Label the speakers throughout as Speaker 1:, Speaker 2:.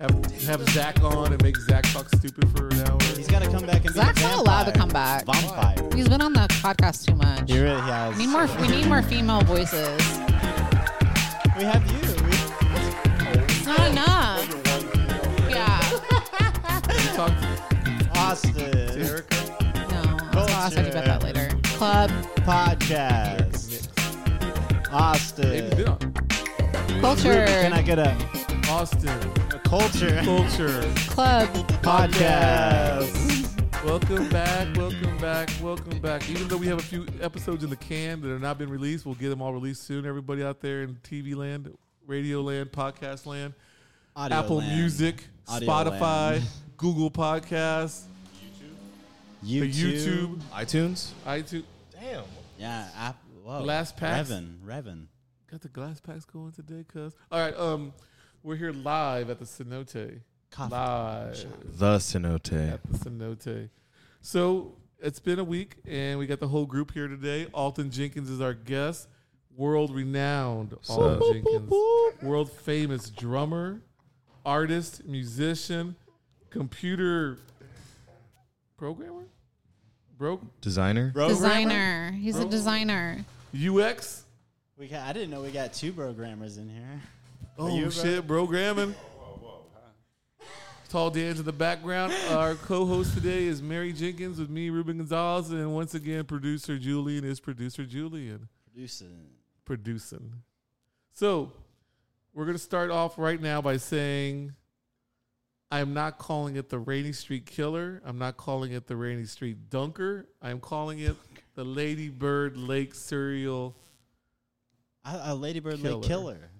Speaker 1: have Zach on and make Zach talk stupid for an hour.
Speaker 2: He's got to come back and
Speaker 3: Zach's
Speaker 2: be a
Speaker 3: not allowed to
Speaker 2: vampire.
Speaker 3: come back.
Speaker 2: Vampire.
Speaker 3: He's been on the podcast too much.
Speaker 2: He really has.
Speaker 3: We need more. We need more female voices.
Speaker 2: We have you. We-
Speaker 3: It's not enough. Yeah.
Speaker 1: He talked to
Speaker 2: Austin
Speaker 1: Erica.
Speaker 3: No. I'll I'll talk about that later. Club.
Speaker 2: podcast.
Speaker 1: They've been
Speaker 2: Austin.
Speaker 1: on.
Speaker 3: Culture.
Speaker 2: Can I get a,
Speaker 1: Austin
Speaker 2: a culture
Speaker 1: Culture
Speaker 3: Club.
Speaker 2: podcast?
Speaker 1: Welcome back, welcome back, welcome back. Even though we have a few episodes in the can that have not been released, we'll get them all released soon. Everybody out there in TV land, radio land, podcast land,
Speaker 2: Audio
Speaker 1: Apple
Speaker 2: land.
Speaker 1: Music,
Speaker 2: Audio
Speaker 1: Spotify,
Speaker 2: land.
Speaker 1: Google Podcasts, the
Speaker 2: YouTube.
Speaker 1: YouTube,
Speaker 4: iTunes.
Speaker 1: iTunes.
Speaker 4: Damn.
Speaker 2: Yeah. App, whoa.
Speaker 1: Last Pass.
Speaker 2: Revan. Revan.
Speaker 1: Got the glass packs going today, cuz. All right, um, we're here live at the cenote.
Speaker 2: Coffee.
Speaker 1: Live
Speaker 4: The Cenote.
Speaker 1: at the cenote. So it's been a week, and we got the whole group here today. Alton Jenkins is our guest, world renowned Alton
Speaker 4: up?
Speaker 1: Jenkins, world famous drummer, artist, musician, computer programmer, broke
Speaker 4: Designer.
Speaker 2: Bro,
Speaker 3: Designer. He's a
Speaker 1: Programmer?
Speaker 3: designer.
Speaker 1: UX.
Speaker 2: We got, I didn't know we got two programmers in here.
Speaker 1: Oh
Speaker 2: you, bro?
Speaker 1: shit, programming. Tall Dan's in the background. Our co-host today is Mary Jenkins with me, Ruben Gonzalez, and once again, producer Julian is producer Julian
Speaker 2: Producing.
Speaker 1: producing. So we're gonna start off right now by saying I'm not calling it the Rainy Street Killer. I'm not calling it the Rainy Street Dunker. I'm calling it the Lady Bird Lake Cereal
Speaker 2: A, a Ladybird Lake
Speaker 1: Killer.
Speaker 2: killer.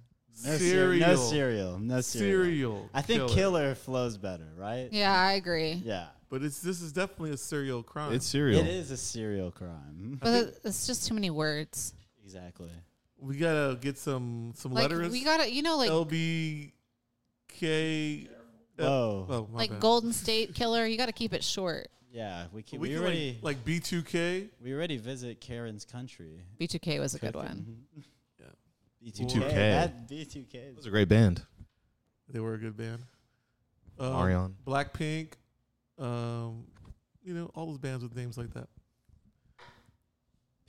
Speaker 2: No cereal. No
Speaker 1: Cereal.
Speaker 2: cereal. No cereal.
Speaker 1: Cereal.
Speaker 2: I think killer flows better, right?
Speaker 3: Yeah, I agree.
Speaker 2: Yeah.
Speaker 1: But it's this is definitely a serial crime.
Speaker 4: It's cereal.
Speaker 2: It is a serial crime.
Speaker 3: But it- it's just too many words.
Speaker 2: exactly.
Speaker 1: We gotta get some some
Speaker 3: Like
Speaker 1: letters.
Speaker 3: we gotta, you know, like
Speaker 1: LBK.
Speaker 2: Whoa.
Speaker 1: Oh, my
Speaker 3: like
Speaker 1: bad.
Speaker 3: Golden State Killer. You gotta keep it short.
Speaker 2: Yeah, we can,
Speaker 1: We
Speaker 2: we,
Speaker 1: can
Speaker 2: already
Speaker 1: like, like B2K.
Speaker 2: we already visit Karen's country. Mm-hmm.
Speaker 3: B2K was a good one.
Speaker 2: B2K.
Speaker 4: B2K.
Speaker 2: That B2K.
Speaker 4: That was
Speaker 2: is-
Speaker 4: a great band.
Speaker 1: They were a good band. Um,
Speaker 4: Marion.
Speaker 1: Blackpink. Um, you know all those bands with names like that.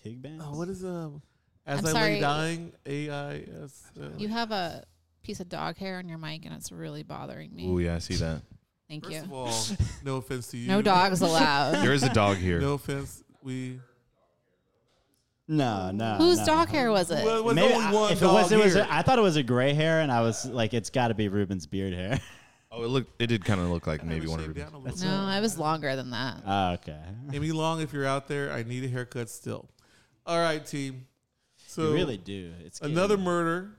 Speaker 2: Pig bands.
Speaker 1: Oh, what is um? As
Speaker 3: I'm
Speaker 1: I lay
Speaker 3: sorry.
Speaker 1: dying, A I S. uh,
Speaker 3: You have a piece of dog hair on your mic, and it's really bothering me.
Speaker 4: Ooh, yeah, I see that.
Speaker 3: Thank
Speaker 1: First
Speaker 3: you.
Speaker 1: of all, no offense to you.
Speaker 3: no dogs allowed.
Speaker 4: There is a dog here.
Speaker 1: No offense. We.
Speaker 2: No, no.
Speaker 3: Whose
Speaker 2: no.
Speaker 3: dog hair was it?
Speaker 1: Well, it was
Speaker 2: Maybe
Speaker 1: only
Speaker 2: I-
Speaker 1: one
Speaker 2: if it
Speaker 1: dog
Speaker 2: was, it was.
Speaker 1: here.
Speaker 2: a- I thought it was a gray hair, and I was like, it's got to be Ruben's beard hair.
Speaker 4: Oh, it looked. It did kind of look like
Speaker 1: Kinda
Speaker 4: maybe one of
Speaker 1: shaved
Speaker 4: them.
Speaker 1: down a little bit.
Speaker 3: no, it was longer than that.
Speaker 1: uh,
Speaker 2: oh, okay.
Speaker 1: Amy Long, if you're out there, I need a haircut still. All right, team. So
Speaker 2: you really do. It's getting-
Speaker 1: Another murder.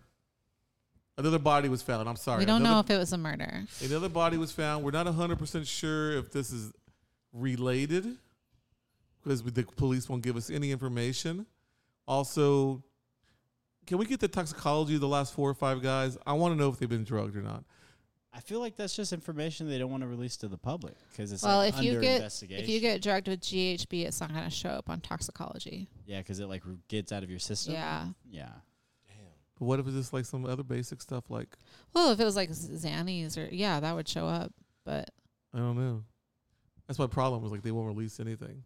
Speaker 1: Another body was found. I'm sorry.
Speaker 3: we don't know
Speaker 1: another,
Speaker 3: if it was a murder.
Speaker 1: Another body was found. We're not 100% sure if this is related because the police won't give us any information. Also, can we get the toxicology of the last four or five guys? I want to know if they've been drugged or not.
Speaker 2: I feel like that's just information they don't want to release to the public because it's
Speaker 3: well,
Speaker 2: like
Speaker 3: if
Speaker 2: under
Speaker 3: you get
Speaker 2: investigation.
Speaker 3: if you get drugged with GHB, it's not gonna show up on toxicology.
Speaker 2: yeah, because it like re- gets out of your system.
Speaker 3: yeah.
Speaker 2: yeah.
Speaker 1: But what if it's just like some other basic stuff like,
Speaker 3: Well, if it was like Z- Xannies or yeah, that would show up. But
Speaker 1: I don't know. That's my problem is like they won't release anything.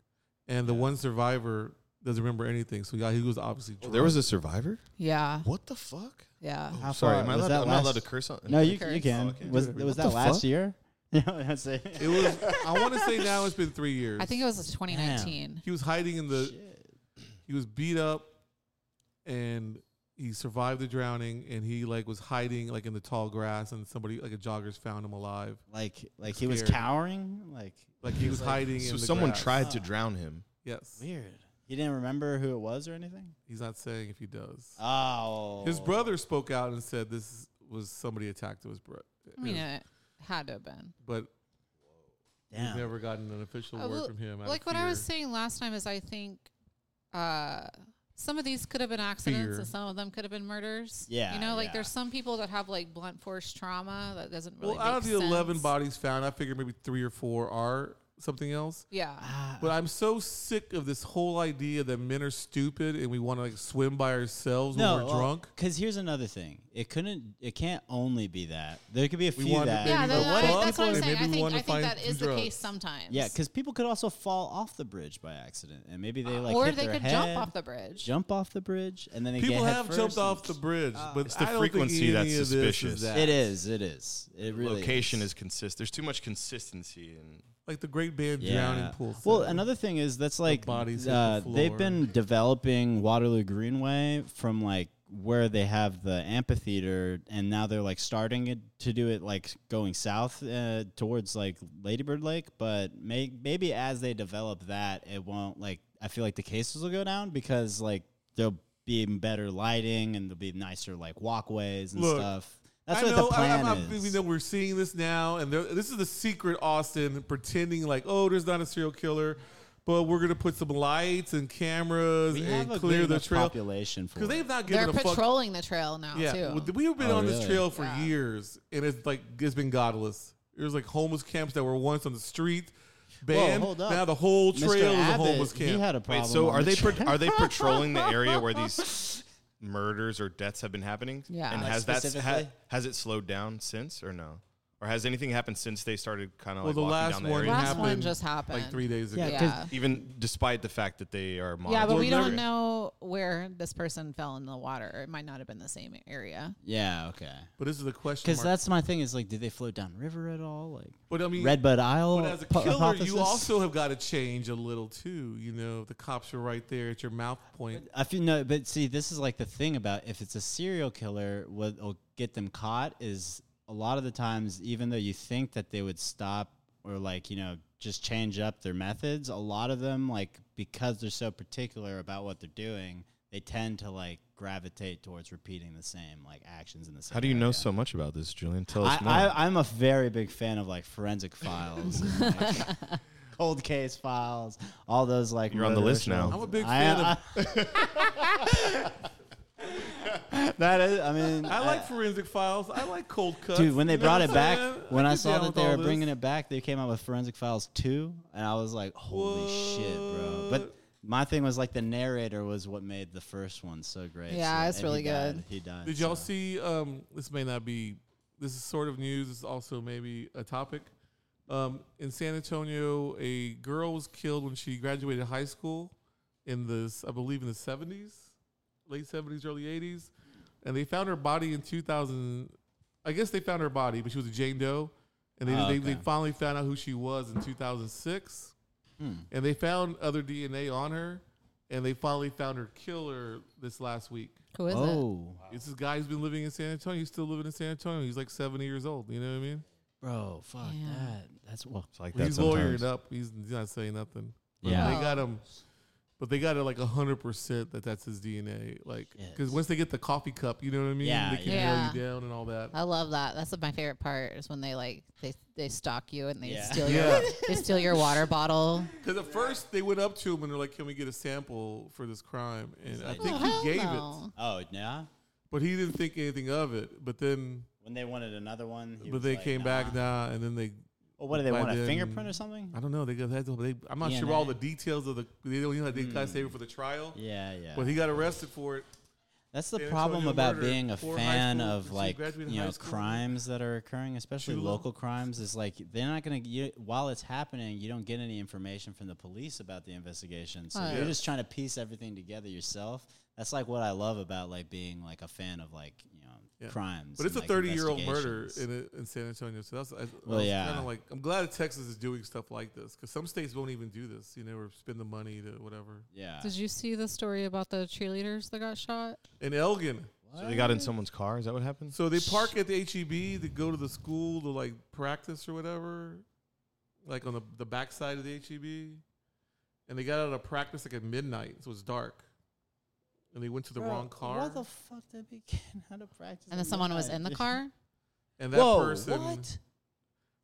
Speaker 1: And the one survivor doesn't remember anything. So yeah, he was obviously drugged.
Speaker 4: There was a survivor.
Speaker 3: yeah,
Speaker 4: What the fuck?
Speaker 3: yeah.
Speaker 2: How
Speaker 4: Sorry,
Speaker 2: far-
Speaker 4: am I
Speaker 2: was
Speaker 4: allowed?
Speaker 2: that
Speaker 4: I'm not allowed
Speaker 2: last-
Speaker 4: to curse on.
Speaker 2: No, you,
Speaker 3: Curse.
Speaker 2: you can.
Speaker 4: Oh, okay.
Speaker 2: Was
Speaker 1: Whatever.
Speaker 2: was
Speaker 1: What
Speaker 2: that
Speaker 4: the
Speaker 2: last
Speaker 4: fuck?
Speaker 2: year? You know what I'm saying?
Speaker 1: It was. I want to say now it's been three years.
Speaker 3: I think it was 2019.
Speaker 1: he was hiding in the.
Speaker 2: Shit.
Speaker 1: He was beat up, and he survived the drowning. And he like was hiding like in the tall grass, and somebody like a joggers found him alive.
Speaker 2: Like like he was
Speaker 1: Scared.
Speaker 2: cowering. Like
Speaker 1: Like he was hiding.
Speaker 4: So
Speaker 1: in the
Speaker 4: someone
Speaker 1: grass.
Speaker 4: tried to
Speaker 2: Ah.
Speaker 4: drown him.
Speaker 1: Yes,
Speaker 2: weird. He didn't remember who it was or anything.
Speaker 1: he's not saying if he does.
Speaker 2: Oh,
Speaker 1: His brother spoke out and said this was somebody attacked his brother.
Speaker 3: I mean, it had to have been.
Speaker 1: but we've
Speaker 2: Damn.
Speaker 1: never gotten an official
Speaker 3: Uh,
Speaker 1: word
Speaker 3: well,
Speaker 1: from him. out of
Speaker 3: Like what I was
Speaker 1: fear.
Speaker 3: saying last time is, I think uh, some of these could have been accidents,
Speaker 1: Fear.
Speaker 3: and some of them could have been murders.
Speaker 2: Yeah,
Speaker 3: you know, like
Speaker 2: yeah.
Speaker 3: there's some people that have like blunt force trauma that doesn't really.
Speaker 1: well, out
Speaker 3: make
Speaker 1: of the eleven
Speaker 3: sense.
Speaker 1: bodies found, I figure maybe three or four are something else.
Speaker 3: Yeah.
Speaker 2: Ah,
Speaker 1: But I'm so sick of this whole idea that men are stupid and we want to like swim by ourselves when we're drunk.
Speaker 2: Because here's another thing: it couldn't, it can't only be that. There could be a
Speaker 1: We
Speaker 2: few
Speaker 1: want
Speaker 2: that.
Speaker 1: maybe
Speaker 3: yeah,
Speaker 1: go
Speaker 3: that- that-
Speaker 1: fuck,
Speaker 3: that's what I'm
Speaker 1: and
Speaker 3: saying.
Speaker 1: maybe
Speaker 3: I
Speaker 1: we
Speaker 3: think,
Speaker 1: wanna
Speaker 3: I think
Speaker 1: find
Speaker 3: that is
Speaker 1: some
Speaker 3: the
Speaker 1: drugs.
Speaker 3: case sometimes.
Speaker 2: Yeah, because people could also fall off the bridge by accident, and maybe they like
Speaker 3: Uh, or
Speaker 2: hit
Speaker 3: they
Speaker 2: their
Speaker 3: could
Speaker 2: head,
Speaker 3: jump off the bridge.
Speaker 2: jump off the bridge, and then they
Speaker 1: People
Speaker 2: get head
Speaker 1: have
Speaker 2: first
Speaker 1: jumped
Speaker 2: and-
Speaker 1: off the bridge, but
Speaker 4: It's the
Speaker 1: I don't
Speaker 4: frequency
Speaker 1: think
Speaker 4: that's
Speaker 1: any of this is
Speaker 4: suspicious.
Speaker 1: that.
Speaker 2: It is. It is. It really.
Speaker 4: Location is consistent. There's too much consistency and
Speaker 1: like the great band
Speaker 2: Yeah.
Speaker 1: drowning pool.
Speaker 2: Well,
Speaker 1: thing.
Speaker 2: another thing is that's like
Speaker 1: bodies hit the
Speaker 2: uh, they've
Speaker 1: floor.
Speaker 2: been developing Waterloo Greenway from like where they have the amphitheater, and now they're like starting it to do it like going south uh, towards like Ladybird Lake. But may- maybe as they develop that, it won't like I feel like the cases will go down because like there'll be better lighting and there'll be nicer like walkways and
Speaker 1: Look,
Speaker 2: stuff. That's
Speaker 1: I
Speaker 2: what
Speaker 1: know,
Speaker 2: the plan
Speaker 1: I, I, I,
Speaker 2: is.
Speaker 1: You know, we're seeing this now, and there- this is the secret Austin pretending like, oh, there's not a serial killer, but we're gonna put some lights and cameras
Speaker 2: we
Speaker 1: and
Speaker 2: have a
Speaker 1: clear
Speaker 2: good
Speaker 1: the
Speaker 2: enough
Speaker 1: trail
Speaker 2: population for
Speaker 1: because
Speaker 2: it.
Speaker 1: they've not given
Speaker 3: They're
Speaker 1: a fuck.
Speaker 3: patrolling the trail now
Speaker 1: Yeah,
Speaker 3: too.
Speaker 1: well, we've been
Speaker 2: Oh,
Speaker 1: on this
Speaker 2: really?
Speaker 1: trail for
Speaker 3: Yeah.
Speaker 1: years, and it's like it's been godless. There's like homeless camps that were once on the street, banned.
Speaker 2: hold up.
Speaker 1: Now the whole
Speaker 2: Mr.
Speaker 1: trail is a
Speaker 2: Abbott,
Speaker 1: homeless
Speaker 2: He
Speaker 1: camp.
Speaker 2: had a problem.
Speaker 4: Wait, so
Speaker 2: on
Speaker 4: are
Speaker 2: the
Speaker 4: they
Speaker 2: trail.
Speaker 4: pat- are they patrolling the area where these murders or deaths have been happening?
Speaker 3: Yeah.
Speaker 4: and
Speaker 3: Like
Speaker 4: has that ha,
Speaker 2: specifically?
Speaker 4: has it slowed down since or no? Or has anything happened since they started kind of
Speaker 1: well,
Speaker 4: like
Speaker 1: the
Speaker 4: walking
Speaker 1: last
Speaker 4: down the
Speaker 1: one
Speaker 4: area?
Speaker 3: Last
Speaker 1: happened
Speaker 3: one just
Speaker 1: like
Speaker 3: happened.
Speaker 1: three days ago.
Speaker 2: Yeah,
Speaker 3: yeah.
Speaker 2: 'cause-
Speaker 3: Yeah,
Speaker 4: Even despite the fact that they are monitored.
Speaker 3: but
Speaker 1: Well,
Speaker 3: we
Speaker 1: never-
Speaker 3: don't know where this person fell in the water. It might not have been the same area.
Speaker 2: Yeah, okay.
Speaker 1: But this is the question
Speaker 2: Because
Speaker 1: mark.
Speaker 2: that's my thing is like, did they float down river at all? Like
Speaker 1: but I mean,
Speaker 2: Redbud Isle.
Speaker 1: But as a
Speaker 2: po-
Speaker 1: killer,
Speaker 2: hypothesis?
Speaker 1: you also have got to change a little too. You know, the cops are right there at your mouth point.
Speaker 2: I feel no, but see, this is like the thing about if it's a serial killer, what will get them caught is a lot of the times, even though you think that they would stop or like you know just change up their methods, a lot of them like because they're so particular about what they're doing, they tend to like gravitate towards repeating the same like actions in the same.
Speaker 4: How do you know
Speaker 2: area.
Speaker 4: so much about this, Julian? Tell us more.
Speaker 2: I, I, I'm a very big fan of like forensic files, and, like, cold case files, all those like.
Speaker 4: You're on the
Speaker 2: murder
Speaker 4: list now.
Speaker 2: shows.
Speaker 1: I'm a big
Speaker 2: I-
Speaker 1: fan of.
Speaker 2: I- that is, I mean,
Speaker 1: I
Speaker 3: Uh,
Speaker 1: like forensic files. I like cold cuts.
Speaker 2: dude. When they
Speaker 1: You know
Speaker 2: brought
Speaker 1: what
Speaker 2: it
Speaker 1: I'm
Speaker 2: back,
Speaker 1: saying?
Speaker 2: when I
Speaker 1: get
Speaker 2: saw
Speaker 1: down
Speaker 2: that
Speaker 1: with
Speaker 2: they
Speaker 1: all
Speaker 2: were
Speaker 1: this.
Speaker 2: bringing it back, they came out with forensic files two, and I was like, holy shit, bro. But
Speaker 1: What?
Speaker 2: my thing was like the narrator was what made the first one so great.
Speaker 3: Yeah,
Speaker 2: so-
Speaker 3: it's
Speaker 2: and
Speaker 3: really
Speaker 2: he died.
Speaker 3: good.
Speaker 2: He died.
Speaker 1: Did y'all
Speaker 2: so.
Speaker 1: see? Um, this may not be. This is sort of news. It's also maybe a topic. Um, in San Antonio, a girl was killed when she graduated high school in this, I believe, in the seventies, late seventies, early eighties, and they found her body in two thousand. I guess they found her body, but she was a Jane Doe, and they
Speaker 2: Oh, okay.
Speaker 1: they, they finally found out who she was in two thousand six,
Speaker 2: Hmm.
Speaker 1: and they found other DNA on her, and they finally found her killer this last week.
Speaker 3: Who is it?
Speaker 2: Oh,
Speaker 1: It's this guy who's been living in San Antonio. He's still living in San Antonio. He's like 70 years old. You know what I mean?
Speaker 2: bro, fuck
Speaker 3: Yeah.
Speaker 2: that. That's well.
Speaker 4: It's like
Speaker 1: he's lawyered up. He's not saying nothing. But
Speaker 2: Yeah.
Speaker 1: They got him. But they got it like 100% that that's his DNA. Like,
Speaker 2: Shit.
Speaker 1: because once they get the coffee cup, you know what I mean?
Speaker 2: Yeah,
Speaker 1: they can
Speaker 3: yeah. Uh,
Speaker 1: nail you down and all that.
Speaker 3: I love that. That's my favorite part is when they like they they stalk you and they
Speaker 2: Yeah.
Speaker 3: steal
Speaker 1: Yeah.
Speaker 3: your they steal your water bottle.
Speaker 1: Because at first they went up to him and they're like, can we get a sample for this crime? And I
Speaker 2: like-
Speaker 1: think
Speaker 3: oh,
Speaker 1: he
Speaker 3: hell
Speaker 1: gave it.
Speaker 3: no.
Speaker 2: Oh yeah.
Speaker 1: But he didn't think anything of it. But then,
Speaker 2: When they wanted another one, he
Speaker 1: but
Speaker 2: was
Speaker 1: they
Speaker 2: like,
Speaker 1: came back,
Speaker 2: nah.
Speaker 1: nah. And then they
Speaker 2: Well, what do they
Speaker 1: by
Speaker 2: want?
Speaker 1: then-
Speaker 2: A fingerprint or something?
Speaker 1: I don't know. They got. They, they, I'm not sure
Speaker 2: DNA.
Speaker 1: all the details of the. They don't. You know, they
Speaker 2: Hmm.
Speaker 1: got saved for the trial,
Speaker 2: Yeah, yeah.
Speaker 1: but he got arrested for it.
Speaker 2: That's the
Speaker 1: San
Speaker 2: problem
Speaker 1: Antonio
Speaker 2: about
Speaker 1: murder,
Speaker 2: being a
Speaker 1: four high
Speaker 2: fan
Speaker 1: school-
Speaker 2: of
Speaker 1: she
Speaker 2: like
Speaker 1: graduated
Speaker 2: you
Speaker 1: high
Speaker 2: know
Speaker 1: school.
Speaker 2: crimes that are occurring, especially
Speaker 1: Shula.
Speaker 2: local crimes. Is like they're not gonna you, while it's happening, you don't get any information from the police about the investigation. So
Speaker 3: Oh,
Speaker 2: you're
Speaker 1: yeah.
Speaker 2: just trying to piece everything together yourself. That's like what I love about like being like a fan of like you know
Speaker 1: Yeah.
Speaker 2: crimes.
Speaker 1: But it's
Speaker 2: and,
Speaker 1: a
Speaker 2: like,
Speaker 1: 30 year old murder
Speaker 2: investigations.
Speaker 1: in, in San Antonio. So that's I, I
Speaker 2: Well,
Speaker 1: was
Speaker 2: yeah.
Speaker 1: kind of like I'm glad Texas is doing stuff like this because some states won't even do this. You know, or spend the money to whatever.
Speaker 2: Yeah.
Speaker 3: Did you see the story about the cheerleaders that got shot?
Speaker 1: In Elgin,
Speaker 4: So they got in someone's car. Is that what happened?
Speaker 1: so they park at the HEB to go to the school to like practice or whatever, like on the the backside of the HEB, and they got out of practice like at midnight, so it's dark, and they went to the
Speaker 2: Bro,
Speaker 1: wrong car.
Speaker 2: What the fuck did we get out of practice?
Speaker 3: And then
Speaker 2: at
Speaker 3: someone was in the
Speaker 2: midnight?
Speaker 3: car?
Speaker 1: And that
Speaker 2: Whoa!
Speaker 1: person,
Speaker 2: What?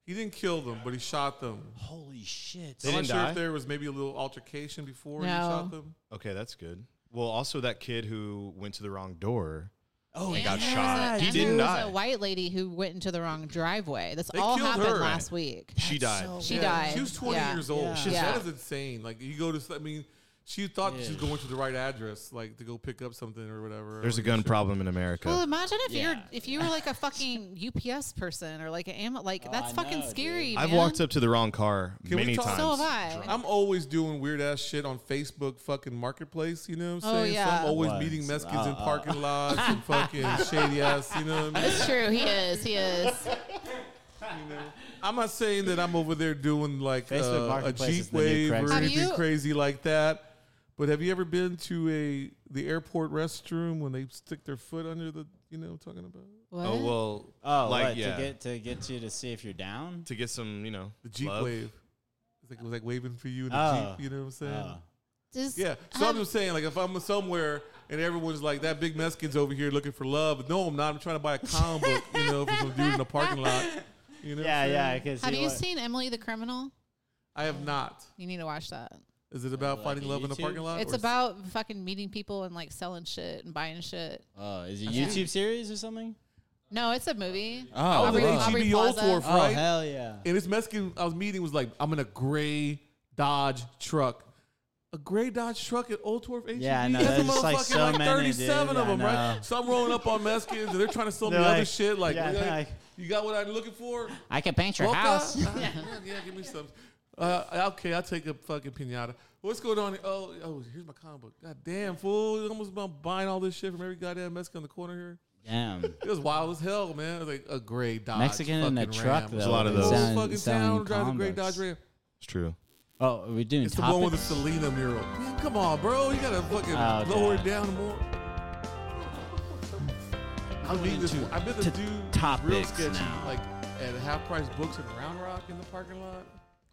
Speaker 1: he didn't kill them, but he shot them.
Speaker 2: Holy shit!
Speaker 4: They
Speaker 1: I'm not
Speaker 4: didn't
Speaker 1: sure
Speaker 4: die?
Speaker 1: if there was maybe a little altercation before he
Speaker 3: No.
Speaker 1: shot them.
Speaker 4: Okay, that's good. Well, also that kid who went to the wrong door
Speaker 2: Oh,
Speaker 4: They
Speaker 3: And
Speaker 4: got
Speaker 3: there was
Speaker 4: shot.
Speaker 3: a-
Speaker 4: He
Speaker 3: and
Speaker 4: didn't
Speaker 3: there was
Speaker 4: die.
Speaker 3: A white lady who went into the wrong driveway. That's
Speaker 1: They
Speaker 3: all
Speaker 1: killed
Speaker 3: happened
Speaker 1: her.
Speaker 3: last week.
Speaker 4: She died.
Speaker 3: She died.
Speaker 1: She was 20
Speaker 3: Yeah.
Speaker 1: years old.
Speaker 2: Yeah.
Speaker 1: She's-
Speaker 3: Yeah.
Speaker 1: That is insane. Like you go to, I mean, she thought she was
Speaker 2: Yeah.
Speaker 1: going to the right address, like to go pick up something or whatever.
Speaker 4: There's a
Speaker 1: Like,
Speaker 4: gun
Speaker 1: shit.
Speaker 4: problem in America.
Speaker 3: Well, imagine if you're
Speaker 2: Yeah.
Speaker 3: if you were like a fucking UPS person or like an am like
Speaker 2: Oh,
Speaker 3: that's
Speaker 2: I
Speaker 3: fucking
Speaker 2: know, dude.
Speaker 3: scary.
Speaker 4: I've
Speaker 3: man.
Speaker 4: walked up to the wrong car
Speaker 1: Can we
Speaker 4: many
Speaker 1: talk-
Speaker 4: times.
Speaker 3: So have I.
Speaker 1: I'm always doing weird ass shit on Facebook, fucking marketplace. You know what I'm
Speaker 3: Oh,
Speaker 1: saying? So I'm
Speaker 3: yeah.
Speaker 1: always
Speaker 2: What?
Speaker 1: meeting Mexicans in
Speaker 2: Uh, uh.
Speaker 1: parking lots and fucking shady ass. You know what I mean?
Speaker 3: It's true. He is. He is.
Speaker 1: Oh, I'm not saying that I'm over there doing like
Speaker 2: Facebook
Speaker 1: uh, a
Speaker 2: Marketplace is
Speaker 1: Jeep
Speaker 2: the new
Speaker 1: wave or
Speaker 2: Craigslist.
Speaker 3: Have
Speaker 1: anything
Speaker 3: you-
Speaker 1: crazy like that. But have you ever been to a the airport restroom when they stick their foot under the? You know what I'm talking about?
Speaker 3: What?
Speaker 4: Oh well.
Speaker 2: Oh,
Speaker 4: like
Speaker 2: what,
Speaker 4: yeah.
Speaker 2: to get to get you to see if you're down.
Speaker 4: to get some, you know,
Speaker 1: The Jeep
Speaker 4: love.
Speaker 1: wave. It's like, it was like waving for you in the
Speaker 2: Oh.
Speaker 1: Jeep. You know what I'm saying?
Speaker 2: Oh.
Speaker 3: Does-
Speaker 1: Yeah. So
Speaker 3: have-
Speaker 1: I'm just saying, like, if I'm somewhere and everyone's like, that big Mexican's over here looking for love. No, I'm not. I'm trying to buy a comic book, you know, for some dude in the parking lot. You know? what
Speaker 2: Yeah,
Speaker 1: I'm
Speaker 2: yeah. I
Speaker 1: saying?
Speaker 2: can see
Speaker 3: have you
Speaker 2: what-
Speaker 3: seen Emily the Criminal?
Speaker 1: I have not.
Speaker 3: You need to watch that.
Speaker 1: Is it about
Speaker 2: Like
Speaker 1: finding love in the
Speaker 2: YouTube?
Speaker 1: parking lot?
Speaker 3: It's
Speaker 1: or-
Speaker 3: about fucking meeting people and like selling shit and buying shit.
Speaker 2: Oh, is it a YouTube series or something?
Speaker 3: No, it's a movie.
Speaker 2: Oh,
Speaker 1: I was
Speaker 3: Aubrey-
Speaker 1: at
Speaker 2: wow.
Speaker 3: Aubrey
Speaker 1: HBO
Speaker 3: Plaza.
Speaker 1: tour,
Speaker 2: Oh,
Speaker 1: right?
Speaker 2: hell yeah.
Speaker 1: And this Mexican I was meeting was like, I'm in a gray Dodge truck. A gray Dodge truck at Old Torf HEB.
Speaker 2: Yeah, I know.
Speaker 1: That's a
Speaker 2: There's just, like,
Speaker 1: motherfucking
Speaker 2: so
Speaker 1: like
Speaker 2: many,
Speaker 1: 37 of
Speaker 2: dude. I
Speaker 1: them, right?
Speaker 2: know.
Speaker 1: So I'm rolling up on Mexicans and they're trying to sell me
Speaker 2: They're
Speaker 1: other
Speaker 2: like-
Speaker 1: shit. Like,
Speaker 2: yeah,
Speaker 1: like,
Speaker 2: like-
Speaker 1: you got what I'm looking for?
Speaker 2: I can paint
Speaker 1: Boca? Uh, yeah. give me some. Uh, okay, I'll take a fucking pinata. What's going on? Here? Oh, oh, here's my comic book. God damn, fool! You almost about buying all this shit from every goddamn Mexican on the corner here.
Speaker 2: Damn.
Speaker 1: It was wild as hell, man. It was like a gray Dodge.
Speaker 2: Mexican in a
Speaker 1: fucking
Speaker 2: truck,
Speaker 1: Ram.
Speaker 2: though.
Speaker 4: There's a lot of
Speaker 2: would
Speaker 4: those.
Speaker 1: Whole
Speaker 2: sound-
Speaker 1: fucking
Speaker 2: sound
Speaker 1: town drives a gray
Speaker 2: combos.
Speaker 1: Dodge Ram.
Speaker 4: It's true.
Speaker 2: Oh, are we doing
Speaker 1: It's
Speaker 2: topics?
Speaker 1: the one with the Selena mural. Man, come on, bro. You gotta fucking
Speaker 2: Oh,
Speaker 1: lower it
Speaker 2: God.
Speaker 1: down more. I'm meeting this.
Speaker 2: to-
Speaker 1: I met this
Speaker 2: to
Speaker 1: dude real
Speaker 2: topics
Speaker 1: sketchy,
Speaker 2: now.
Speaker 1: like at Half Price Books in Round Rock in the parking lot.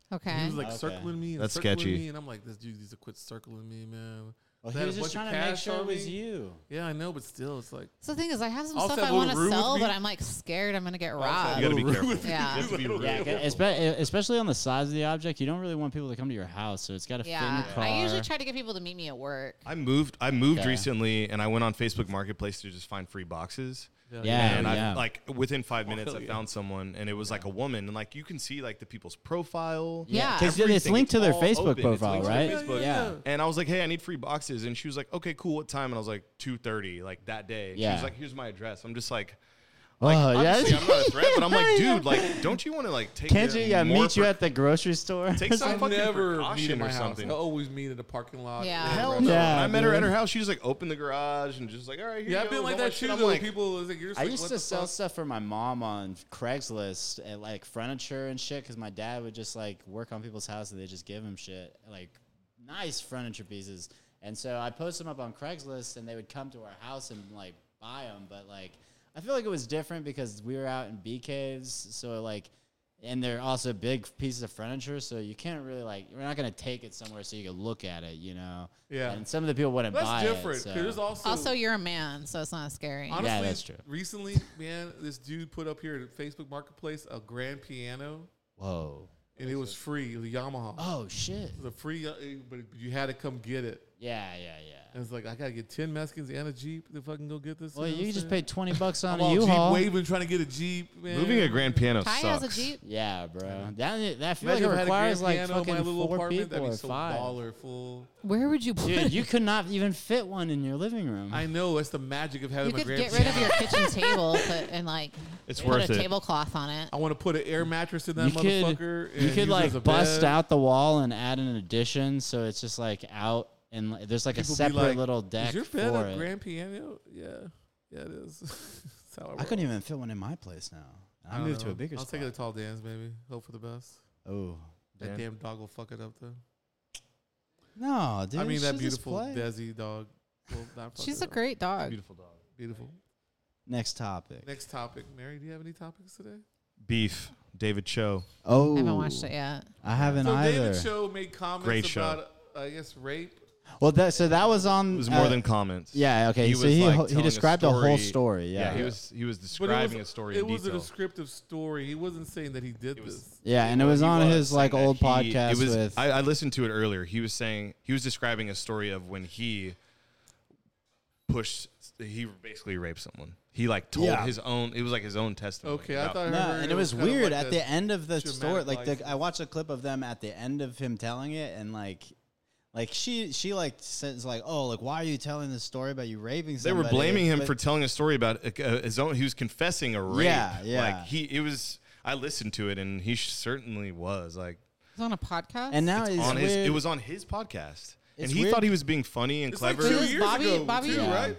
Speaker 1: He
Speaker 3: Okay.
Speaker 1: was like
Speaker 2: Okay.
Speaker 1: circling me. And
Speaker 4: That's
Speaker 1: circling
Speaker 4: sketchy.
Speaker 1: Me, and I'm like, this dude needs to quit circling me, man.
Speaker 2: Well, Oh,
Speaker 1: Had
Speaker 2: he
Speaker 1: a
Speaker 2: was just
Speaker 1: bunch of
Speaker 2: trying to make
Speaker 1: cash
Speaker 2: sure
Speaker 1: on
Speaker 2: it was
Speaker 1: me.
Speaker 2: you.
Speaker 1: Yeah, I know, but still, it's like
Speaker 3: So the thing is, I have some
Speaker 1: I'll
Speaker 3: stuff
Speaker 1: set
Speaker 3: I
Speaker 1: a little
Speaker 3: want to
Speaker 1: room with
Speaker 3: sell,
Speaker 1: me.
Speaker 3: but I'm like scared I'm gonna get
Speaker 1: I'll
Speaker 4: You
Speaker 3: robbed.
Speaker 1: set a
Speaker 4: gotta be
Speaker 1: little room
Speaker 4: careful.
Speaker 1: with me.
Speaker 3: Yeah.
Speaker 4: You have to be
Speaker 2: Yeah,
Speaker 4: real.
Speaker 2: 'cause espe- e, especially on the size of the object, you don't really want people to come to your house, so it's got to fit in
Speaker 3: yeah.
Speaker 2: your car.
Speaker 3: I usually try to get people to meet me at work.
Speaker 4: I moved. I moved
Speaker 2: Okay.
Speaker 4: recently, and I went on Facebook Marketplace to just find free boxes.
Speaker 2: Yeah,
Speaker 4: and
Speaker 2: yeah.
Speaker 4: I like within five minutes,
Speaker 1: hell
Speaker 4: I
Speaker 1: yeah.
Speaker 4: found someone, and it was like a woman, and like you can see like the people's profile.
Speaker 3: Yeah.
Speaker 2: because it's
Speaker 4: Everything,
Speaker 2: linked to
Speaker 4: it's
Speaker 2: their
Speaker 4: all
Speaker 2: Facebook
Speaker 4: open. It's
Speaker 2: profile,
Speaker 4: linked to
Speaker 2: right?
Speaker 4: their Facebook.
Speaker 2: Yeah.
Speaker 4: And I was like, "Hey, I need free boxes," and she was like, "Okay, cool. What time?" And I was like, 2.30, like that day. She
Speaker 2: Yeah.
Speaker 4: was like, "Here's my address." I'm just like,
Speaker 2: oh,
Speaker 4: obviously,
Speaker 2: yeah.
Speaker 4: I'm not a threat, but I'm like, dude, like, don't you want to like take?
Speaker 2: Can't
Speaker 4: the
Speaker 2: you yeah,
Speaker 4: more
Speaker 2: meet you
Speaker 4: pre-
Speaker 2: at the grocery store?
Speaker 4: Take some
Speaker 1: I
Speaker 4: fucking
Speaker 1: never meet
Speaker 4: precaution
Speaker 1: at my
Speaker 4: or
Speaker 1: house.
Speaker 4: something.
Speaker 1: I always meet at the parking lot.
Speaker 3: Yeah.
Speaker 1: or
Speaker 3: Hell
Speaker 1: restaurant.
Speaker 2: no.
Speaker 4: Yeah, I
Speaker 2: Yeah,
Speaker 4: met her at
Speaker 2: dude.
Speaker 4: her house. She just like opened the garage and just like, all right, here
Speaker 1: Yeah,
Speaker 4: you
Speaker 1: I've been
Speaker 4: go,
Speaker 1: like
Speaker 4: go
Speaker 1: that
Speaker 4: watch
Speaker 1: too.
Speaker 4: it." I'm
Speaker 1: Though
Speaker 4: like,
Speaker 1: people, it's like, you're just
Speaker 2: I
Speaker 1: like,
Speaker 2: used
Speaker 1: what
Speaker 2: to
Speaker 1: the
Speaker 2: sell
Speaker 1: fuck?
Speaker 2: stuff for my mom on Craigslist at like furniture and shit because my dad would just like work on people's houses and they just give him shit like nice furniture pieces. And so I post them up on Craigslist and they would come to our house and like buy them. But like I feel like it was different because we were out in bee caves, so like. And they're also big pieces of furniture, so you can't really like. We're not gonna take it somewhere so you can look at it, you know.
Speaker 1: Yeah.
Speaker 2: And some of the people wouldn't buy
Speaker 1: That's
Speaker 2: it,
Speaker 1: different. 'cause
Speaker 2: so-
Speaker 1: There's also,
Speaker 3: Also, you're a man, so it's not scary.
Speaker 1: honestly,
Speaker 2: that's true.
Speaker 1: recently, man, this dude put up here at Facebook Marketplace a grand piano
Speaker 2: Whoa.
Speaker 1: and it was free. It was a Yamaha.
Speaker 2: Oh shit.
Speaker 1: It was a free, uh, but you had to come get it.
Speaker 2: Yeah, yeah, yeah.
Speaker 1: And it's like, I got to get 10 Mexicans and a Jeep to fucking go get this.
Speaker 2: Well,
Speaker 1: know
Speaker 2: you
Speaker 1: what
Speaker 2: can
Speaker 1: I'm
Speaker 2: just pay
Speaker 1: saying?
Speaker 2: twenty bucks on
Speaker 1: I'm
Speaker 2: a
Speaker 1: all
Speaker 2: U-Haul.
Speaker 1: Jeep waving trying to get a Jeep, man.
Speaker 4: moving a grand piano
Speaker 3: Ty
Speaker 4: sucks.
Speaker 3: has a Jeep.
Speaker 2: Yeah, bro. That that I feel
Speaker 1: Imagine if I
Speaker 2: like it
Speaker 1: had a grand
Speaker 2: requires like
Speaker 1: piano in my
Speaker 2: fucking
Speaker 1: little
Speaker 2: four
Speaker 1: apartment.
Speaker 2: people
Speaker 1: That'd
Speaker 2: or
Speaker 1: be so
Speaker 2: five.
Speaker 1: baller, fool.
Speaker 3: Where would you put
Speaker 2: Dude, you could not even fit one in your living room.
Speaker 1: I know. That's the magic of having
Speaker 3: You
Speaker 1: a
Speaker 3: could
Speaker 1: grand
Speaker 3: get rid of
Speaker 1: piano.
Speaker 3: your kitchen table put, and like
Speaker 4: It's
Speaker 3: put
Speaker 4: worth
Speaker 3: a
Speaker 4: it.
Speaker 3: tablecloth on it.
Speaker 1: I want to put an air mattress in that
Speaker 2: you
Speaker 1: motherfucker.
Speaker 2: could you could like bust out the wall and add an addition, so it's just like out and like, there's like a separate little deck
Speaker 1: Is your
Speaker 2: for
Speaker 1: bed a
Speaker 2: it.
Speaker 1: grand piano? Yeah, yeah, it is. That's how it
Speaker 2: I couldn't even fit one in my place now. I,
Speaker 1: don't
Speaker 2: moved to
Speaker 1: know.
Speaker 2: a bigger
Speaker 1: I'll
Speaker 2: spot.
Speaker 1: take it to Tall Dan's, maybe. Hope for the best.
Speaker 2: oh
Speaker 1: That
Speaker 4: Dan.
Speaker 1: damn dog will fuck it up though.
Speaker 2: no, dude!
Speaker 1: I mean that
Speaker 2: she's just
Speaker 1: beautiful
Speaker 2: play.
Speaker 1: Desi dog. Will not fuck
Speaker 3: She's
Speaker 1: it
Speaker 3: a
Speaker 1: up.
Speaker 3: great dog.
Speaker 4: Beautiful dog.
Speaker 1: beautiful.
Speaker 2: Next topic.
Speaker 1: Next topic, Mary. Do you have any topics today?
Speaker 4: Beef. David Cho.
Speaker 2: Oh,
Speaker 3: I haven't watched it yet.
Speaker 2: I haven't
Speaker 1: so
Speaker 2: either.
Speaker 1: David Cho made comments
Speaker 4: Great show.
Speaker 1: about, I guess, rape.
Speaker 2: Well, that so that was on.
Speaker 4: It was more
Speaker 2: uh,
Speaker 4: than comments.
Speaker 2: Yeah. Okay.
Speaker 4: He
Speaker 2: so
Speaker 4: was,
Speaker 2: he
Speaker 4: like,
Speaker 2: ho- he
Speaker 4: telling a
Speaker 2: described the whole
Speaker 4: story.
Speaker 2: story. Yeah.
Speaker 4: he was he was describing a story
Speaker 1: It
Speaker 4: in
Speaker 1: was
Speaker 4: detail.
Speaker 1: a descriptive story. He wasn't saying that he did
Speaker 4: It was-
Speaker 1: this.
Speaker 2: Yeah, and it was
Speaker 4: He
Speaker 2: on his
Speaker 4: saying
Speaker 2: like
Speaker 4: that
Speaker 2: old
Speaker 4: he-
Speaker 2: podcast
Speaker 4: It was,
Speaker 2: with.
Speaker 4: I, I listened to it earlier. He was saying he was describing a story of when he pushed. He basically raped someone. He like told
Speaker 2: Yeah.
Speaker 4: his own. It was like his own testimony.
Speaker 1: Okay, I
Speaker 4: about-
Speaker 1: thought I
Speaker 2: No,
Speaker 1: heard
Speaker 2: and it was
Speaker 1: kinda
Speaker 2: weird
Speaker 1: like
Speaker 2: at
Speaker 1: that-
Speaker 2: the end of the
Speaker 1: dramatic
Speaker 2: story. Like the,
Speaker 1: license.
Speaker 2: I watched a clip of them at the end of him telling it, and like, like she she like says like, oh, like why are you telling this story about you raping?
Speaker 4: They
Speaker 2: Somebody?
Speaker 4: were blaming him
Speaker 2: But-
Speaker 4: for telling a story about uh, his own. He was confessing a rape.
Speaker 2: Yeah, yeah.
Speaker 4: Like he, it was. I listened to it, and he sh- certainly was like
Speaker 3: It's on a podcast.
Speaker 2: and now
Speaker 4: it's
Speaker 2: it's
Speaker 4: on his.
Speaker 2: weird.
Speaker 4: It was on his podcast, and
Speaker 2: It's
Speaker 4: he
Speaker 2: weird.
Speaker 4: thought he was being funny and
Speaker 1: It's like
Speaker 4: clever.
Speaker 1: two
Speaker 3: It was
Speaker 1: years
Speaker 3: Bobby-
Speaker 1: ago,
Speaker 3: Bobby-
Speaker 1: too,
Speaker 2: Yeah.
Speaker 1: right?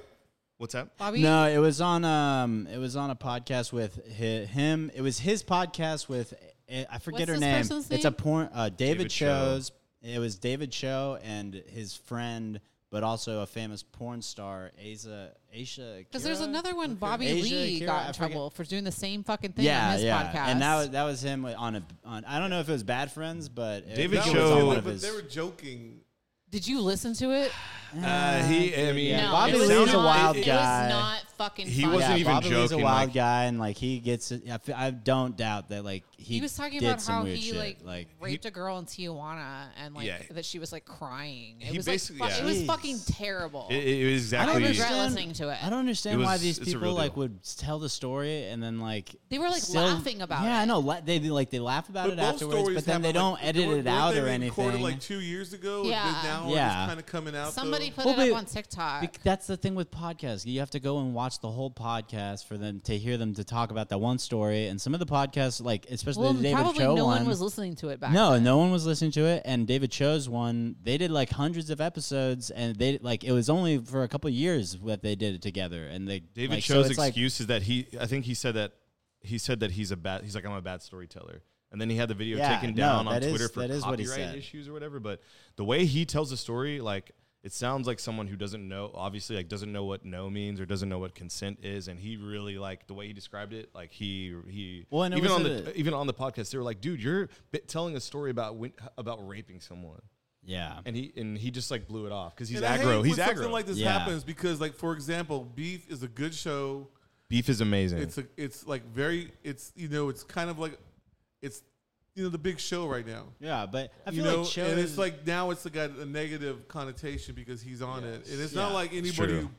Speaker 4: What's that?
Speaker 3: Bobby.
Speaker 2: no, it was on um, it was on a podcast with hi- him. It was his podcast with eh, I forget
Speaker 3: What's
Speaker 2: her
Speaker 3: this
Speaker 2: name.
Speaker 3: person's
Speaker 2: It's a
Speaker 3: name?
Speaker 2: porn. Uh, David,
Speaker 4: David Cho.
Speaker 2: Cho's. It was David Cho and his friend, but also a famous porn star, Asa Asia.
Speaker 3: Because there's another one, Bobby
Speaker 2: Asia,
Speaker 3: Lee
Speaker 2: Akira, I
Speaker 3: got in
Speaker 2: forget-
Speaker 3: trouble for doing the same fucking thing on his podcast.
Speaker 2: And that was that was him on a on. I don't know if it was Bad Friends, but it-
Speaker 4: David
Speaker 2: it
Speaker 1: That
Speaker 2: was
Speaker 4: Cho-
Speaker 1: was-
Speaker 2: on one of
Speaker 1: but
Speaker 2: his-
Speaker 1: they were joking.
Speaker 3: Did you listen to it?
Speaker 4: Uh, he. I mean,
Speaker 2: Yeah,
Speaker 3: no,
Speaker 2: Bobby
Speaker 3: it was
Speaker 2: Lee's a
Speaker 3: not-
Speaker 2: wild
Speaker 3: it
Speaker 2: guy.
Speaker 3: was not fucking.
Speaker 4: He
Speaker 3: funny.
Speaker 4: wasn't
Speaker 2: yeah,
Speaker 4: even
Speaker 2: Bobby Lee's a
Speaker 4: joking,
Speaker 2: wild
Speaker 4: like-
Speaker 2: guy, and like he gets. it- I, fe- I don't doubt that. Like he,
Speaker 3: He was talking
Speaker 2: did
Speaker 3: about
Speaker 2: some
Speaker 3: how
Speaker 2: weird
Speaker 3: he
Speaker 2: shit.
Speaker 3: like, raped a girl in Tijuana and like
Speaker 4: Yeah.
Speaker 3: that she was like crying. It
Speaker 4: He
Speaker 3: was like,
Speaker 4: basically-
Speaker 3: fu-
Speaker 4: yeah.
Speaker 3: it was
Speaker 2: Jeez.
Speaker 3: fucking terrible.
Speaker 4: It, it was
Speaker 2: I don't
Speaker 4: exactly.
Speaker 3: regret
Speaker 2: understand-
Speaker 3: listening to it.
Speaker 2: I don't understand
Speaker 4: It
Speaker 2: why
Speaker 4: was-
Speaker 2: these
Speaker 4: it's a
Speaker 2: people
Speaker 4: real
Speaker 2: like
Speaker 4: deal.
Speaker 2: would s- tell the story and then like
Speaker 3: They were, like,
Speaker 2: still-
Speaker 3: laughing about
Speaker 2: Yeah, I
Speaker 3: it.
Speaker 2: know. La- they they, like they laugh about it
Speaker 1: both
Speaker 2: afterwards, but then
Speaker 1: happened,
Speaker 2: they don't
Speaker 1: like,
Speaker 2: edit
Speaker 1: weren't-
Speaker 2: it out
Speaker 1: weren't
Speaker 2: or
Speaker 1: they recorded,
Speaker 2: anything.
Speaker 1: Like two years ago, and
Speaker 3: Yeah.
Speaker 1: then now
Speaker 2: Yeah.
Speaker 1: it's kind of coming out.
Speaker 3: Somebody
Speaker 1: though?
Speaker 3: put
Speaker 2: Well,
Speaker 3: it
Speaker 2: but-
Speaker 3: up on TikTok.
Speaker 2: Bec- that's the thing with podcasts. You have to go and watch the whole podcast for them to hear them to talk about that one story. And some of the podcasts, like especially
Speaker 3: well,
Speaker 2: the David
Speaker 3: probably
Speaker 2: Cho
Speaker 3: no one,
Speaker 2: one,
Speaker 3: was listening to it back.
Speaker 2: no,
Speaker 3: then.
Speaker 2: no one was listening to it. And David Cho's one, they did like hundreds of episodes, and they like it was only for a couple of years that they did it together. And they
Speaker 4: David
Speaker 2: like, so
Speaker 4: Cho's
Speaker 2: it's like-
Speaker 4: excuse is that he. I think he said that. He said that he's a bad. He's like I'm a bad storyteller. And then he had the video
Speaker 2: Yeah, no,
Speaker 4: taken down on
Speaker 2: that is-
Speaker 4: Twitter for
Speaker 2: that is what
Speaker 4: copyright
Speaker 2: he said.
Speaker 4: issues or whatever. But the way he tells the story, like it sounds like someone who doesn't know, obviously, like doesn't know what no means or doesn't know what consent is. And he really like the way he described it. Like he he
Speaker 2: Well, and it
Speaker 4: even on
Speaker 2: was
Speaker 4: the
Speaker 2: at a-
Speaker 4: even on the podcast, they were like, dude, you're bi- telling a story about when, about raping someone,
Speaker 2: yeah,
Speaker 4: and he and he just like blew it off because he's
Speaker 1: And I hate
Speaker 4: aggro.
Speaker 1: when
Speaker 4: He's
Speaker 1: something
Speaker 4: aggro.
Speaker 1: like this
Speaker 2: Yeah.
Speaker 1: happens because, like, for example, Beef is a good show.
Speaker 4: Beef is amazing.
Speaker 1: It's a, it's like very, it's you know, it's kind of like, it's, you know, the big show right now.
Speaker 2: yeah. But I
Speaker 1: you
Speaker 2: feel
Speaker 1: know,
Speaker 2: like Cho
Speaker 1: and
Speaker 2: is
Speaker 1: it's like now it's got a negative connotation because he's on it, and it's not
Speaker 2: Yeah.
Speaker 1: like
Speaker 4: It's
Speaker 1: anybody
Speaker 4: true.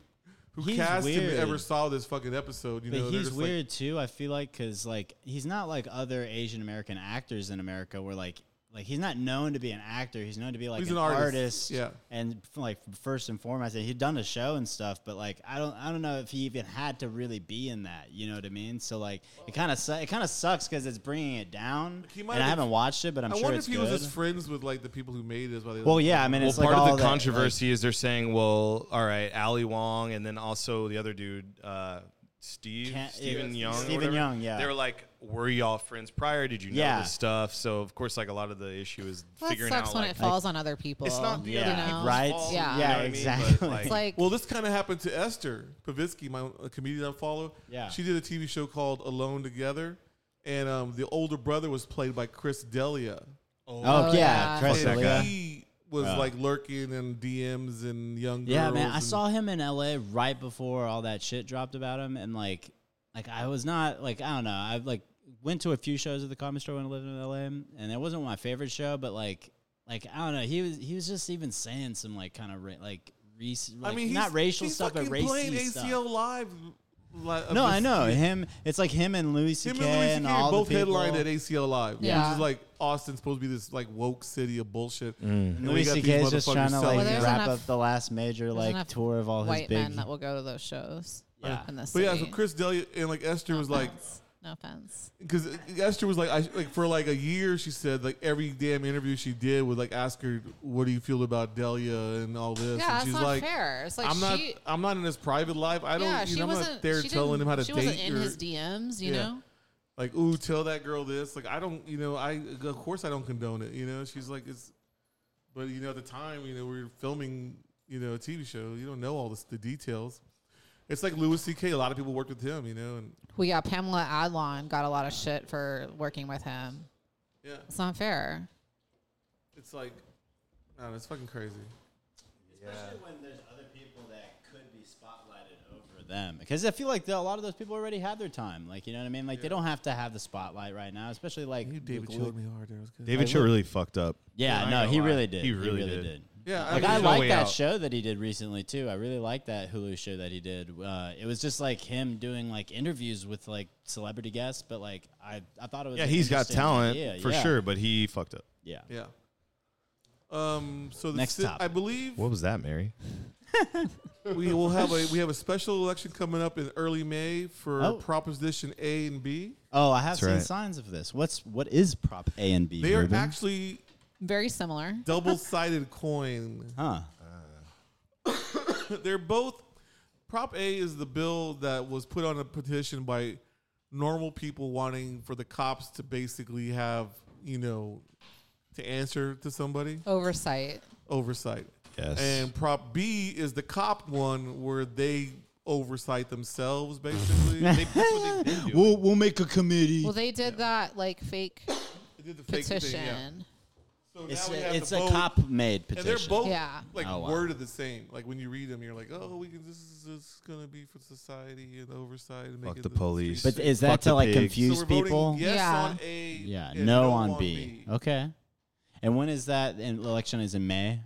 Speaker 1: who, who
Speaker 2: He's
Speaker 1: cast
Speaker 2: weird.
Speaker 1: him ever saw this fucking episode. You
Speaker 2: But
Speaker 1: know, they're
Speaker 2: he's
Speaker 1: just like-
Speaker 2: weird too. I feel like because like he's not like other Asian American actors in America, where like like he's not known to be an actor. He's known to be like
Speaker 1: He's
Speaker 2: an,
Speaker 1: an artist,
Speaker 2: artist.
Speaker 1: yeah.
Speaker 2: and like first and foremost, and he'd done a show and stuff. But like I don't I don't know if he even had to really be in that. You know what I mean? So like it kind of su- it kind of sucks because it's bringing it down.
Speaker 1: He
Speaker 2: and
Speaker 1: might
Speaker 2: I
Speaker 1: have-
Speaker 2: haven't watched it, but I'm
Speaker 1: i
Speaker 2: sure
Speaker 1: wonder if
Speaker 2: it's
Speaker 1: he
Speaker 2: good.
Speaker 1: was just friends with like the people who made this. While they
Speaker 2: well, yeah. I mean,
Speaker 4: Well,
Speaker 2: it's like
Speaker 4: part
Speaker 2: all
Speaker 4: of the
Speaker 2: that, like-
Speaker 4: controversy is they're saying, well, all right, Ali Wong, and then also the other dude, uh, Steve,
Speaker 2: Can't-
Speaker 4: Stephen
Speaker 2: yeah,
Speaker 4: Young, or
Speaker 2: Stephen
Speaker 4: whatever.
Speaker 2: Young, yeah.
Speaker 4: They were like, were y'all friends prior? Did you know
Speaker 2: Yeah.
Speaker 4: this stuff? So of course, like a lot of the issue is
Speaker 3: Well, that
Speaker 4: figuring
Speaker 3: sucks
Speaker 4: out
Speaker 3: when
Speaker 4: like.
Speaker 3: it falls on other people.
Speaker 4: it's not the
Speaker 2: Yeah.
Speaker 4: other
Speaker 3: you know?
Speaker 4: people's
Speaker 2: Right.
Speaker 4: fault,
Speaker 3: Yeah.
Speaker 4: you
Speaker 3: Yeah,
Speaker 4: know what I mean?
Speaker 2: exactly.
Speaker 4: But,
Speaker 3: It's like
Speaker 1: well, this kind of happened to Esther Pavitsky, my a comedian I follow.
Speaker 2: Yeah.
Speaker 1: she did a TV show called Alone Together, and um, the older brother was played by Chris Delia,
Speaker 2: Oh, yeah,
Speaker 3: Oh, yeah.
Speaker 2: Chris
Speaker 1: and
Speaker 2: D'Elia.
Speaker 1: he was
Speaker 2: Yeah.
Speaker 1: like lurking in DMs and young girls.
Speaker 2: Yeah, man, I
Speaker 1: and-
Speaker 2: saw him in L.A. right before all that shit dropped about him, and like, like I was not like I don't know. I like went to a few shows at the Comedy Store when I lived in L.A. and it wasn't my favorite show, but like, like I don't know. He was he was just even saying some like kind of ra- like, rec- like
Speaker 1: I mean, he's,
Speaker 2: not racial
Speaker 1: he's
Speaker 2: stuff, but
Speaker 1: fucking playing
Speaker 2: racy
Speaker 1: ACL
Speaker 2: stuff.
Speaker 1: Live. li- of
Speaker 2: No, I
Speaker 1: this-
Speaker 2: know him. It's like him and Louis C.K.
Speaker 1: Him
Speaker 2: and,
Speaker 1: and Louis C.K.
Speaker 2: all
Speaker 1: both
Speaker 2: the people.
Speaker 1: headlined at ACL Live, which
Speaker 3: Yeah.
Speaker 1: is like Austin's supposed to be this like woke city of
Speaker 2: Mm.
Speaker 1: bullshit. And we
Speaker 2: Louis
Speaker 1: got these
Speaker 2: C.K. is just
Speaker 1: motherfuckers
Speaker 2: trying to like
Speaker 1: selling
Speaker 3: there's
Speaker 2: wrap
Speaker 3: enough-
Speaker 2: up the last major like
Speaker 3: enough
Speaker 2: tour of all his
Speaker 3: white
Speaker 2: big.
Speaker 3: men that will go to those shows.
Speaker 2: Yeah.
Speaker 3: in this
Speaker 1: But
Speaker 3: city.
Speaker 1: yeah, so Chris Delia and like Esther was like,
Speaker 3: no offense.
Speaker 1: because Esther was like, I, like for like a year, she said like every damn interview she did would like ask her, "What do you feel about Delia and all this?"
Speaker 3: Yeah,
Speaker 1: and
Speaker 3: that's
Speaker 1: she's
Speaker 3: not
Speaker 1: like,
Speaker 3: fair. It's like
Speaker 1: "I'm not,
Speaker 3: she,
Speaker 1: I'm not in his private life. I don't,
Speaker 3: yeah,
Speaker 1: you
Speaker 3: she
Speaker 1: know, I'm
Speaker 3: wasn't
Speaker 1: not there
Speaker 3: she
Speaker 1: telling
Speaker 3: didn't-
Speaker 1: him how to
Speaker 3: she
Speaker 1: date
Speaker 3: wasn't in
Speaker 1: or
Speaker 3: his DMs, you
Speaker 1: Yeah.
Speaker 3: know.
Speaker 1: like, ooh, tell that girl this." Like, I don't, you know, I of course I don't condone it. You know, she's like, it's, but you know, at the time, you know, we were filming, you know, a TV show. You don't know all this, the details. It's like Louis C.K. A lot of people worked with him, you know, and
Speaker 3: We got Pamela Adlon got a lot of shit for working with him.
Speaker 1: yeah.
Speaker 3: It's not fair.
Speaker 1: It's like, no, it's fucking crazy.
Speaker 2: Especially when there's other people that could be spotlighted over them. Because I feel like the, a lot of those people already had their time. Like, you know what I mean? Like, they don't have to have the spotlight right now, especially like.
Speaker 1: You David
Speaker 2: with-
Speaker 1: chilled me hard. There It was good.
Speaker 4: David Cho really fucked up.
Speaker 2: Yeah,
Speaker 4: I'm
Speaker 2: no,
Speaker 4: not
Speaker 2: he
Speaker 4: gonna lie.
Speaker 2: really did.
Speaker 4: He really did.
Speaker 1: Yeah,
Speaker 2: Like
Speaker 1: mean,
Speaker 2: I
Speaker 4: there's no
Speaker 2: like
Speaker 4: way
Speaker 2: that
Speaker 4: out.
Speaker 2: show that he did recently too. I really like that Hulu show that he did. Uh, it was just like him doing like interviews with like celebrity guests, but like I, I thought it was
Speaker 4: Yeah,
Speaker 2: an
Speaker 4: he's got
Speaker 2: interesting
Speaker 4: talent
Speaker 2: idea.
Speaker 4: for
Speaker 2: Yeah.
Speaker 4: sure, but he fucked up.
Speaker 2: Yeah,
Speaker 1: yeah. Um. So the
Speaker 2: Next
Speaker 1: si- I
Speaker 2: topic.
Speaker 1: believe
Speaker 4: What was that, Mary?
Speaker 1: we will have a we have a special election coming up in early May for
Speaker 2: Oh.
Speaker 1: Proposition A and B.
Speaker 2: Oh, I have
Speaker 4: That's
Speaker 2: seen
Speaker 4: right.
Speaker 2: signs of this. What's what is Prop A and B?
Speaker 1: They are
Speaker 2: Ruben?
Speaker 1: actually
Speaker 3: Very similar.
Speaker 1: double sided coin.
Speaker 2: huh?
Speaker 1: They're both Prop A is the bill that was put on a petition by normal people wanting for the cops to basically have, you know, to answer to somebody
Speaker 3: Oversight.
Speaker 1: oversight.
Speaker 4: Yes.
Speaker 1: And Prop B is the cop one where they oversight themselves basically. they, that's what they did do.
Speaker 2: We'll we'll make a committee.
Speaker 3: Well, they did that like fake
Speaker 1: They did the fake
Speaker 3: petition.
Speaker 1: thing, yeah. So
Speaker 2: it's
Speaker 1: now we have
Speaker 2: a, it's
Speaker 1: to
Speaker 2: a
Speaker 1: vote.
Speaker 2: cop made
Speaker 1: And
Speaker 2: petition.
Speaker 1: they're both
Speaker 3: Yeah.
Speaker 1: like
Speaker 2: Oh, wow.
Speaker 1: worded the same. Like when you read them, you're like, oh, we can, this is, this is gonna be for society and oversight. And
Speaker 4: Fuck
Speaker 1: making
Speaker 4: the police.
Speaker 2: but
Speaker 1: streets
Speaker 2: is
Speaker 4: Fuck
Speaker 2: that
Speaker 4: the
Speaker 2: to like
Speaker 4: pigs.
Speaker 1: safe.
Speaker 2: confuse
Speaker 1: so we're
Speaker 2: people?
Speaker 1: Voting yes
Speaker 3: Yeah.
Speaker 1: on A.
Speaker 2: Yeah,
Speaker 1: and
Speaker 2: no, on, B. Oh, Okay. And when is that in- election? Is in May?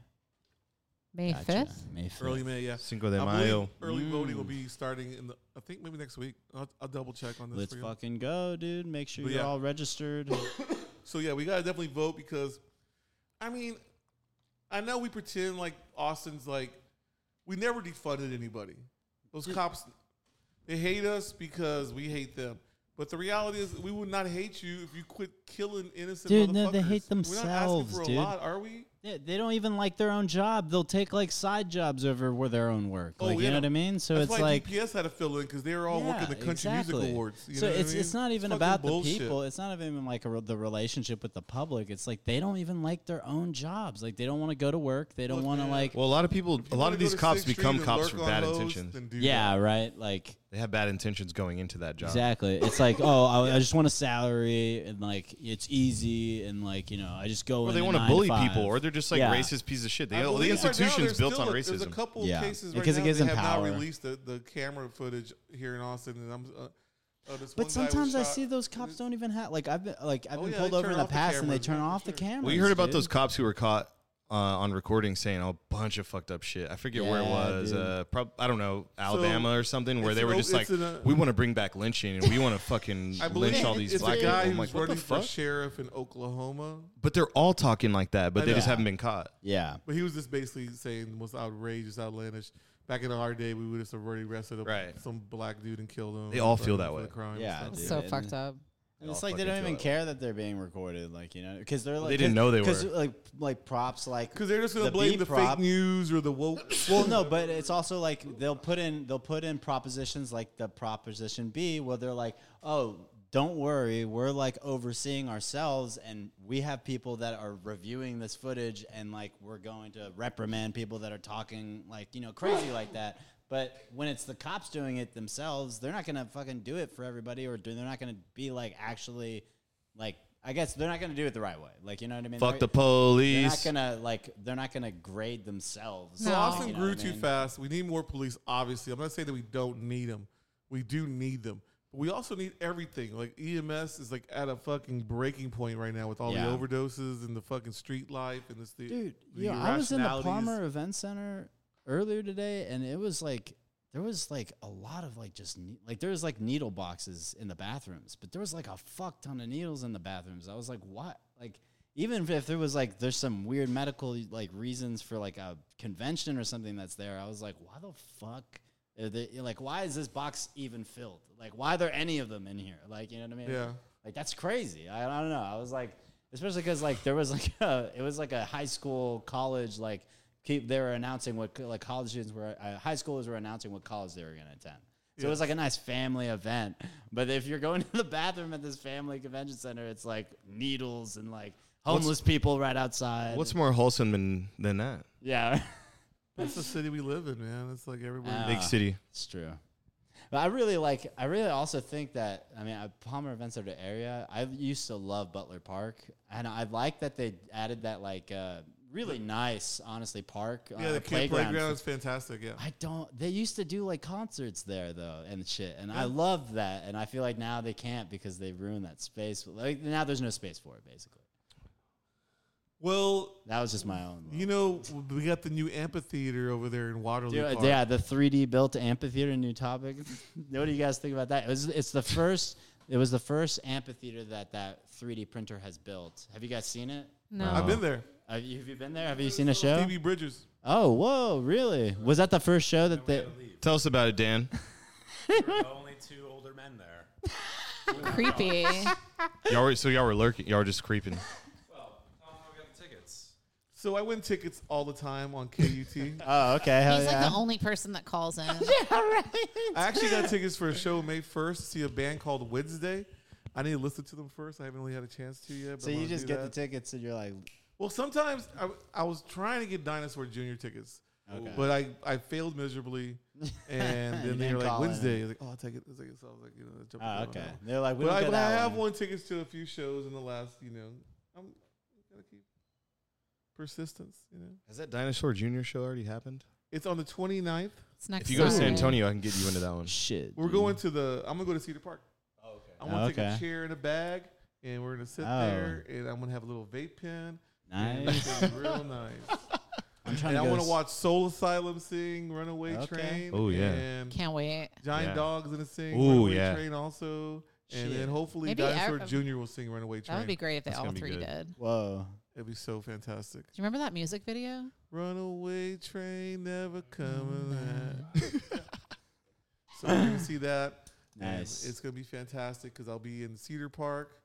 Speaker 3: May
Speaker 2: Gotcha.
Speaker 3: 5th.
Speaker 2: May 5th.
Speaker 1: Early May, yeah.
Speaker 4: Cinco de
Speaker 1: I
Speaker 4: Mayo.
Speaker 1: believe early voting will
Speaker 2: Mm.
Speaker 1: be starting in the. I think maybe next week. I'll, I'll double check on this.
Speaker 2: Let's
Speaker 1: for you.
Speaker 2: fucking go, dude. Make sure
Speaker 1: But
Speaker 2: you're
Speaker 1: yeah.
Speaker 2: all registered.
Speaker 1: So yeah, we gotta definitely vote because, I mean, I know we pretend like Austin's like, we never defunded anybody. Those cops, they hate us because we hate them. But the reality is, we would not hate you if you quit killing innocent.
Speaker 2: Dude, no,
Speaker 1: motherfuckers.
Speaker 2: they hate
Speaker 1: We're not asking
Speaker 2: themselves,
Speaker 1: for a
Speaker 2: dude.
Speaker 1: lot, are we?
Speaker 2: Yeah, they don't even like their own job. They'll take like side jobs over where their own work.
Speaker 1: Oh,
Speaker 2: Like
Speaker 1: yeah.
Speaker 2: you know what I mean? So
Speaker 1: That's
Speaker 2: it's
Speaker 1: why
Speaker 2: like
Speaker 1: DPS had to fill in because they were all working the
Speaker 2: Yeah,
Speaker 1: country music
Speaker 2: exactly.
Speaker 1: awards. You
Speaker 2: so
Speaker 1: know what I
Speaker 2: it's it's
Speaker 1: mean?
Speaker 2: not even
Speaker 1: fucking
Speaker 2: about
Speaker 1: bullshit.
Speaker 2: the people. It's not even like a, re- the relationship with the public. It's like they don't even like their own jobs. Like they don't want to go to work. They don't
Speaker 1: Look,
Speaker 2: want to
Speaker 1: man.
Speaker 2: like.
Speaker 4: Well, a lot of people,
Speaker 1: If
Speaker 4: a
Speaker 1: you
Speaker 4: lot
Speaker 1: wanna
Speaker 4: of
Speaker 1: go
Speaker 4: these
Speaker 1: to
Speaker 4: cops
Speaker 1: Sixth Street
Speaker 4: become
Speaker 1: and
Speaker 4: cops
Speaker 1: lurk
Speaker 4: for
Speaker 1: on
Speaker 4: bad
Speaker 1: hoes,
Speaker 4: intentions.
Speaker 1: then do
Speaker 2: yeah,
Speaker 1: that.
Speaker 2: right. Like
Speaker 4: They have bad intentions going into that job.
Speaker 2: exactly. It's like oh, I, I just want a salary and like it's easy and like you know I just go.
Speaker 4: Or
Speaker 2: in
Speaker 4: they
Speaker 2: at
Speaker 4: want to
Speaker 2: nine
Speaker 4: bully
Speaker 2: five.
Speaker 4: people, or they're just like
Speaker 2: Yeah.
Speaker 4: racist pieces of shit. They,
Speaker 1: I
Speaker 4: all the
Speaker 1: believe right now
Speaker 4: institution's
Speaker 1: there's
Speaker 4: built
Speaker 1: still
Speaker 4: on
Speaker 1: a- There's a
Speaker 4: racism.
Speaker 1: couple
Speaker 2: Yeah.
Speaker 1: cases right
Speaker 2: Because it
Speaker 1: now
Speaker 2: gives
Speaker 1: they
Speaker 2: them
Speaker 1: have
Speaker 2: power.
Speaker 1: not released the, the camera footage here in Austin, and I'm. Uh, uh, this
Speaker 2: But
Speaker 1: one guy was
Speaker 2: sometimes I
Speaker 1: shot-
Speaker 2: see those cops don't even have like I've been like I've
Speaker 1: Oh,
Speaker 2: been
Speaker 1: yeah,
Speaker 2: pulled
Speaker 1: they
Speaker 2: over
Speaker 1: turn
Speaker 2: in the
Speaker 1: off the
Speaker 2: past and they
Speaker 1: cameras,
Speaker 2: turn
Speaker 1: man, for
Speaker 2: off the
Speaker 1: sure.
Speaker 2: cameras.
Speaker 4: We heard about
Speaker 2: dude.
Speaker 4: those cops who were caught uh, on recording saying a bunch of fucked up shit. I forget where it
Speaker 2: Yeah,
Speaker 4: was.
Speaker 2: dude.
Speaker 4: Uh, prob- I don't know, Alabama or something, where
Speaker 1: it's
Speaker 4: they were
Speaker 1: an o-
Speaker 4: just like,
Speaker 1: it's an, uh,
Speaker 4: we want to bring back lynching and we want to fucking
Speaker 1: I believe
Speaker 4: lynch all these
Speaker 1: it's
Speaker 4: black
Speaker 1: a
Speaker 4: people.
Speaker 1: guy
Speaker 4: I'm
Speaker 1: who's
Speaker 4: like, what the
Speaker 1: running for
Speaker 4: fuck?
Speaker 1: sheriff in Oklahoma,
Speaker 4: But they're all talking like that, but
Speaker 1: I
Speaker 4: they just
Speaker 1: know.
Speaker 4: haven't been caught.
Speaker 2: Yeah.
Speaker 1: but he was just basically saying was outrageous, outlandish. Back in our day, we would have already arrested a,
Speaker 4: Right.
Speaker 1: some black dude and killed him.
Speaker 4: They all
Speaker 1: for-
Speaker 4: feel that
Speaker 1: for the
Speaker 4: way.
Speaker 1: crime and
Speaker 2: Yeah,
Speaker 1: stuff.
Speaker 2: dude.
Speaker 3: so
Speaker 2: and-
Speaker 3: fucked up.
Speaker 2: And
Speaker 4: They
Speaker 2: it's
Speaker 4: all
Speaker 2: like they
Speaker 4: fucking
Speaker 2: don't
Speaker 4: feel
Speaker 2: even
Speaker 4: that
Speaker 2: care that they're being recorded, like you know, because they're like
Speaker 4: didn't know they
Speaker 2: Because
Speaker 4: were.
Speaker 2: like like props, like
Speaker 1: Because they're just gonna
Speaker 2: the
Speaker 1: blame
Speaker 2: B
Speaker 1: the
Speaker 2: prop-
Speaker 1: fake news or the woke.
Speaker 2: Well, no, but it's also like they'll put in they'll put in propositions like the proposition B, where they're like, oh, don't worry, we're like overseeing ourselves, and we have people that are reviewing this footage, and like we're going to reprimand people that are talking like you know crazy like that. But when it's the cops doing it themselves, they're not gonna fucking do it for everybody, or do, they're not gonna be like actually like. I guess they're not going to do it the right way. Like, you know what I mean?
Speaker 4: Fuck
Speaker 2: They're-
Speaker 4: the
Speaker 2: They're not
Speaker 4: police.
Speaker 2: going to, like, they're not going to grade themselves.
Speaker 1: So
Speaker 3: No.
Speaker 1: Austin
Speaker 2: You know
Speaker 1: grew
Speaker 2: what I
Speaker 1: too
Speaker 2: mean?
Speaker 1: fast. We need more police, obviously. I'm not saying that we don't need them. We do need them. But we also need everything. Like EMS is like at a fucking breaking point right now with all
Speaker 2: Yeah.
Speaker 1: the overdoses and the fucking street life and this the
Speaker 2: Dude,
Speaker 1: the
Speaker 2: yeah, I was in the
Speaker 1: irrationalities.
Speaker 2: Palmer Event Center earlier today, and it was like there was like a lot of like just ne- like there was like needle boxes in the bathrooms, but there was like a fuck ton of needles in the bathrooms. I was like, what? Like even if there was like there's some weird medical like reasons for like a convention or something that's there, I was like, why the fuck? Are they, like, why is this box even filled? Like, why are there any of them in here? Like, you know what I mean?
Speaker 1: Yeah.
Speaker 2: Like that's crazy. I, I don't know. I was like, especially because like there was like a, it was like a high school college like keep they were announcing what co- like college students were uh, high schoolers were announcing what college they were going to attend. So it was like a nice family event. But if you're going to the bathroom at this family convention center, it's like needles and like homeless people right outside.
Speaker 4: What's more wholesome than, than that?
Speaker 2: yeah?
Speaker 1: That's the city we live in, man. It's like everybody.
Speaker 2: Uh,
Speaker 4: Big city.
Speaker 2: It's true. But I really like. I really also think that. I mean, at Palmer Event Center area. I used to love Butler Park, and I like that they added that like uh, really nice, honestly, park. uh,
Speaker 1: yeah, the kid
Speaker 2: playground.
Speaker 1: playground is fantastic. Yeah,
Speaker 2: I don't. They used to do like concerts there though, and shit. And I loved that, and I feel like now they can't because they ruined that space. Like now, there's no space for it, basically.
Speaker 1: Well,
Speaker 2: That was just my own.
Speaker 1: you know, we got the new amphitheater over there in Waterloo.
Speaker 2: Dude,
Speaker 1: Park.
Speaker 2: yeah, the 3D built amphitheater. New topic. what do you guys think about that? It was, it's the first. It was the first amphitheater that that 3D printer has built. Have you guys seen it?
Speaker 3: No.
Speaker 1: I've been there.
Speaker 2: Have you, have you been there? Have you seen a show?
Speaker 1: Phoebe Bridgers.
Speaker 2: Oh, whoa, really? Was that the first show that they?
Speaker 4: Tell us about it, Dan.
Speaker 5: the only two older men there.
Speaker 3: Creepy.
Speaker 4: Y'all were, so y'all were lurking. Y'all were just creeping.
Speaker 5: Well, Tom, we got the tickets.
Speaker 1: So I win tickets all the time on KUT.
Speaker 2: Oh, okay. Hell
Speaker 3: He's
Speaker 2: yeah.
Speaker 3: like the only person that calls in.
Speaker 1: I actually got tickets for a show May 1st to see a band called Wednesday. I need to listen to them first. I haven't really had a chance to yet. But
Speaker 2: so
Speaker 1: I'm
Speaker 2: you
Speaker 1: gonna
Speaker 2: just
Speaker 1: do
Speaker 2: get
Speaker 1: that.
Speaker 2: the tickets and you're like,
Speaker 1: Well, sometimes I, w- I was trying to get Dinosaur Junior tickets,
Speaker 2: Okay.
Speaker 1: but I, I failed miserably. And then
Speaker 2: You
Speaker 1: they
Speaker 2: didn't
Speaker 1: were like
Speaker 2: call in.
Speaker 1: Wednesday. I was like, oh, I'll take it. I'll take it. So I was like, you know, jump
Speaker 2: oh,
Speaker 1: on
Speaker 2: okay.
Speaker 1: that one.
Speaker 2: They're like, we
Speaker 1: But
Speaker 2: don't
Speaker 1: I,
Speaker 2: get
Speaker 1: but I
Speaker 2: that
Speaker 1: have
Speaker 2: one.
Speaker 1: won tickets to a few shows in the last, you know, I'm gotta keep persistence. You know,
Speaker 4: Has that Dinosaur Junior show already happened?
Speaker 1: it's on the 29th.
Speaker 3: It's next
Speaker 4: If you go to San
Speaker 3: Saturday.
Speaker 4: Antonio, I can get you into that one.
Speaker 2: Shit.
Speaker 1: We're going to the. I'm gonna go to Cedar Park.
Speaker 4: Oh, okay.
Speaker 1: I'm gonna take
Speaker 2: Okay.
Speaker 1: a chair and a bag, and we're gonna sit
Speaker 2: Oh.
Speaker 1: there, and I'm gonna have a little vape pen. and it's
Speaker 2: Nice.
Speaker 1: gonna be real nice.
Speaker 2: I'm trying
Speaker 1: and I
Speaker 2: to go
Speaker 1: want
Speaker 2: s-
Speaker 1: to watch Soul Asylum sing "Runaway
Speaker 2: Okay.
Speaker 1: Train."
Speaker 4: Oh, yeah.
Speaker 1: and
Speaker 3: Can't wait.
Speaker 1: Giant
Speaker 4: Yeah.
Speaker 1: Dogs gonna sing
Speaker 4: Ooh,
Speaker 1: "Runaway
Speaker 4: yeah.
Speaker 1: Train" also, and
Speaker 2: Shit.
Speaker 1: then hopefully
Speaker 3: Maybe
Speaker 1: Dinosaur
Speaker 3: ev-
Speaker 1: Jr. will sing "Runaway Train."
Speaker 3: That would be great if they
Speaker 4: That's
Speaker 3: all
Speaker 4: gonna be
Speaker 3: three
Speaker 4: good.
Speaker 3: did. Do
Speaker 2: Whoa.
Speaker 1: It'd be so fantastic.
Speaker 3: you remember that music video?
Speaker 1: Runaway train never
Speaker 3: Mm.
Speaker 1: coming back. so you can see that. and
Speaker 2: Nice.
Speaker 1: It's gonna be fantastic because I'll be in Cedar Park,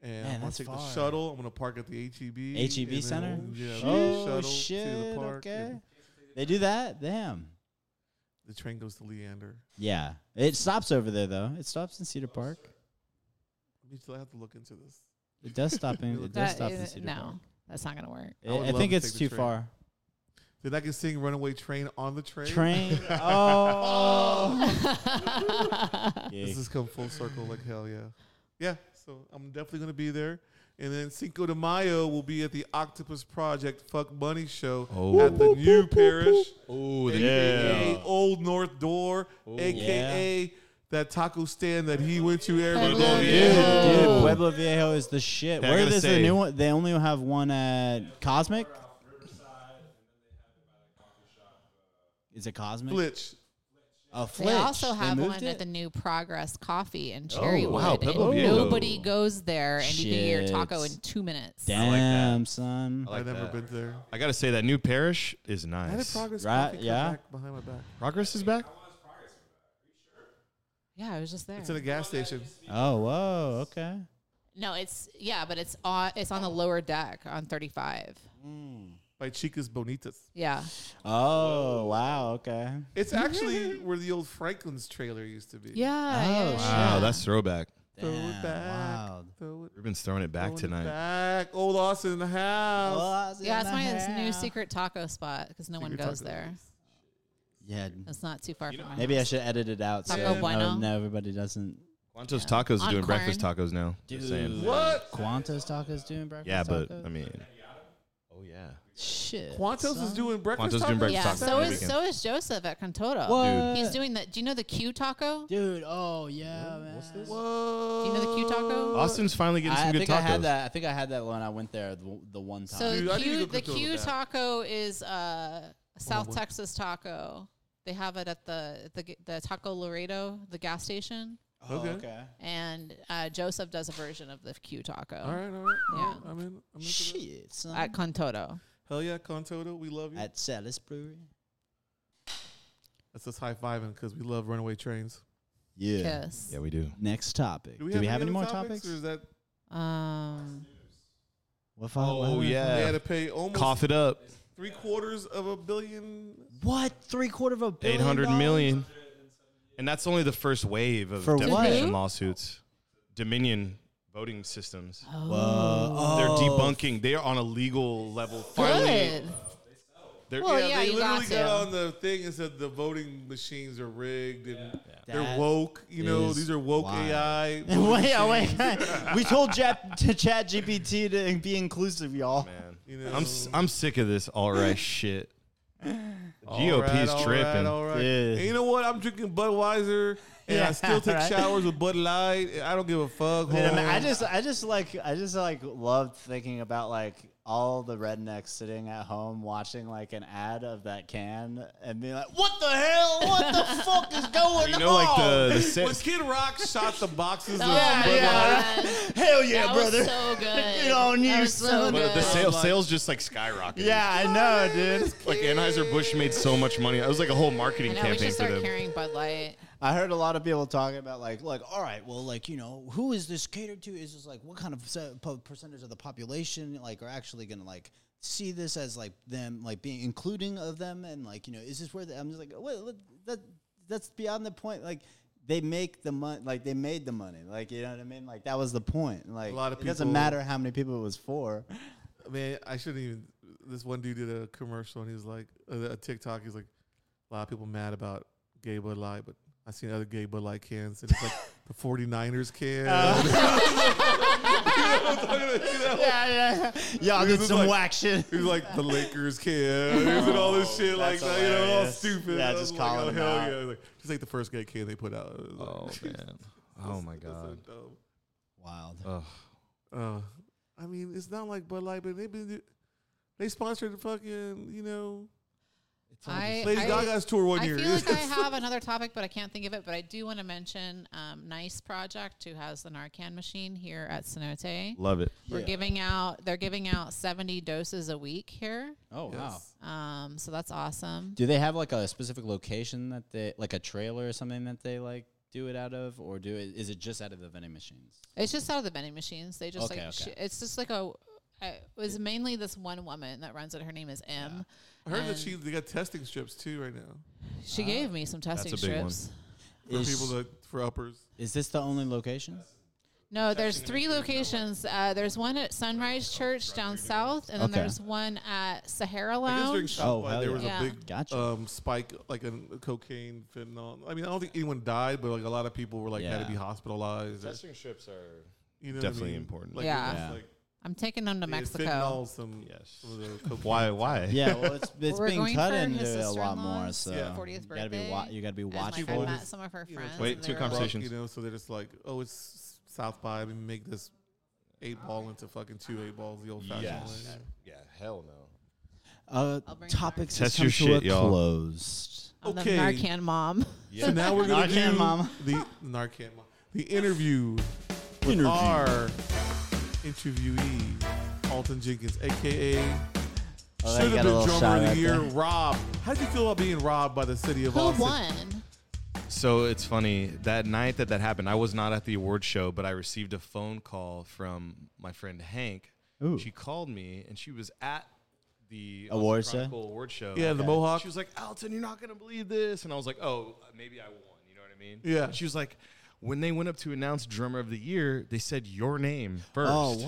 Speaker 1: and
Speaker 2: Man,
Speaker 1: I'm gonna
Speaker 2: that's
Speaker 1: take
Speaker 2: far.
Speaker 1: the shuttle. I'm gonna park at the HEB.
Speaker 2: HEB
Speaker 1: and then-
Speaker 2: E Center?
Speaker 1: Yeah,
Speaker 2: Oh,
Speaker 1: shuttle to
Speaker 2: shit,
Speaker 1: the park.
Speaker 2: okay.
Speaker 1: and
Speaker 2: They do that? Damn.
Speaker 1: The train goes to Leander.
Speaker 2: Yeah. It stops over there, though. It stops in Cedar Park.
Speaker 1: We still have to look into this.
Speaker 2: It does stop in, it does
Speaker 3: That
Speaker 2: stop in
Speaker 3: is-
Speaker 2: Cedar
Speaker 3: no,
Speaker 2: Park.
Speaker 3: that's not gonna work.
Speaker 1: I
Speaker 2: I,
Speaker 1: would
Speaker 2: I
Speaker 1: love
Speaker 2: think
Speaker 1: to
Speaker 2: it's
Speaker 1: take the
Speaker 2: too
Speaker 1: train.
Speaker 2: far.
Speaker 1: Then I can sing "Runaway Train" on the train.
Speaker 2: Train. Oh. Yeah.
Speaker 1: This has come full circle like hell yeah. Yeah, so I'm definitely going to be there. And then Cinco de Mayo will be at the Octopus Project Fuck Money Show
Speaker 4: Oh.
Speaker 1: at the New Parish,
Speaker 4: Oh,
Speaker 1: aka Old North Door, aka that taco stand that he went to every
Speaker 3: Pueblo
Speaker 1: day.
Speaker 4: Oh,
Speaker 2: Dude,
Speaker 3: Viejo.
Speaker 1: Oh.
Speaker 2: dude, Pueblo Viejo is the shit.
Speaker 4: Yeah, I
Speaker 2: Where
Speaker 4: gotta
Speaker 2: is the
Speaker 4: say-
Speaker 2: new one? They only have one at Cosmic. Is it Cosmic?
Speaker 1: Flitch.
Speaker 2: Oh,
Speaker 3: They
Speaker 2: Flitch.
Speaker 3: also have
Speaker 2: moved
Speaker 3: one
Speaker 2: it?
Speaker 3: at the new Progress Coffee in
Speaker 4: Oh,
Speaker 3: Cherrywood.
Speaker 4: wow, Pueblo
Speaker 3: and
Speaker 4: Viejo.
Speaker 3: nobody goes there, and you can get your taco
Speaker 2: Shit.
Speaker 3: in two minutes.
Speaker 4: I like that.
Speaker 2: Damn, son.
Speaker 4: I like
Speaker 1: I've never
Speaker 4: that.
Speaker 1: been there.
Speaker 4: I gotta say that new parish is
Speaker 1: I had a
Speaker 4: nice.
Speaker 1: progress
Speaker 2: Right,
Speaker 1: coffee come
Speaker 2: yeah.
Speaker 1: back behind my back.
Speaker 4: Progress is back.
Speaker 3: Yeah, I was just there.
Speaker 1: It's in a gas station.
Speaker 2: Oh, whoa. Okay.
Speaker 3: no, it's yeah, but it's on it's on the lower deck on 35.
Speaker 1: By Chicas Bonitas.
Speaker 3: Yeah,
Speaker 2: Oh, wow. Okay.
Speaker 1: It's actually where the old Franklin's trailer used to be.
Speaker 3: yeah.
Speaker 2: Oh,
Speaker 3: yeah,
Speaker 4: Wow,
Speaker 3: yeah.
Speaker 4: that's throwback.
Speaker 1: Throw it
Speaker 2: Damn,
Speaker 1: back.
Speaker 2: wild.
Speaker 1: Throw it
Speaker 4: Ruben's throwing it
Speaker 1: throwing
Speaker 4: back
Speaker 1: it
Speaker 4: tonight.
Speaker 1: Back. Old Austin in the house.
Speaker 3: yeah. That's my this new secret taco spot because no one
Speaker 1: Secret
Speaker 3: goes
Speaker 1: taco.
Speaker 3: there.
Speaker 2: Yeah.
Speaker 3: It's not too far from my
Speaker 2: Maybe I
Speaker 3: house.
Speaker 2: should edit it out so
Speaker 3: Taco
Speaker 2: no-
Speaker 3: Bueno.
Speaker 2: no, everybody doesn't.
Speaker 4: Quantos Tacos is
Speaker 3: On
Speaker 4: doing
Speaker 3: corn.
Speaker 4: breakfast tacos now. Just saying.
Speaker 1: What?
Speaker 2: Quantos tacos doing breakfast?
Speaker 4: Yeah, but
Speaker 2: tacos?
Speaker 4: I mean. Oh yeah.
Speaker 2: shit.
Speaker 1: Quantos is
Speaker 2: son.
Speaker 1: doing breakfast.
Speaker 4: Quantos doing
Speaker 1: tacos?
Speaker 4: breakfast
Speaker 3: Yeah.
Speaker 4: Taco
Speaker 3: So
Speaker 4: every
Speaker 3: is
Speaker 4: weekend.
Speaker 3: so is Joseph at Contodo.
Speaker 2: What?
Speaker 3: He's doing that. Do you know the Q taco?
Speaker 2: Dude, oh yeah, man.
Speaker 1: Whoa.
Speaker 3: Do you know the Q taco?
Speaker 4: Austin's finally getting
Speaker 2: I,
Speaker 4: some
Speaker 2: I
Speaker 4: good
Speaker 2: think
Speaker 4: tacos.
Speaker 2: I had that. I think I had that when I went there the, the one time.
Speaker 3: So
Speaker 1: Dude,
Speaker 3: the
Speaker 1: I need to
Speaker 3: Q,
Speaker 1: go
Speaker 3: the
Speaker 1: Contodo
Speaker 3: Q
Speaker 1: now.
Speaker 3: taco is uh, a South
Speaker 1: what?
Speaker 3: Texas taco. They have it at the at the g- the Taco Laredo, the gas station,
Speaker 2: Oh,
Speaker 1: okay.
Speaker 3: and uh, Joseph does a version of the Q taco
Speaker 1: All right, all right.
Speaker 3: Yeah.
Speaker 1: Yeah. I'm in. I'm in for that.
Speaker 2: Shit, son.
Speaker 3: at Contodo.
Speaker 1: Hell yeah, Contodo, we love you.
Speaker 2: At Salis Brewery.
Speaker 1: That's us high fiving because we love runaway trains.
Speaker 2: Yeah.
Speaker 3: Kiss.
Speaker 4: Yeah, we do.
Speaker 2: Next topic. Do we have, any, more
Speaker 1: other
Speaker 2: topics?
Speaker 1: Or is that
Speaker 3: Um,
Speaker 2: What fi- what
Speaker 4: Oh
Speaker 2: happened?
Speaker 1: they had
Speaker 4: yeah.
Speaker 1: to pay almost
Speaker 4: Cough it up.
Speaker 1: three quarters of a billion?
Speaker 2: What? Three quarter of a billion.
Speaker 4: Eight hundred
Speaker 2: dollars?
Speaker 4: million. And that's only the first wave of
Speaker 2: For what?
Speaker 4: defamation
Speaker 3: Who?
Speaker 4: lawsuits. Dominion voting systems.
Speaker 2: Whoa.
Speaker 4: They're
Speaker 2: Oh,
Speaker 4: debunking. They are on a legal level. Finally,
Speaker 3: good.
Speaker 4: they're,
Speaker 3: Well, Oh, yeah,
Speaker 1: they
Speaker 3: you got
Speaker 1: literally got
Speaker 3: to.
Speaker 1: on the thing and said the voting machines are rigged and
Speaker 2: That
Speaker 1: they're woke. You know,
Speaker 2: is
Speaker 1: these are woke
Speaker 2: wild.
Speaker 1: AI.
Speaker 2: wait, oh, wait. we told Jap- to Chat GPT to be inclusive, y'all.
Speaker 4: man.
Speaker 1: You know,
Speaker 4: I'm s- I'm sick of this all right shit. The
Speaker 1: All
Speaker 4: GOP
Speaker 1: right,
Speaker 4: is
Speaker 1: all right,
Speaker 4: tripping.
Speaker 1: all right.
Speaker 2: Dude.
Speaker 1: And you know what? I'm drinking Budweiser, and
Speaker 2: Yeah,
Speaker 1: I still take
Speaker 2: right.
Speaker 1: showers with Bud Light. and I don't give a fuck.
Speaker 2: Dude, um, I, mean, I
Speaker 1: homie.
Speaker 2: just, I just like, I just like loved thinking about like all the rednecks sitting at home watching like an ad of that can and being like, "What the hell? What the fuck is going
Speaker 4: You know,
Speaker 2: on?"
Speaker 4: like the, the
Speaker 1: When
Speaker 4: sit-
Speaker 1: Kid Rock shot the boxes of
Speaker 3: Oh, yeah,
Speaker 1: Bud Light,
Speaker 2: hell yeah,
Speaker 3: That was
Speaker 2: brother!
Speaker 3: so good.
Speaker 2: Get on
Speaker 3: That
Speaker 2: you,
Speaker 3: was so
Speaker 2: son.
Speaker 4: but
Speaker 3: good.
Speaker 4: the sales
Speaker 1: Like-
Speaker 4: sales just like skyrocketed.
Speaker 2: Yeah, I know, dude.
Speaker 4: Like Anheuser Busch made so much money. That was like a whole marketing
Speaker 3: I know we
Speaker 4: campaign
Speaker 3: should
Speaker 4: for
Speaker 3: start
Speaker 4: them.
Speaker 3: carrying Bud Light.
Speaker 2: I heard a lot of people talking about like, like, all right, well, like, you know, who is this catered to? Is this like, what kind of se- po- percentage of the population like are actually gonna like see this as like them like being including of them and like, you know, is this where the, I'm just like, well, what- that that's beyond the point. Like, they make the money, like they made the money, like you know what I mean. Like that was the point. Like
Speaker 1: lot of
Speaker 2: it doesn't
Speaker 1: people-
Speaker 2: matter how many people it was for.
Speaker 1: Man, I shouldn't even. This one dude did a commercial and he was like, uh, a a TikTok. He's like, a lot of people mad about gay Bud Light, but I seen other gay Bud Light cans and it's like the 49ers can.
Speaker 2: Oh. yeah, yeah. Y'all
Speaker 1: This
Speaker 2: did
Speaker 1: is
Speaker 2: some
Speaker 1: like-
Speaker 2: whack shit.
Speaker 1: He's like the Lakers can. He's and all this shit like
Speaker 2: that's
Speaker 1: that. You know, all
Speaker 2: hilarious.
Speaker 1: stupid.
Speaker 2: Yeah,
Speaker 1: I was
Speaker 2: just
Speaker 1: like,
Speaker 2: calling
Speaker 1: oh,
Speaker 2: them
Speaker 1: hell
Speaker 2: out.
Speaker 1: yeah. Like, just like the first gay can they put out. It was like,
Speaker 4: Oh man. Oh my
Speaker 1: that's so
Speaker 4: god.
Speaker 1: dumb.
Speaker 2: Wild.
Speaker 4: Ugh.
Speaker 1: Uh, I mean, it's not like Bud Light, but they've been they sponsored the fucking you know
Speaker 3: I,
Speaker 1: Lady
Speaker 3: I,
Speaker 1: Gaga's tour one
Speaker 3: I
Speaker 1: year.
Speaker 3: feel like I have another topic, but I can't think of it. But I do want to mention um, Nice Project, who has the Narcan machine here at Cenote.
Speaker 4: Love it.
Speaker 3: We're
Speaker 2: Yeah.
Speaker 3: giving out. They're giving out seventy doses a week here.
Speaker 2: Oh wow.
Speaker 3: Um, so that's awesome.
Speaker 2: Do they have like a specific location that they like a trailer or something that they like do it out of, or do it? Is it just out of the vending machines?
Speaker 3: It's just out of the vending machines. They just
Speaker 2: Okay,
Speaker 3: like
Speaker 2: okay.
Speaker 3: She, it's just like a. I- It was mainly this one woman that runs it. Her name is M.
Speaker 1: I heard that
Speaker 3: And
Speaker 1: she they got testing strips too right now
Speaker 3: she gave me some testing
Speaker 4: a big one.
Speaker 3: strips.
Speaker 1: for
Speaker 2: Is,
Speaker 1: people that for uppers.
Speaker 2: is this the only location?
Speaker 3: No, there's three locations. Uh, there's one at Sunrise Church down south, and then
Speaker 2: Okay.
Speaker 3: there's one at Sahara
Speaker 1: I guess during
Speaker 3: Lounge.
Speaker 1: Shopify,
Speaker 2: Oh, hell
Speaker 1: there
Speaker 2: yeah.
Speaker 1: was
Speaker 3: Yeah.
Speaker 1: a big
Speaker 2: Gotcha.
Speaker 1: um, spike, like a cocaine, fentanyl. I mean, I don't think anyone died, but like a lot of people were like had to
Speaker 2: Yeah.
Speaker 1: be hospitalized. or-
Speaker 4: strips are
Speaker 1: you know what I
Speaker 4: definitely
Speaker 1: mean?
Speaker 4: important.
Speaker 1: Like,
Speaker 3: Yeah.
Speaker 1: it was
Speaker 2: Yeah.
Speaker 1: like,
Speaker 3: I'm taking them to
Speaker 1: they had
Speaker 3: Mexico.
Speaker 1: Fentanyl, some,
Speaker 4: Yes.
Speaker 1: some of the cocaine.
Speaker 4: Why why?
Speaker 2: Yeah, well, it's it's
Speaker 3: We're
Speaker 2: being
Speaker 3: going
Speaker 2: cut
Speaker 3: for his
Speaker 2: into a lot more.
Speaker 3: sister-in-law's
Speaker 2: So
Speaker 3: 40th
Speaker 2: you gotta be wa-
Speaker 3: birthday.
Speaker 2: you gotta be
Speaker 3: And like, I
Speaker 2: watchful.
Speaker 3: met some of her
Speaker 1: You know,
Speaker 3: friends.
Speaker 1: Wait,
Speaker 3: and
Speaker 4: two
Speaker 3: they were
Speaker 1: Well,
Speaker 3: all-
Speaker 4: conversations.
Speaker 1: You know, so they're just like, oh, it's South by. We make this eight ball into fucking two eight balls the old fashioned
Speaker 4: Yes.
Speaker 1: way.
Speaker 4: Yeah, hell no.
Speaker 2: Uh,
Speaker 3: I'll bring
Speaker 2: topics
Speaker 4: Narcan.
Speaker 2: has
Speaker 4: Test your
Speaker 2: come to a
Speaker 4: shit, y'all.
Speaker 2: closed.
Speaker 3: I'm
Speaker 1: Okay.
Speaker 3: the Narcan mom.
Speaker 1: So now we're gonna
Speaker 2: Narcan
Speaker 1: do
Speaker 2: mama.
Speaker 1: the Narcan mom, the interview with
Speaker 2: Interview.
Speaker 1: our interviewee, Alton Jenkins, aka
Speaker 2: Oh,
Speaker 1: should
Speaker 2: you got a
Speaker 1: have been
Speaker 2: little
Speaker 1: drummer
Speaker 2: shout
Speaker 1: of the
Speaker 2: out
Speaker 1: year,
Speaker 2: there.
Speaker 1: Rob. How do you feel about being robbed by the city of
Speaker 3: Who
Speaker 1: Austin?
Speaker 3: won?
Speaker 4: So it's funny that night that that happened. I was not at the award show, but I received a phone call from my friend Hank.
Speaker 2: Ooh.
Speaker 4: She called me and she was at the
Speaker 2: Award
Speaker 4: Austin
Speaker 2: show?
Speaker 4: Chronicle award show.
Speaker 1: Yeah, the Mohawk.
Speaker 4: She was like, Alton, you're not going to believe this. And I was like, oh, maybe I won. You know what I mean?
Speaker 1: Yeah.
Speaker 4: And she was like, when they went up to announce Drummer of the Year, they said your name first.
Speaker 2: Oh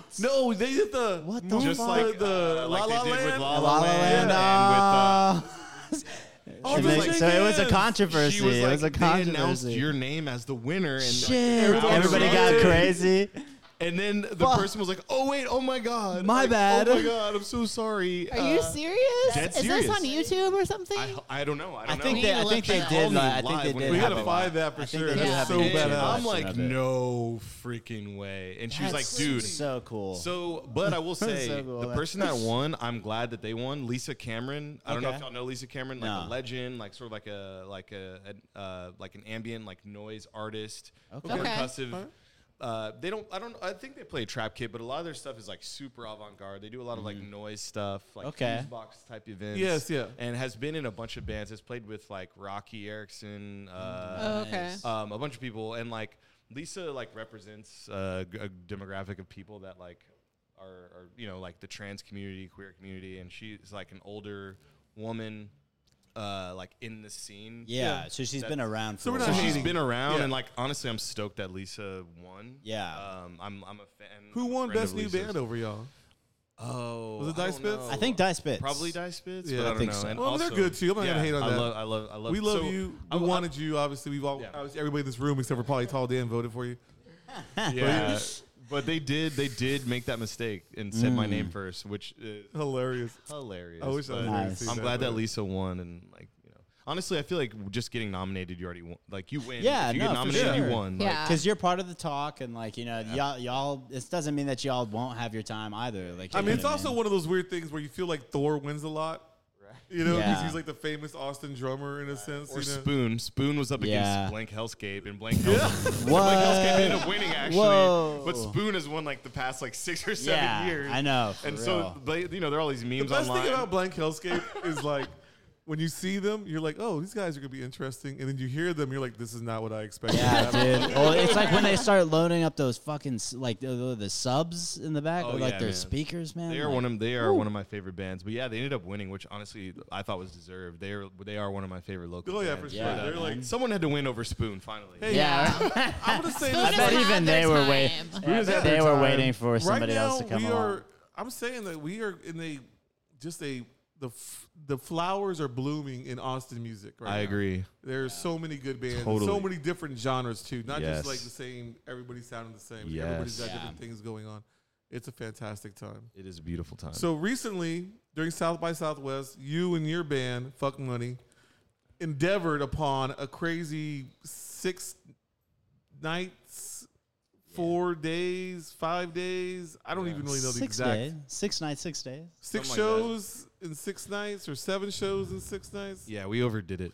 Speaker 2: what?
Speaker 1: No, they did the
Speaker 2: What the
Speaker 1: just
Speaker 2: fuck?
Speaker 1: like the
Speaker 4: uh,
Speaker 1: La
Speaker 4: like
Speaker 1: La
Speaker 4: they did with
Speaker 1: Land.
Speaker 2: La
Speaker 4: La La,
Speaker 2: La
Speaker 4: Land,
Speaker 2: Land.
Speaker 4: and with, uh,
Speaker 2: She
Speaker 1: Alton
Speaker 2: makes- so it was a
Speaker 1: Jenkins!
Speaker 2: controversy.
Speaker 4: she was
Speaker 2: it
Speaker 4: like,
Speaker 2: was a
Speaker 4: they announced
Speaker 2: controversy.
Speaker 4: your name as the winner, and
Speaker 2: Shit!
Speaker 4: Like,
Speaker 2: Everybody got
Speaker 4: everybody-
Speaker 2: crazy.
Speaker 4: And then the
Speaker 2: Fuck.
Speaker 4: person was like, "Oh wait, oh my god,
Speaker 2: My
Speaker 4: Like,
Speaker 2: bad.
Speaker 4: oh my god, I'm so sorry."
Speaker 3: Are you
Speaker 4: Uh,
Speaker 3: serious?
Speaker 4: dead
Speaker 3: Is
Speaker 4: serious.
Speaker 3: this on YouTube or something?
Speaker 4: I, I don't know. I
Speaker 2: I
Speaker 4: don't
Speaker 2: think
Speaker 4: know.
Speaker 2: they, I
Speaker 3: We
Speaker 2: think
Speaker 3: need
Speaker 2: they
Speaker 3: to look
Speaker 2: did.
Speaker 4: that
Speaker 2: Like, I
Speaker 4: up.
Speaker 2: think they
Speaker 4: We
Speaker 2: did.
Speaker 1: We
Speaker 2: have
Speaker 1: gotta
Speaker 2: a-
Speaker 1: find that
Speaker 2: I
Speaker 1: for
Speaker 2: think
Speaker 1: sure.
Speaker 2: they
Speaker 3: did
Speaker 1: That's
Speaker 3: have
Speaker 1: so
Speaker 2: a
Speaker 4: And
Speaker 2: video.
Speaker 1: badass.
Speaker 4: I'm
Speaker 2: Watch
Speaker 4: like,
Speaker 2: of it.
Speaker 4: no freaking way. And she was like,
Speaker 2: That's
Speaker 4: dude. So,
Speaker 2: so cool.
Speaker 4: but I will say,
Speaker 2: So cool.
Speaker 4: the person that won, I'm glad that they won. Lisa Cameron. I don't know
Speaker 2: Okay.
Speaker 4: if y'all know Lisa Cameron, like a
Speaker 2: No.
Speaker 4: legend, like sort of like a like a, an, uh, like an ambient like noise artist,
Speaker 2: Okay.
Speaker 3: Okay.
Speaker 4: percussive. Uh, they don't. I don't. I think they play a trap kit, but a lot of their stuff is like super avant garde. They do a lot of like noise stuff, like
Speaker 2: Okay.
Speaker 4: fuse box type events.
Speaker 1: Yes, yeah.
Speaker 4: And has been in a bunch of bands. Has played with like Rocky Erickson. Uh,
Speaker 3: Oh, okay.
Speaker 4: um, a bunch of people, and like Lisa like represents uh, g- a demographic of people that like are, are you know like the trans community, queer community, and she's like an older woman, uh, like in the scene.
Speaker 2: Yeah, so she's been
Speaker 4: That's-
Speaker 2: around for
Speaker 1: So
Speaker 2: a
Speaker 1: we're
Speaker 4: So
Speaker 1: not
Speaker 2: while.
Speaker 4: she's
Speaker 1: hating.
Speaker 4: been around,
Speaker 1: Yeah.
Speaker 4: and like honestly, I'm stoked that Lisa won.
Speaker 2: Yeah.
Speaker 4: um, I'm I'm a fan.
Speaker 1: Who
Speaker 4: I'm a
Speaker 1: won
Speaker 4: friend of
Speaker 1: Best New
Speaker 4: Lisa's.
Speaker 1: Band over y'all?
Speaker 4: Oh,
Speaker 1: Was it
Speaker 4: I don't
Speaker 1: Dice Spits?
Speaker 4: know.
Speaker 2: I think Dice Bits.
Speaker 4: probably Dice Spits.
Speaker 1: Yeah,
Speaker 4: but
Speaker 1: I
Speaker 4: I, don't
Speaker 2: think
Speaker 4: know.
Speaker 2: so.
Speaker 4: And
Speaker 1: Well,
Speaker 4: also,
Speaker 1: they're good too. I'm not gonna hate on
Speaker 4: I
Speaker 1: that.
Speaker 4: Love, I love, I love.
Speaker 1: We love
Speaker 4: so-
Speaker 1: you.
Speaker 4: I-
Speaker 1: We
Speaker 4: I-
Speaker 1: wanted you. Obviously, we've all.
Speaker 4: Yeah.
Speaker 1: Obviously, everybody in this room except for probably Tall Dan voted for you.
Speaker 4: Yeah, but they did they did make that mistake and said my name first, which is
Speaker 1: Hilarious.
Speaker 4: hilarious.
Speaker 1: Mm. I wish I
Speaker 4: but
Speaker 1: was there to
Speaker 2: Nice.
Speaker 1: see
Speaker 4: I'm glad that
Speaker 1: but-
Speaker 4: Lisa won and like you know. Honestly, I feel like just getting nominated, you already won. Like you win.
Speaker 2: Yeah,
Speaker 4: if you
Speaker 2: no,
Speaker 4: get
Speaker 2: for
Speaker 4: nominated,
Speaker 2: sure.
Speaker 4: you won.
Speaker 3: Yeah.
Speaker 2: because you're part of the talk, and like you know, y'all, y'all. It doesn't mean that y'all won't have your time either. Like,
Speaker 1: I
Speaker 2: you
Speaker 1: mean,
Speaker 2: know
Speaker 1: it's
Speaker 2: what
Speaker 1: also one of those weird things where you feel like Thor wins a lot. You know, 'cause
Speaker 2: Yeah.
Speaker 1: he's like the famous Austin drummer in a sense.
Speaker 4: Or
Speaker 1: you know?
Speaker 4: Spoon. Spoon was up against
Speaker 2: Yeah.
Speaker 4: Blank Hellscape, and Blank Hellscape ended
Speaker 2: what?
Speaker 4: up winning actually.
Speaker 2: Whoa.
Speaker 4: But Spoon has won like the past like six or seven
Speaker 2: Yeah,
Speaker 4: years.
Speaker 2: I know. for
Speaker 4: And
Speaker 2: real.
Speaker 4: so they, you know, there are all these
Speaker 1: The
Speaker 4: memes
Speaker 1: best
Speaker 4: online.
Speaker 1: thing about Blank Hellscape is like when you see them, you're like, oh, these guys are gonna be interesting, and then you hear them, you're like, this is not what I expected. to
Speaker 2: Yeah,
Speaker 1: happen.
Speaker 2: dude. Well, it's like when they start loading up those fucking s- like the, the, the subs in the back,
Speaker 4: Oh,
Speaker 2: or like
Speaker 4: yeah,
Speaker 2: their
Speaker 4: man.
Speaker 2: speakers, man.
Speaker 4: They are
Speaker 2: like-
Speaker 4: one of they are one of my favorite bands, but yeah, they ended up winning, which honestly I thought was deserved. They are they are one of my favorite local.
Speaker 1: Oh yeah, for
Speaker 4: bands,
Speaker 1: sure.
Speaker 2: Yeah,
Speaker 4: but, uh,
Speaker 1: They're like,
Speaker 2: man.
Speaker 4: someone had to win over Spoon finally.
Speaker 1: Hey,
Speaker 2: yeah.
Speaker 1: I'm gonna say
Speaker 3: Spoon
Speaker 1: this.
Speaker 2: I
Speaker 3: Who
Speaker 1: right
Speaker 2: bet
Speaker 3: doesn't have
Speaker 2: even they
Speaker 3: their
Speaker 2: were waiting.
Speaker 3: time?
Speaker 2: Yeah, I
Speaker 1: doesn't
Speaker 2: bet
Speaker 1: have
Speaker 2: they
Speaker 1: their
Speaker 2: were
Speaker 1: time?
Speaker 2: waiting for somebody
Speaker 1: now,
Speaker 2: else to come
Speaker 1: we
Speaker 2: along.
Speaker 1: are. I'm saying that we are in a just a the f- the flowers are blooming in Austin music. Right
Speaker 4: I
Speaker 1: now.
Speaker 4: agree.
Speaker 1: There are so many good bands, so
Speaker 4: Totally.
Speaker 1: many different genres too. Not
Speaker 4: Yes.
Speaker 1: just like the same. Everybody sounding the same. Everybody's got
Speaker 4: Yes.
Speaker 1: different things going on. It's a fantastic time.
Speaker 4: It is a beautiful time.
Speaker 1: So recently, during South by Southwest, you and your band, Fuck Money, endeavored upon a crazy six nights, four days, five days. I don't even really know the
Speaker 2: six
Speaker 1: exact
Speaker 2: days, six nights, six days.
Speaker 1: six
Speaker 4: Something like that.
Speaker 1: shows in six nights or seven shows in six nights.
Speaker 4: yeah, we overdid it.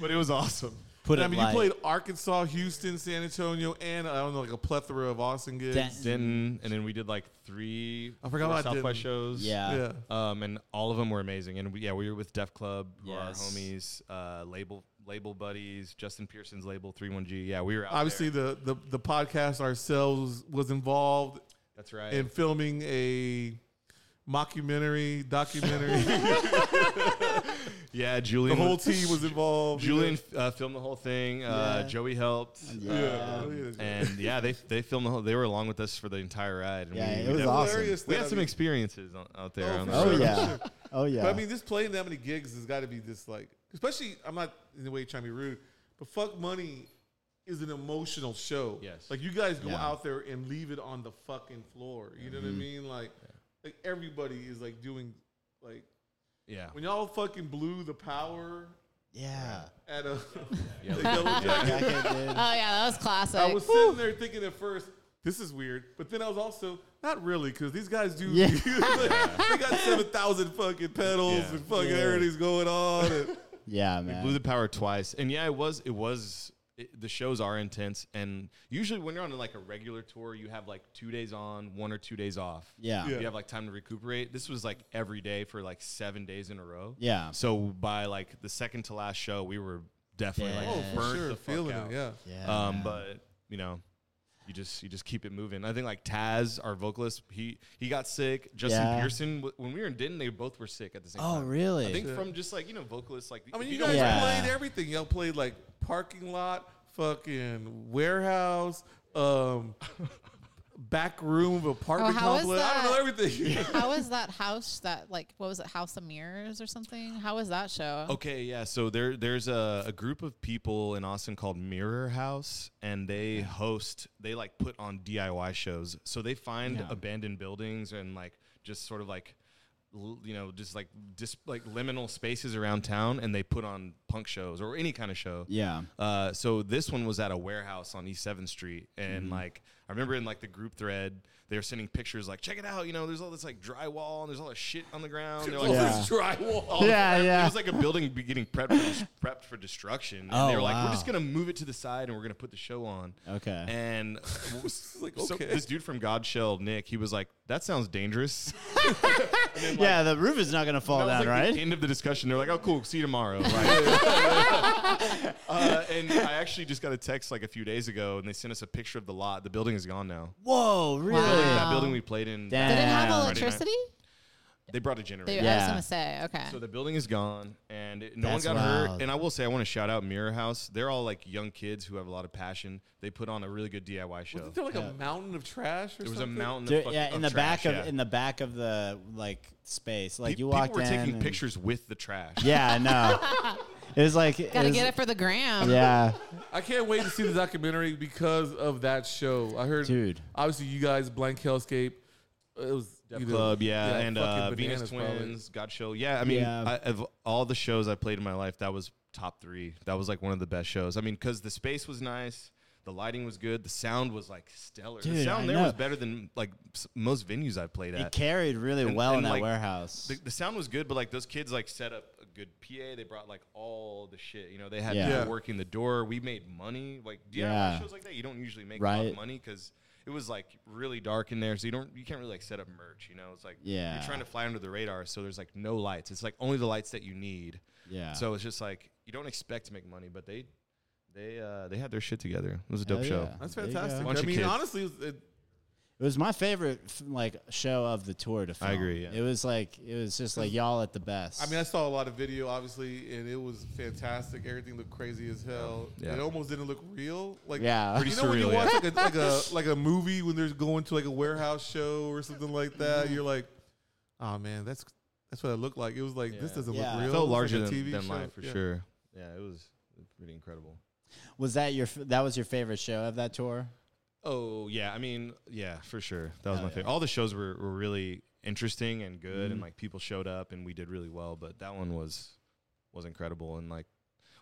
Speaker 4: but it was awesome.
Speaker 2: Put
Speaker 1: And
Speaker 2: it
Speaker 1: I mean,
Speaker 2: like
Speaker 1: you played Arkansas, Houston, San Antonio, and I don't know, like a plethora of Austin gigs.
Speaker 2: Dan-
Speaker 4: Denton, and then we did like three
Speaker 1: I forgot
Speaker 4: four
Speaker 1: about
Speaker 4: South by
Speaker 1: Denton.
Speaker 4: shows.
Speaker 2: yeah.
Speaker 1: yeah.
Speaker 4: Um, and all of them were amazing. And we, yeah, we were with Def Club, who are our
Speaker 2: Yes.
Speaker 4: homies, uh, label label buddies, Justin Pearson's label, 31G. Yeah, we were out
Speaker 1: Obviously,
Speaker 4: there.
Speaker 1: the, the the podcast ourselves was involved
Speaker 4: That's right.
Speaker 1: in filming a mockumentary documentary.
Speaker 4: yeah,
Speaker 1: the
Speaker 4: Julian.
Speaker 1: whole
Speaker 4: was-
Speaker 1: team was involved.
Speaker 4: Julian uh, filmed the whole thing. Uh,
Speaker 2: Yeah.
Speaker 4: Joey helped.
Speaker 1: Yeah. Yeah.
Speaker 4: Um,
Speaker 1: Look at it.
Speaker 4: and yeah, they they filmed the whole. They were along with us for the entire ride. And
Speaker 2: Yeah,
Speaker 4: we,
Speaker 2: it
Speaker 4: we
Speaker 2: was
Speaker 4: def-
Speaker 2: awesome.
Speaker 1: Hilarious
Speaker 4: We
Speaker 1: that,
Speaker 4: had
Speaker 1: I
Speaker 4: some
Speaker 1: mean-
Speaker 4: experients on, out there.
Speaker 1: Oh,
Speaker 4: on
Speaker 1: for
Speaker 4: the
Speaker 1: sure.
Speaker 2: Oh
Speaker 4: road.
Speaker 2: yeah. Oh yeah.
Speaker 1: But I mean, just playing that many gigs has got to be just like, especially. I'm not in a way trying to be rude, but fuck money is an emotional show.
Speaker 4: Yes.
Speaker 1: like you guys go
Speaker 2: Yeah. Mm-hmm.
Speaker 1: out there and leave it on the fucking floor. You know what I mean? Like, like everybody is like doing, like
Speaker 4: Yeah.
Speaker 1: when y'all fucking blew the power
Speaker 2: yeah.
Speaker 1: at a
Speaker 4: Yeah.
Speaker 1: the yellow jacket.
Speaker 2: Jacket,
Speaker 3: Oh yeah, that was classic.
Speaker 1: I was sitting there thinking at first, this is weird, but then I was also not really because these guys do.
Speaker 2: Yeah.
Speaker 1: they got seven thousand fucking pedals
Speaker 4: Yeah.
Speaker 1: and fucking
Speaker 2: Yeah.
Speaker 1: everything's going on. And,
Speaker 2: dude. Yeah,
Speaker 4: We
Speaker 2: man.
Speaker 4: blew the power twice, and yeah, it was it was it, the shows are intense, and usually when you're on like a regular tour, you have like two days on, one or two days off.
Speaker 2: yeah.
Speaker 1: Yeah.
Speaker 2: Yeah.
Speaker 4: You have like time to recuperate. This was like every day for like seven days in a row.
Speaker 2: Yeah.
Speaker 4: So by like the second to last show, we were definitely
Speaker 2: Yeah.
Speaker 4: like
Speaker 2: Oh, for
Speaker 4: burnt the fuck
Speaker 1: feeling
Speaker 4: out.
Speaker 1: it. Yeah.
Speaker 4: Um, but you know, you just you just keep it moving. I think like Taz, our vocalist, he he got sick. Justin
Speaker 2: Yeah.
Speaker 4: Pearson, w- when we were in Denton, they both were sick at the same
Speaker 2: oh
Speaker 4: time.
Speaker 2: really?
Speaker 4: I think from just like you know vocalists like
Speaker 1: I mean,
Speaker 4: if
Speaker 1: you
Speaker 4: don't
Speaker 1: guys
Speaker 2: Yeah.
Speaker 1: played everything. Y'all played like parking lot, fucking warehouse, um, back room of apartment
Speaker 3: Oh, how is
Speaker 1: complex. I don't know
Speaker 3: that?
Speaker 1: everything.
Speaker 3: How was that house? That like what was it? House of Mirrors or something? How was that show?
Speaker 4: Okay, yeah. So there, there's a, a group of people in Austin called Mirror House, and they host, they like put on DIY shows. So they find
Speaker 2: Yeah.
Speaker 4: abandoned buildings and like just sort of like, l- you know, just like just like liminal spaces around town, and they put on punk shows or any kind of show.
Speaker 2: yeah.
Speaker 4: Uh, so this one was at a warehouse on East Seventh Street, and
Speaker 2: Mm-hmm.
Speaker 4: like I remember in like the group thread, they were sending pictures like, check it out, you know, there's all this like drywall and there's all this shit on the ground. They're like,
Speaker 1: All
Speaker 2: Yeah.
Speaker 1: this drywall.
Speaker 4: all the-
Speaker 2: Yeah,
Speaker 4: every-
Speaker 2: yeah.
Speaker 4: It was like a building be- getting prepped for, dis- prepped for destruction. And
Speaker 2: Oh,
Speaker 4: they were like,
Speaker 2: wow.
Speaker 4: we're just gonna move it to the side and we're gonna put the show on.
Speaker 2: Okay.
Speaker 4: And
Speaker 1: like,
Speaker 4: like,
Speaker 1: okay.
Speaker 4: this dude from Godshell, Nick, he was like, that sounds dangerous.
Speaker 2: yeah. The roof is not gonna fall
Speaker 4: That
Speaker 2: down,
Speaker 4: was like
Speaker 2: right?
Speaker 4: the end of the discussion. They're like, "Oh, cool. See you tomorrow." Like- uh, and I actually just got a text like a few days ago, and they sent us a picture of the lot. The building is gone now.
Speaker 2: Whoa, really?
Speaker 3: Wow.
Speaker 4: That building we played in.
Speaker 2: Damn.
Speaker 3: Did it have
Speaker 2: Friday night.
Speaker 3: electricity?
Speaker 4: They brought a
Speaker 3: They,
Speaker 4: generator.
Speaker 3: I was
Speaker 2: Yeah.
Speaker 3: gonna say okay.
Speaker 4: So the building is gone, and it, no
Speaker 2: That's
Speaker 4: one got
Speaker 2: wild.
Speaker 4: hurt. And I will say, I want to shout out Mirror House. They're all like young kids who have a lot of passion. They put on a really good DIY show.
Speaker 1: Wasn't there like a mountain of trash or
Speaker 4: There was a
Speaker 1: something?
Speaker 4: mountain.
Speaker 2: Dude,
Speaker 4: of fuck-
Speaker 2: yeah, in the back
Speaker 4: trash,
Speaker 2: of
Speaker 4: yeah.
Speaker 2: in the back of the like space, like
Speaker 4: Pe-
Speaker 2: you walked
Speaker 4: People were
Speaker 2: in.
Speaker 4: taking
Speaker 2: and-
Speaker 4: pictures with the trash.
Speaker 2: Yeah, I know. it was like
Speaker 3: Gotta
Speaker 2: was-
Speaker 3: get it for the gram.
Speaker 2: Yeah,
Speaker 1: I can't wait to see the documentary because of that show. I heard,
Speaker 2: Dude.
Speaker 1: Obviously, you guys, Blank Hellscape, it was
Speaker 4: Def
Speaker 1: You do.
Speaker 4: Club, yeah,
Speaker 1: Yeah,
Speaker 4: and
Speaker 1: fucking
Speaker 4: uh, Venus
Speaker 1: Bananas probably.
Speaker 4: Twins, God Show, yeah. I mean,
Speaker 2: Yeah.
Speaker 4: I, of all the shows I played in my life, that was top three. That was like one of the best shows. I mean, because the space was nice, the lighting was good, the sound was like stellar. the
Speaker 2: Dude,
Speaker 4: sound
Speaker 2: I
Speaker 4: there was
Speaker 2: know.
Speaker 4: better than like s- most venues I've played
Speaker 2: It
Speaker 4: at.
Speaker 2: carried really
Speaker 4: And-
Speaker 2: well
Speaker 4: and,
Speaker 2: in that
Speaker 4: like,
Speaker 2: warehouse.
Speaker 4: The, the sound was good, but like those kids like set up a good PA. They brought like all the shit. You know, they had
Speaker 2: Yeah.
Speaker 4: people
Speaker 1: Yeah.
Speaker 4: working the door. We made money. Like yeah,
Speaker 2: Yeah.
Speaker 4: shows like that, you don't usually make a lot
Speaker 2: Right.
Speaker 4: of money because it was like really dark in there, so you don't you can't really like set up merch. You know, it's like
Speaker 2: Yeah.
Speaker 4: you're trying to fly under the radar, so there's like no lights. It's like only the lights that you need.
Speaker 2: yeah.
Speaker 4: So it's just like you don't expect to make money, but they they uh, they had their shit together. It was a dope
Speaker 2: Hell
Speaker 4: show.
Speaker 2: yeah.
Speaker 1: That's
Speaker 2: There you go.
Speaker 1: fantastic.
Speaker 4: Bunch
Speaker 1: I
Speaker 4: of
Speaker 1: mean,
Speaker 4: kids.
Speaker 1: honestly, it, it,
Speaker 2: It was my favorite f- like show of the tour to film.
Speaker 4: agree, yeah.
Speaker 2: It was like it was just like y'all at the best.
Speaker 1: Mm. I mean, I saw a lot of video, obviously, and it was fantastic. Everything looked crazy as hell.
Speaker 4: Yeah.
Speaker 1: It almost didn't look real. Like,
Speaker 2: Yeah. Pretty
Speaker 1: you know when you
Speaker 4: surreal, yeah.
Speaker 1: watch like, a, like a like a movie when they're going to like a warehouse show or something like that, you're like, oh man, that's that's what it looked like. It was like this
Speaker 4: Yeah.
Speaker 1: doesn't
Speaker 2: Yeah.
Speaker 1: look real.
Speaker 4: Felt
Speaker 1: It's like
Speaker 4: larger
Speaker 1: a
Speaker 4: than,
Speaker 1: TV
Speaker 4: than
Speaker 1: show.
Speaker 4: life for
Speaker 1: Yeah.
Speaker 4: sure. Yeah, it was pretty incredible.
Speaker 2: was that your f- that was your favorite show of that tour?
Speaker 4: Oh yeah, I mean yeah, for sure. That was
Speaker 2: Oh,
Speaker 4: my
Speaker 2: yeah. Mm-hmm.
Speaker 4: favorite. All the shows were, were really interesting and good, and like people showed up and we did really well. But that one was was incredible, and like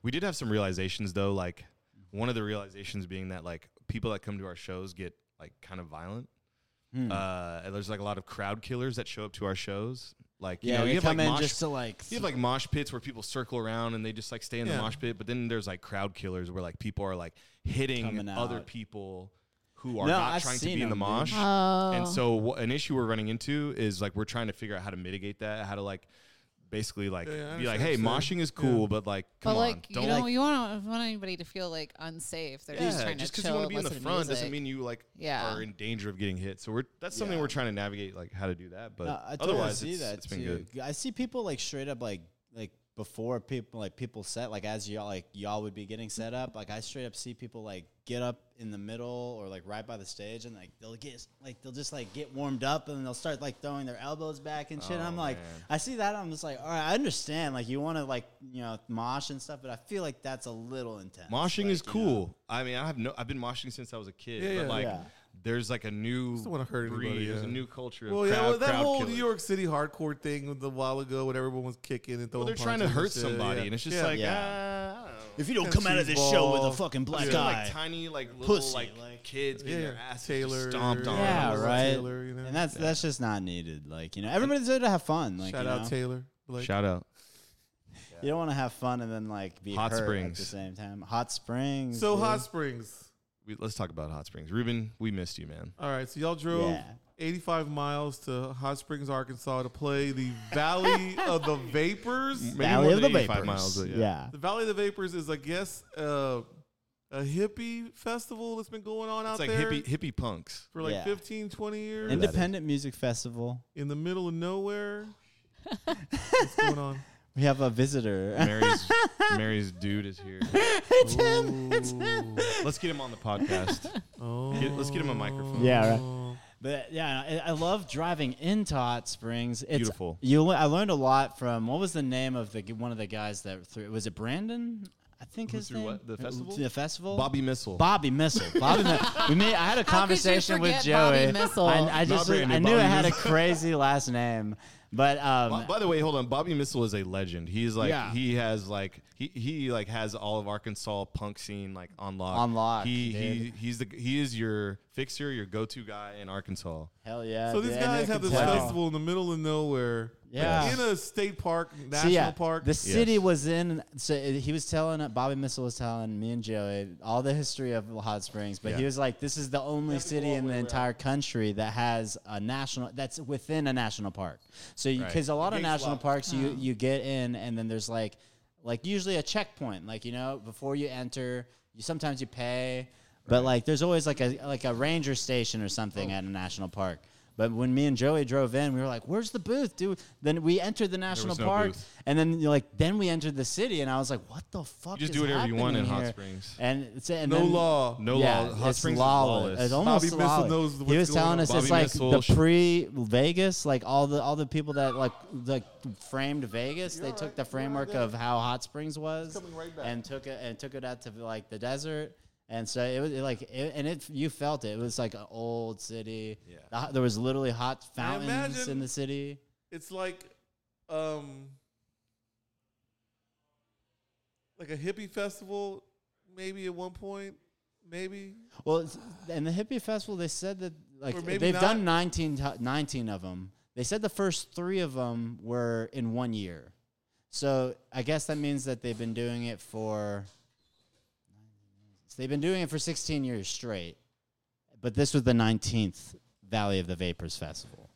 Speaker 4: we did have some realizations though. Like one of the realizations being that like people that come to our shows get like kind of violent.
Speaker 2: Hmm.
Speaker 4: Uh, and there's like a lot of crowd killers that show up to our shows. Like
Speaker 2: yeah,
Speaker 4: you know,
Speaker 2: they
Speaker 4: you have
Speaker 2: come
Speaker 4: like
Speaker 2: in
Speaker 4: mosh
Speaker 2: just to like
Speaker 4: you have like mosh pits where people circle around and they just like stay in
Speaker 1: Yeah.
Speaker 4: the mosh pit, but then there's like crowd killers where like people are like hitting
Speaker 2: Coming
Speaker 4: other
Speaker 2: out.
Speaker 4: people who are
Speaker 2: No,
Speaker 4: not
Speaker 2: I've
Speaker 4: trying to
Speaker 2: seen
Speaker 4: be in the
Speaker 2: 'em, dude.
Speaker 4: mosh.
Speaker 3: Oh.
Speaker 4: And so wha- an issue we're running into is like we're trying to figure out how to mitigate that, how to like basically like
Speaker 1: Yeah, yeah, I
Speaker 4: be like, hey,
Speaker 1: understand what you're saying.
Speaker 4: moshing is cool, but like come
Speaker 3: but like
Speaker 4: on,
Speaker 3: you
Speaker 4: don't
Speaker 3: don't,
Speaker 4: like
Speaker 3: you want want anybody to feel like unsafe. They're just
Speaker 4: yeah,
Speaker 3: trying
Speaker 4: just
Speaker 3: to
Speaker 4: because
Speaker 3: chill
Speaker 4: you want
Speaker 3: and
Speaker 4: to be in the
Speaker 3: listen
Speaker 4: front
Speaker 3: music.
Speaker 4: doesn't mean you like
Speaker 3: Yeah.
Speaker 4: are in danger of getting hit. So we're that's something
Speaker 2: Yeah.
Speaker 4: we're trying to navigate like how to do that. But
Speaker 2: No, I totally
Speaker 4: otherwise,
Speaker 2: see
Speaker 4: it's,
Speaker 2: that
Speaker 4: it's been
Speaker 2: too.
Speaker 4: good.
Speaker 2: I see people like straight up like like before people like people set like as y'all like y'all would be getting set up. Like I straight up see people like get up in the middle or like right by the stage and like they'll get like they'll just like get warmed up and then they'll start like throwing their elbows back and shit.
Speaker 4: Oh,
Speaker 2: I'm like
Speaker 4: man.
Speaker 2: I see that I'm just like all right I understand like you want to like you know mosh and stuff but I feel like that's a little intense.
Speaker 4: Moshing
Speaker 2: Like,
Speaker 4: is
Speaker 2: you know,
Speaker 4: cool. I mean, I have no. I've been moshing since I was a kid.
Speaker 1: Yeah,
Speaker 4: but
Speaker 1: yeah.
Speaker 4: like,
Speaker 2: Yeah.
Speaker 4: there's like a new
Speaker 1: Just don't wanna hurt
Speaker 4: breed.
Speaker 1: anybody,
Speaker 4: There's a
Speaker 1: yeah.
Speaker 4: new culture. Of
Speaker 1: Well, yeah,
Speaker 4: crowd-
Speaker 1: well, that
Speaker 4: crowd
Speaker 1: whole
Speaker 4: killers.
Speaker 1: New York City hardcore thing with the while ago, when everyone was kicking and
Speaker 4: Well,
Speaker 1: throwing.
Speaker 4: they're trying to
Speaker 1: punches and
Speaker 4: hurt
Speaker 1: shit,
Speaker 4: somebody,
Speaker 1: yeah.
Speaker 4: and it's just
Speaker 1: Yeah.
Speaker 4: like,
Speaker 2: Yeah.
Speaker 4: ah, I don't know.
Speaker 2: If you don't
Speaker 1: And
Speaker 2: come out of this show with
Speaker 1: cheeseball.
Speaker 2: a fucking black
Speaker 4: Just,
Speaker 2: guy,
Speaker 4: like tiny, like little,
Speaker 2: Pussy.
Speaker 4: like kids getting their asses just
Speaker 1: Taylor,
Speaker 4: stomped on.
Speaker 1: Yeah,
Speaker 2: yeah,
Speaker 1: Taylor,
Speaker 2: right.
Speaker 1: Taylor, you know?
Speaker 2: And that's that's just not needed. Like you know, everybody's there to have fun. Like
Speaker 1: shout
Speaker 2: you
Speaker 1: out
Speaker 2: know?
Speaker 1: Taylor. Like,
Speaker 4: Shout out.
Speaker 2: You don't want to have fun and then like be
Speaker 4: Hot
Speaker 2: hurt at the
Speaker 4: springs.
Speaker 2: same time. Hot springs.
Speaker 1: so
Speaker 2: dude.
Speaker 1: hot springs.
Speaker 4: We, let's talk about Hot Springs. Ruben, we missed you, man.
Speaker 1: All right, so y'all drove
Speaker 2: Yeah.
Speaker 1: 85 miles to Hot Springs, Arkansas to play the Valley of the Vapors.
Speaker 4: Maybe
Speaker 2: Valley
Speaker 4: more
Speaker 2: of the
Speaker 4: than
Speaker 2: Vapors.
Speaker 4: 85 miles, but yeah.
Speaker 2: yeah.
Speaker 1: The Valley of the Vapors is, I guess, uh, a hippie festival that's been going on out
Speaker 4: It's like
Speaker 1: there
Speaker 4: hippie, hippie punks.
Speaker 1: for like
Speaker 2: Yeah.
Speaker 1: 15, 20 years
Speaker 4: And-
Speaker 2: Independent music festival.
Speaker 1: in the middle of nowhere. What's going on?
Speaker 2: We have a visitor.
Speaker 4: Mary's, Mary's dude is here.
Speaker 2: it's him. It's him.
Speaker 4: Let's get him on the podcast.
Speaker 1: Oh,
Speaker 4: Get- let's get him a microphone.
Speaker 2: Yeah,
Speaker 4: Oh.
Speaker 1: right.
Speaker 2: But yeah, I, I love driving into Hot Springs. It's,
Speaker 4: Beautiful.
Speaker 2: You, le- I learned a lot from what was the name of the g- one of the guys that threw? Was it Brandon? I think
Speaker 4: Who
Speaker 2: his
Speaker 4: threw
Speaker 2: name.
Speaker 4: what? The
Speaker 2: Uh,
Speaker 4: festival?
Speaker 2: The festival.
Speaker 4: Bobby Missile.
Speaker 2: Bobby Missile. Bobby Missile. We made, I had a
Speaker 3: you
Speaker 2: conversation with
Speaker 3: forget Bobby
Speaker 2: Joey.
Speaker 3: Missile?
Speaker 2: I, I just
Speaker 4: Not Brandon,
Speaker 2: I knew
Speaker 4: Bobby
Speaker 2: it had a
Speaker 4: Missile.
Speaker 2: crazy last name, but um,
Speaker 4: By, by the way, hold on. Bobby Missile is a legend. He's like
Speaker 2: Yeah.
Speaker 4: he has like he, he like has all of Arkansas punk scene like on lock.
Speaker 2: On lock,
Speaker 4: He he
Speaker 2: dude.
Speaker 4: he's the he is your fixer, your go to guy in Arkansas.
Speaker 2: Hell yeah.
Speaker 1: So these
Speaker 2: dude, and
Speaker 1: guys
Speaker 2: you
Speaker 1: have
Speaker 2: can
Speaker 1: this
Speaker 2: tell.
Speaker 1: festival in the middle of nowhere. like,
Speaker 2: Yeah.
Speaker 1: in a state park,
Speaker 2: So,
Speaker 1: national
Speaker 2: yeah,
Speaker 1: park.
Speaker 2: The city
Speaker 4: Yes.
Speaker 2: was in. So it- he was telling uh, Bobby Missile was telling me and Joey all the history of Hot Springs, but he
Speaker 4: Yeah.
Speaker 2: was like, "This is the only city in the entire country that has a national that's within a national park." So
Speaker 4: Right.
Speaker 2: because a lot
Speaker 4: The
Speaker 2: of
Speaker 4: gate's
Speaker 2: national
Speaker 4: locked.
Speaker 2: parks, you you get in and then there's like like usually a checkpoint, like you know before you enter. You sometimes you pay, but like there's always like a like a ranger station or
Speaker 4: Oh.
Speaker 2: something at a national park. But when me and Joey drove in, we were like, "Where's the booth, dude?" Then we entered the national
Speaker 4: was no
Speaker 2: park,
Speaker 4: booth.
Speaker 2: and then you're like, then we entered the city, and I was like, "What the fuck?"
Speaker 4: just
Speaker 2: is
Speaker 4: do whatever you want
Speaker 2: happening
Speaker 4: in Hot
Speaker 2: here?
Speaker 4: Springs.
Speaker 2: And, it's, and
Speaker 1: no
Speaker 2: then-
Speaker 1: law.
Speaker 4: No
Speaker 2: yeah,
Speaker 4: law. Hot
Speaker 2: it's
Speaker 4: Springs
Speaker 2: lawless.
Speaker 4: is lawless.
Speaker 2: It's almost
Speaker 1: Bobby Missile
Speaker 2: lawless.
Speaker 1: knows what's
Speaker 2: he was
Speaker 1: going
Speaker 2: telling
Speaker 1: on.
Speaker 2: us it's
Speaker 4: Bobby
Speaker 2: like
Speaker 4: Missile
Speaker 2: the
Speaker 4: should-
Speaker 2: pre Vegas, like all the all the people that like like framed Vegas. they took the framework of how Hot Springs was
Speaker 1: coming right back.
Speaker 2: and took it and took it out to like the desert. And so it was it like, it, and it you felt it. It was like an old city.
Speaker 4: Yeah.
Speaker 2: The hot- there was literally hot
Speaker 1: I
Speaker 2: fountains
Speaker 1: imagine-
Speaker 2: in the city.
Speaker 1: It's like, um, like a hippie festival, maybe at one point, maybe.
Speaker 2: Well, it's- and the hippie festival, they said that
Speaker 1: Or
Speaker 2: like
Speaker 1: maybe
Speaker 2: they've
Speaker 1: not.
Speaker 2: done 19, ti- 19 of them. They said the first three of them were in one year. So I guess that means that they've been doing it for they've been doing it for sixteen years straight. But this was the nineteenth Valley of the Vapors Festival.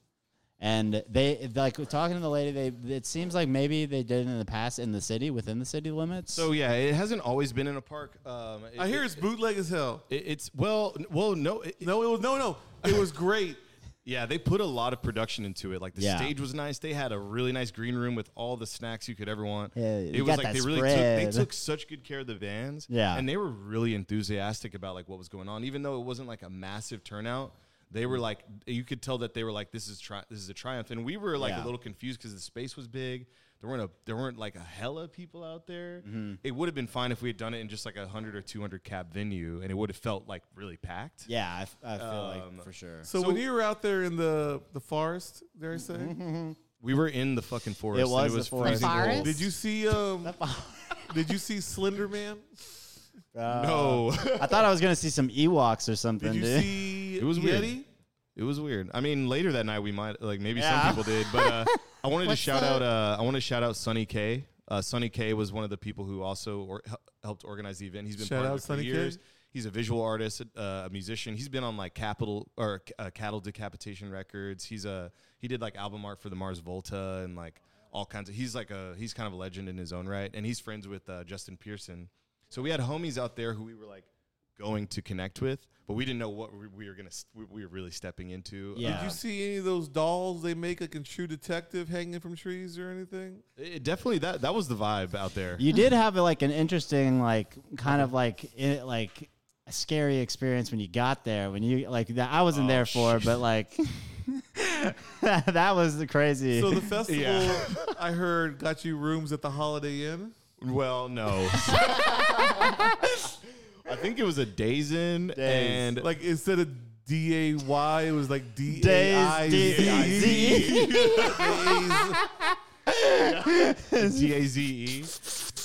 Speaker 2: And they like talking to the lady. They it seems like maybe they did it in the past in the city within the city limits.
Speaker 4: So yeah, it hasn't always been in a park. Um,
Speaker 1: I
Speaker 4: it-
Speaker 1: hear
Speaker 4: it-
Speaker 1: it's bootleg as hell.
Speaker 4: it- it's well, n- well, no, it-
Speaker 1: No, it was no, no. It was great.
Speaker 4: Yeah, they put a lot of production into it. Like the
Speaker 2: Yeah.
Speaker 4: stage was nice. They had a really nice green room with all the snacks you could ever want.
Speaker 2: Yeah,
Speaker 4: it
Speaker 2: you
Speaker 4: was
Speaker 2: got
Speaker 4: like
Speaker 2: that
Speaker 4: they really took, they
Speaker 2: spread.
Speaker 4: took such good care of the vans.
Speaker 2: Yeah.
Speaker 4: and they were really enthusiastic about like what was going on, even though it wasn't like a massive turnout. They were like, you could tell that they were like, this is tri- this is a triumph, and we were like
Speaker 2: Yeah.
Speaker 4: a little confused because the space was big. There weren't a there weren't like a hella people out there.
Speaker 2: Mm-hmm.
Speaker 4: It would have been fine if we had done it in just like a hundred or two hundred cap venue, and it would have felt like really packed.
Speaker 2: yeah, I, f- I feel
Speaker 4: Um,
Speaker 2: like for sure.
Speaker 1: So, when you were out there in the the forest, dare I say,
Speaker 4: We were in the fucking forest. and
Speaker 2: was the forest.
Speaker 4: freezing
Speaker 3: The
Speaker 4: cold.
Speaker 3: forest?
Speaker 1: did you see um did you see Slender Man?
Speaker 4: Uh, No.
Speaker 1: Oh.
Speaker 2: I thought I was gonna see some Ewoks or something,
Speaker 1: Did you
Speaker 2: dude.
Speaker 1: see
Speaker 4: It was
Speaker 1: Yeti?
Speaker 4: weird. It was weird. I mean, later that night we might like maybe
Speaker 2: Yeah.
Speaker 4: some people did, but uh, I wanted to
Speaker 3: What's
Speaker 4: shout
Speaker 3: the-
Speaker 4: out. Uh, I want to shout out Sonny K. Uh, Sonny K was one of the people who also or, hel- helped organize the event. He's been
Speaker 1: Shout
Speaker 4: part
Speaker 1: out
Speaker 4: of it for
Speaker 1: Sonny K.
Speaker 4: years. He's a visual artist, uh, a musician. He's been on like Capital or uh, Cattle Decapitation Records. He's a he did like album art for the Mars Volta and like all kinds of. He's like a he's kind of a legend in his own right, and he's friends with uh, Justin Pearson. So we had homies out there who we were like going to connect with, but we didn't know what we, we were gonna s- we, we were really stepping into.
Speaker 2: Yeah.
Speaker 4: Uh,
Speaker 1: Did you see any of those dolls they make like in True Detective hanging from trees or anything?
Speaker 4: it definitely that that was the vibe out there.
Speaker 2: You did have like an interesting, like kind of like it, like a scary experience when you got there. When you like that, I
Speaker 4: Oh,
Speaker 2: wasn't there for, but like that, that was the crazy.
Speaker 1: So the festival
Speaker 4: Yeah.
Speaker 1: I heard got you rooms at the Holiday Inn.
Speaker 4: Well, no. I think it was a days in and
Speaker 1: Like instead of D A Y, it was like D A I
Speaker 2: Days, D- D-
Speaker 1: Z.
Speaker 2: Z.
Speaker 4: D A Z E.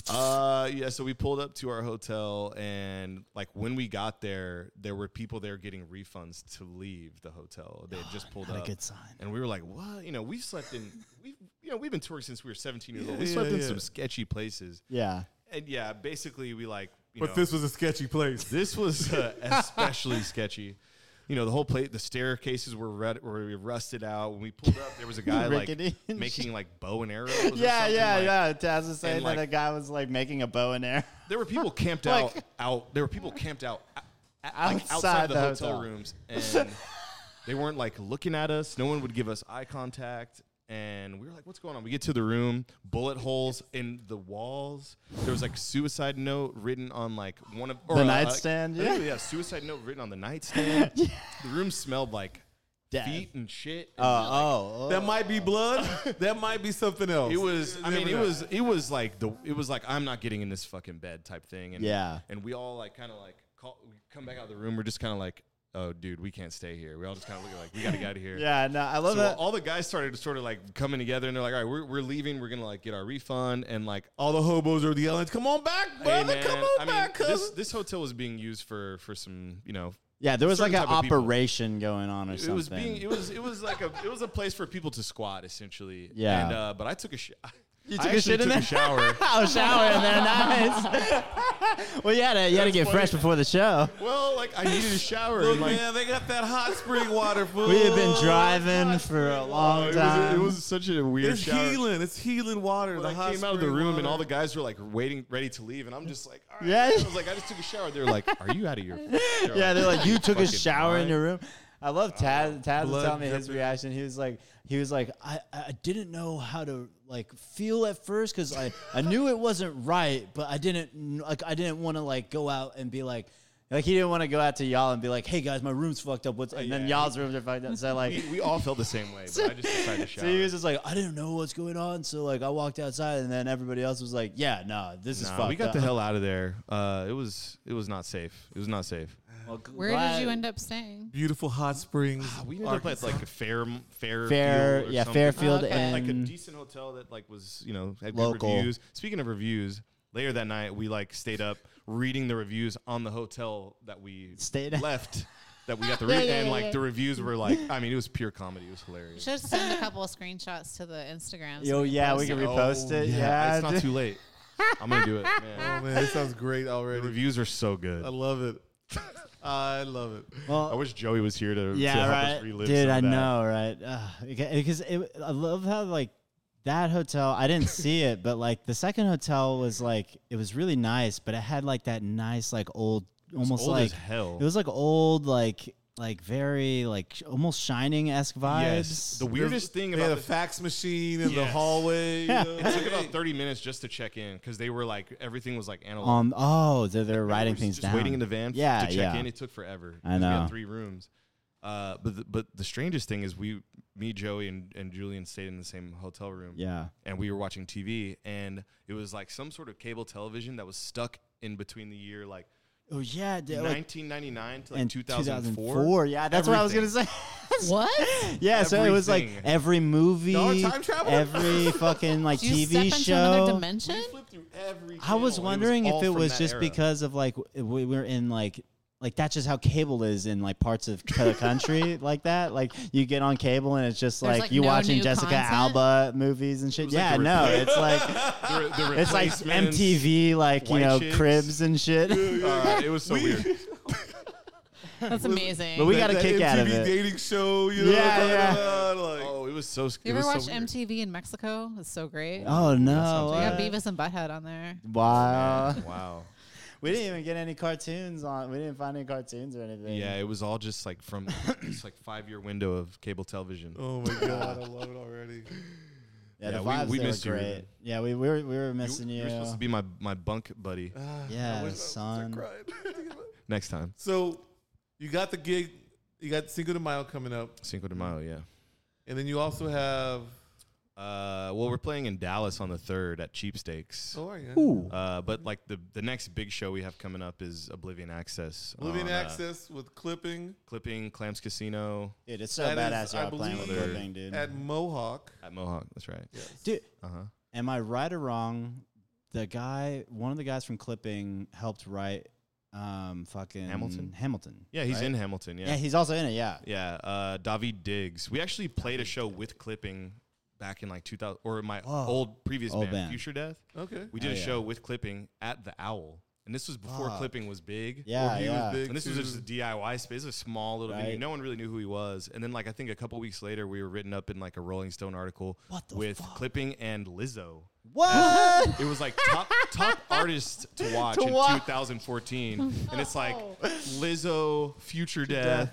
Speaker 4: Uh, yeah. So we pulled up to our hotel, and like when we got there, there were people there getting refunds to leave the hotel. They had just pulled
Speaker 2: not a
Speaker 4: up.
Speaker 2: good sign.
Speaker 4: And we were like, "What? You know, we slept in. We, you know, we've been touring since we were 17 years old. We
Speaker 1: Yeah,
Speaker 4: slept in
Speaker 1: yeah.
Speaker 4: some sketchy places.
Speaker 2: yeah,
Speaker 4: And yeah, basically, we like. You
Speaker 1: But
Speaker 4: know,
Speaker 1: this was a sketchy place.
Speaker 4: this was uh, especially sketchy. You know, the whole plate, the staircases were red, were rusted out. When we pulled up, there was a guy like
Speaker 2: Rickety and
Speaker 4: making like bow and arrows.
Speaker 2: yeah,
Speaker 4: or something,
Speaker 2: yeah,
Speaker 4: like,
Speaker 2: yeah. Taz was saying
Speaker 4: and, like-
Speaker 2: that a guy was like making a bow and arrow.
Speaker 4: There were people camped
Speaker 2: Like-
Speaker 4: out out. There were people camped out o- o- like, outside, the, hotel, rooms, and they weren't like looking at us. No one would give us eye contact, and we were like, "What's going on?" We get to the room, bullet holes in the walls. There was like suicide note written on like one of or,
Speaker 2: The
Speaker 4: uh,
Speaker 2: nightstand,
Speaker 4: uh, Yeah,
Speaker 2: yeah.
Speaker 4: suicide note written on the nightstand. The room smelled like
Speaker 2: Death.
Speaker 4: feet and shit.
Speaker 2: Uh, oh, oh.
Speaker 1: That might be blood. That might be something else.
Speaker 4: It was. I mean,
Speaker 1: Never
Speaker 4: it
Speaker 1: know.
Speaker 4: was. It was like the. It was like I'm not getting in this fucking bed type thing. And
Speaker 2: Yeah.
Speaker 4: And we all like kind of like call, we come back out of the room. We're just kind of like, oh, dude, we can't stay here. We all just kind of look like we gotta get out of here.
Speaker 2: yeah. No, I love
Speaker 4: So
Speaker 2: that.
Speaker 4: all the guys started to sort of like coming together, and they're like, all right, we're we're leaving. We're gonna like get our refund and like.
Speaker 1: all the hobos are yelling, "Come on back,
Speaker 4: Hey,
Speaker 1: brother!
Speaker 4: man,
Speaker 1: come on
Speaker 4: I mean,
Speaker 1: back,
Speaker 4: this
Speaker 1: cousin!"
Speaker 4: this hotel was being used for for some you know
Speaker 2: yeah, there was like
Speaker 4: certain
Speaker 2: an
Speaker 4: type of people.
Speaker 2: operation going on or something.
Speaker 4: It was being it was it was like a it was a place for people to squat essentially.
Speaker 2: Yeah.
Speaker 4: And, uh, but I took a sh-
Speaker 2: You took
Speaker 4: I
Speaker 2: a
Speaker 4: actually
Speaker 2: shit in
Speaker 4: took
Speaker 2: there?
Speaker 4: a shower.
Speaker 2: Oh, shower in there, nice. well, you had to, you had to
Speaker 4: That's
Speaker 2: get
Speaker 4: funny.
Speaker 2: fresh before the show.
Speaker 4: well, like I needed a shower.
Speaker 1: Look,
Speaker 4: and, like,
Speaker 1: man, they got that hot spring water. Fool.
Speaker 2: We had been driving for a
Speaker 4: Oh,
Speaker 2: long
Speaker 4: it, was,
Speaker 2: time.
Speaker 4: it was such a weird
Speaker 1: It's
Speaker 4: shower.
Speaker 1: healing. It's healing water.
Speaker 4: But
Speaker 1: the hot
Speaker 4: I came out of the
Speaker 1: spring
Speaker 4: room and
Speaker 1: water.
Speaker 4: all the guys were like waiting, ready to leave, and I'm just like, all right.
Speaker 2: Yeah.
Speaker 4: I was like, I just took a shower. They were like, Are you out of your? Shower?
Speaker 2: yeah, they're like, you took a
Speaker 4: Fucking Uh,
Speaker 2: shower in
Speaker 4: mind.
Speaker 2: your room. I love Taz. Taz was
Speaker 1: Blood
Speaker 2: telling me his
Speaker 1: dripping.
Speaker 2: reaction. He was like, he was like, I, I didn't know how to like feel at first because I, I knew it wasn't right, but I didn't kn- like I didn't want to like go out and be like, Like he didn't want to go out to y'all and be like, "Hey guys, my room's fucked up." What's and then
Speaker 4: yeah.
Speaker 2: y'all's rooms are fucked up. So like,
Speaker 4: We, we all felt the same way, but I just decided to shower.
Speaker 2: so he was just like, "I didn't know what's going on." So like, I walked outside, and then everybody else was like, "Yeah, nah, this is
Speaker 4: Nah,
Speaker 2: fucked."
Speaker 4: we got
Speaker 2: up.
Speaker 4: the hell out of there. Uh, it was it was not safe. It was not safe.
Speaker 2: Well, g-
Speaker 3: Where
Speaker 2: glad-
Speaker 3: did you end up staying?
Speaker 1: Beautiful hot springs.
Speaker 4: we ended
Speaker 1: Arkansas.
Speaker 4: up at like a fair fair
Speaker 2: Fair,
Speaker 4: Field or
Speaker 2: yeah,
Speaker 4: something.
Speaker 2: Fairfield
Speaker 3: Okay.
Speaker 2: and
Speaker 4: like a decent hotel that like was you know had
Speaker 2: Local.
Speaker 4: good reviews. Speaking of reviews, later that night we like stayed up reading the reviews on the hotel that we
Speaker 2: Stayed at.
Speaker 4: left that we got the
Speaker 2: Yeah,
Speaker 4: re-
Speaker 2: yeah,
Speaker 4: and
Speaker 2: yeah,
Speaker 4: like
Speaker 2: yeah.
Speaker 4: the reviews were like I mean it was pure comedy. It was hilarious.
Speaker 3: Should send a couple of screenshots to the Instagram. so
Speaker 2: Yo,
Speaker 3: can
Speaker 2: yeah,
Speaker 3: post
Speaker 2: we can
Speaker 3: it.
Speaker 2: repost it. Yeah,
Speaker 4: Oh, it's not
Speaker 2: dude.
Speaker 4: too late. I'm gonna do it. man.
Speaker 1: Oh man, this sounds great
Speaker 4: The
Speaker 1: already.
Speaker 4: reviews are so good.
Speaker 1: I love it. I love it.
Speaker 2: Well,
Speaker 4: I wish Joey was here to, to
Speaker 2: yeah,
Speaker 4: help
Speaker 2: right,
Speaker 4: us relive
Speaker 2: dude.
Speaker 4: some of
Speaker 2: I
Speaker 4: that.
Speaker 2: know, right? Because it I love how like that hotel. I didn't see it, but like the second hotel was like it was really nice, but it had like that nice like old, almost
Speaker 4: old
Speaker 2: like
Speaker 4: as hell.
Speaker 2: It was like old, like like very like sh- almost shining esque vibes.
Speaker 4: Yes. The weirdest thing
Speaker 1: they
Speaker 4: about
Speaker 1: had a
Speaker 4: this-
Speaker 1: fax machine in the
Speaker 4: Yes.
Speaker 1: hallway. you know?
Speaker 4: It took about 30 minutes just to check in because they were like everything was like analog.
Speaker 2: um. Oh, they're they're writing
Speaker 4: Everybody's
Speaker 2: things
Speaker 4: just
Speaker 2: down.
Speaker 4: Waiting in the van f-
Speaker 2: Yeah,
Speaker 4: to check
Speaker 2: yeah.
Speaker 4: in. It took forever.
Speaker 2: I
Speaker 4: 'cause We
Speaker 2: know.
Speaker 4: had three rooms. Uh, but the, but the strangest thing is we, me, Joey, and, and Julian stayed in the same hotel room.
Speaker 2: Yeah.
Speaker 4: And we were watching TV, and it was like some sort of cable television that was stuck in between the year like
Speaker 2: Oh yeah, dude, like,
Speaker 4: 1999 to like
Speaker 2: and
Speaker 4: 2004.
Speaker 2: 2004. Yeah, that's what I was gonna
Speaker 4: Everything.
Speaker 2: say.
Speaker 3: What?
Speaker 2: Yeah, so it was like
Speaker 4: Everything.
Speaker 2: every movie,
Speaker 1: Y'all are time traveling?
Speaker 2: every fucking like
Speaker 3: Do you
Speaker 2: TV
Speaker 3: step into another
Speaker 2: show.
Speaker 3: dimension?
Speaker 4: We flipped through every
Speaker 2: I was
Speaker 4: channel, and
Speaker 2: wondering
Speaker 4: all
Speaker 2: if it
Speaker 4: from
Speaker 2: was
Speaker 4: that
Speaker 2: just
Speaker 4: era.
Speaker 2: because of like w- we were in like like that's just how cable is in like parts of the country like that. Like you get on cable and it's just
Speaker 3: There's,
Speaker 2: like,
Speaker 3: like,
Speaker 2: you
Speaker 3: no
Speaker 2: watching
Speaker 3: new
Speaker 2: Jessica
Speaker 3: content?
Speaker 2: Alba movies and shit.
Speaker 4: was, like,
Speaker 2: Yeah,
Speaker 4: the
Speaker 2: no,
Speaker 4: replace-
Speaker 2: it's like
Speaker 4: The- the
Speaker 2: it's like
Speaker 4: replacements.
Speaker 2: MTV like you
Speaker 4: White
Speaker 2: know
Speaker 4: Chicks.
Speaker 2: cribs and shit.
Speaker 4: Uh, it was so weird.
Speaker 3: That's amazing.
Speaker 2: But we
Speaker 1: That-
Speaker 2: got a
Speaker 1: that
Speaker 2: kick
Speaker 1: MTV
Speaker 2: out of it.
Speaker 1: dating show. You know,
Speaker 2: Yeah,
Speaker 1: blah, blah,
Speaker 2: yeah.
Speaker 1: blah, blah, like-
Speaker 4: Oh, it was so. sc-
Speaker 3: you
Speaker 4: it
Speaker 3: ever
Speaker 4: was
Speaker 3: watch
Speaker 4: so weird.
Speaker 3: MTV in Mexico? It's so great.
Speaker 2: Oh no!
Speaker 3: we got
Speaker 2: what?
Speaker 3: Beavis and Butthead on there.
Speaker 2: Wow,
Speaker 4: Wow.
Speaker 2: we didn't even get any cartoons on. We didn't find any cartoons or anything.
Speaker 4: Yeah, it was all just like from this like five year window of cable television.
Speaker 1: Oh my god, I love it already.
Speaker 2: yeah.
Speaker 4: Yeah,
Speaker 2: The
Speaker 4: we-
Speaker 2: vibes
Speaker 4: we
Speaker 2: there were
Speaker 4: missed you,
Speaker 2: great.
Speaker 4: Ruben.
Speaker 2: yeah, we, we were we were
Speaker 4: You,
Speaker 2: missing you.
Speaker 4: you were supposed to be my my bunk buddy
Speaker 1: Uh,
Speaker 2: yeah,
Speaker 1: wish I- I
Speaker 2: son.
Speaker 1: cried.
Speaker 4: next time.
Speaker 1: so you got the gig, you got Cinco de Mayo coming up,
Speaker 4: Cinco de Mayo, yeah.
Speaker 1: and then you also have.
Speaker 4: Uh, well, we're playing in Dallas on the third at Cheapsteaks.
Speaker 1: Oh, yeah.
Speaker 4: Uh, but like the the next big show we have coming up is Oblivion Access.
Speaker 1: Living
Speaker 4: on, uh,
Speaker 1: Access with clipping
Speaker 4: Clipping Clams Casino
Speaker 2: Dude, it's so
Speaker 1: That
Speaker 2: badass
Speaker 1: is, I
Speaker 2: y'all playing with
Speaker 1: believe,
Speaker 2: everything, dude. Mm-hmm.
Speaker 1: at Mohawk.
Speaker 4: at Mohawk. That's right.
Speaker 2: dude,
Speaker 4: Uh huh.
Speaker 2: am I right or wrong? The guy, one of the guys from Clipping, helped write um fucking
Speaker 4: Hamilton?
Speaker 2: Hamilton.
Speaker 4: Yeah, he's
Speaker 2: right?
Speaker 4: in Hamilton. Yeah.
Speaker 2: Yeah, he's also in it. Yeah.
Speaker 4: Yeah, uh, David Diggs. We actually played a show with Clipping back in like 2000, or my
Speaker 2: Whoa.
Speaker 4: old previous
Speaker 2: Oh, Old
Speaker 4: band,
Speaker 2: band.
Speaker 4: Future Death.
Speaker 1: Okay.
Speaker 4: We did
Speaker 2: Hell
Speaker 4: a
Speaker 2: yeah.
Speaker 4: show with Clipping at the Owl, and this was before
Speaker 2: Fuck.
Speaker 4: Clipping was big.
Speaker 2: Yeah,
Speaker 1: he was
Speaker 2: yeah.
Speaker 1: big.
Speaker 4: And this was just a DIY space. It was a small little venue.
Speaker 2: Right.
Speaker 4: No one really knew who he was. And then, like, I think a couple weeks later, we were written up in like a Rolling Stone article
Speaker 2: What the
Speaker 4: with
Speaker 2: fuck?
Speaker 4: Clipping and Lizzo.
Speaker 2: What?
Speaker 4: It was like top top artists to watch
Speaker 2: To
Speaker 4: in
Speaker 2: watch. Oh.
Speaker 4: 2014, and it's like Lizzo, Future Death,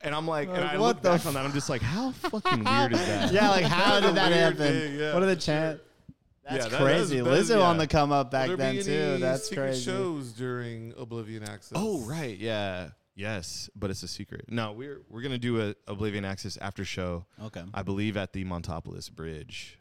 Speaker 4: and I'm like, and
Speaker 2: Like,
Speaker 4: I
Speaker 2: what
Speaker 4: look
Speaker 2: the
Speaker 4: back on that, I'm just like, how fucking weird is that?
Speaker 2: yeah, like how did that
Speaker 1: weird
Speaker 2: happen?
Speaker 1: thing, yeah,
Speaker 2: what are the chance? That's
Speaker 4: Yeah, that-
Speaker 2: crazy.
Speaker 4: that is- that is-
Speaker 2: Lizzo on
Speaker 4: yeah.
Speaker 2: the come up back
Speaker 1: Will there
Speaker 2: then
Speaker 1: be
Speaker 2: too.
Speaker 1: any
Speaker 2: That's
Speaker 1: secret
Speaker 2: crazy.
Speaker 1: Shows during Oblivion Access.
Speaker 4: Oh right, yeah, yes, but it's a secret. No, we're we're gonna do a Oblivion Access after show.
Speaker 2: Okay.
Speaker 4: I believe at the Montopolis Bridge.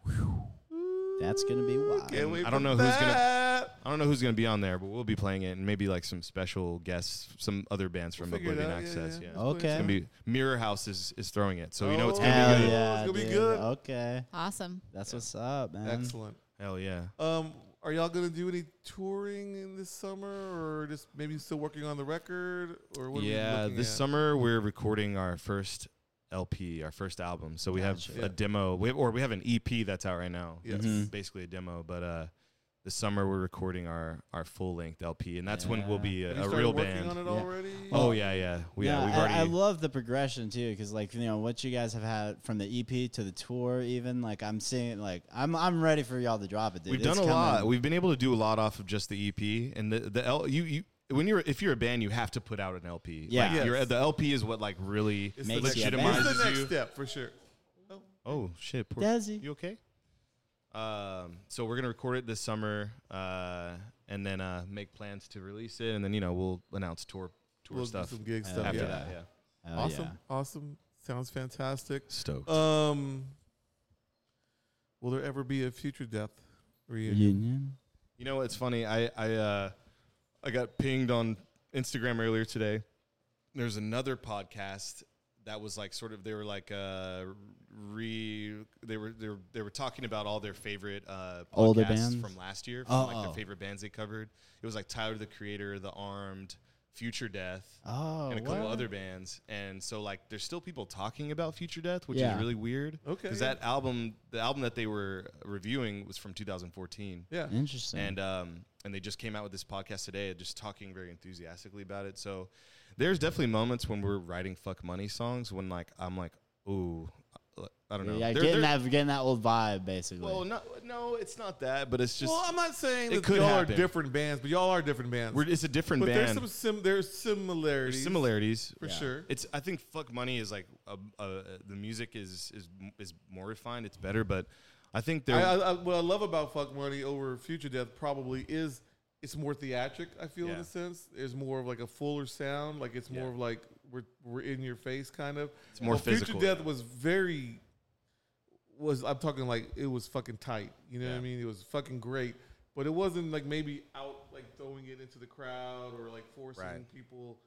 Speaker 2: That's gonna be wild.
Speaker 1: Can't wait
Speaker 4: I don't
Speaker 1: for
Speaker 4: know who's gonna-
Speaker 1: that.
Speaker 4: I don't know who's gonna be on there, but we'll be playing it, and maybe like some special guests, some other bands from
Speaker 1: figure it
Speaker 4: Oblivion
Speaker 1: out, yeah,
Speaker 4: Access.
Speaker 1: yeah.
Speaker 4: Yeah,
Speaker 2: Okay.
Speaker 4: It's gonna be Mirror House is, is throwing it, so you know it's gonna
Speaker 2: Hell
Speaker 4: be good.
Speaker 2: Oh, yeah,
Speaker 1: It's gonna be
Speaker 2: dude.
Speaker 1: good.
Speaker 2: Okay,
Speaker 3: Awesome.
Speaker 2: that's what's up, man.
Speaker 1: Excellent.
Speaker 4: Hell yeah.
Speaker 1: Um, are y'all gonna do any touring in this summer, or just maybe still working on the record, or what? are we
Speaker 4: yeah,
Speaker 1: looking
Speaker 4: this
Speaker 1: at?
Speaker 4: summer we're recording our first LP, our first album. So we have
Speaker 2: Gotcha.
Speaker 1: Yeah.
Speaker 4: a demo, we have, or we have an EP that's out right now.
Speaker 1: Yes.
Speaker 4: It's
Speaker 2: Mhm.
Speaker 4: basically a demo, but uh, this summer we're recording our our full length LP, and that's when we'll
Speaker 2: Yeah.
Speaker 4: be
Speaker 1: Have
Speaker 4: a,
Speaker 1: you
Speaker 4: a
Speaker 1: started
Speaker 4: real
Speaker 1: working
Speaker 4: band.
Speaker 1: on it
Speaker 2: Yeah.
Speaker 1: already?
Speaker 4: oh yeah, yeah, we, yeah.
Speaker 2: Yeah,
Speaker 4: We've
Speaker 2: I,
Speaker 4: already.
Speaker 2: I love the progression too, because like you know what you guys have had from the EP to the tour, even like I'm seeing like I'm I'm ready for y'all to drop it. Dude.
Speaker 4: We've
Speaker 2: It's
Speaker 4: done a lot.
Speaker 2: coming.
Speaker 4: We've been able to do a lot off of just the EP and the the L. You you when you're if you're a band, you have to put out an LP. Like,
Speaker 2: Yeah.
Speaker 4: you're-
Speaker 1: Yes.
Speaker 4: the LP is what like really
Speaker 1: It's
Speaker 2: Makes you a band.
Speaker 4: legitimizes
Speaker 1: It's the next
Speaker 4: you.
Speaker 1: step for sure.
Speaker 4: Oh shit, poor
Speaker 2: Desi.
Speaker 4: You okay? Um, so we're gonna record it this summer, uh, and then uh, make plans to release it, and then you know we'll announce tour tour
Speaker 1: We'll do
Speaker 4: stuff
Speaker 1: some gig
Speaker 2: Uh,
Speaker 1: stuff.
Speaker 4: after
Speaker 1: yeah.
Speaker 4: that. Oh, Yeah,
Speaker 2: Hell
Speaker 1: Awesome.
Speaker 2: yeah.
Speaker 1: Awesome. Sounds fantastic.
Speaker 4: stoked.
Speaker 1: Um, will there ever be a future death reunion?
Speaker 2: Union.
Speaker 4: You know what's funny? I I uh, I got pinged on Instagram earlier today. There's another podcast that was like sort of they were like uh re they were they were they were talking about all their favorite uh podcasts
Speaker 2: Older bands?
Speaker 4: from last year from like
Speaker 2: Oh.
Speaker 4: their favorite bands they covered. It was like Tyler the Creator, The Armed, Future Death,
Speaker 2: Oh,
Speaker 4: and a couple
Speaker 2: what?
Speaker 4: other bands. And so like there's still people talking about Future Death, which
Speaker 2: Yeah.
Speaker 4: is really weird.
Speaker 1: Okay,
Speaker 4: Because
Speaker 1: yeah.
Speaker 4: that album the album that they were reviewing was from 2014
Speaker 1: Yeah.
Speaker 2: Interesting.
Speaker 4: and um, and they just came out with this podcast today, just talking very enthusiastically about it. So there's definitely moments when we're writing "fuck money" songs when like I'm like, ooh, uh, I don't know.
Speaker 2: yeah,
Speaker 4: They're-
Speaker 2: getting
Speaker 4: they're-
Speaker 2: that getting that old vibe basically.
Speaker 4: Well, no, no, it's not that, but it's just
Speaker 1: well, I'm not saying
Speaker 4: it
Speaker 1: that
Speaker 4: could
Speaker 1: y'all
Speaker 4: happen.
Speaker 1: are different bands, but y'all are different bands.
Speaker 4: we're, it's a different
Speaker 1: but
Speaker 4: band.
Speaker 1: there's some sim- there's similarities.
Speaker 4: There's similarities
Speaker 1: for
Speaker 2: Yeah.
Speaker 1: sure.
Speaker 4: It's I think "fuck money" is like a, a, the music is is is more refined. It's better, but I think
Speaker 1: I,
Speaker 4: there.
Speaker 1: I, I, what I love about Fuck Money over Future Death probably is it's more theatric. I feel in
Speaker 4: Yeah.
Speaker 1: a sense there's more of like a fuller sound. Like it's more
Speaker 4: Yeah.
Speaker 1: of like we're we're in your face kind of. It's
Speaker 4: more
Speaker 1: Future
Speaker 4: physical,
Speaker 1: Death
Speaker 4: yeah.
Speaker 1: was very was I'm talking like it was fucking tight. You know what I
Speaker 4: Yeah.
Speaker 1: mean? It was fucking great, but it wasn't like maybe out like throwing it into the crowd or like forcing
Speaker 4: Right.
Speaker 1: people.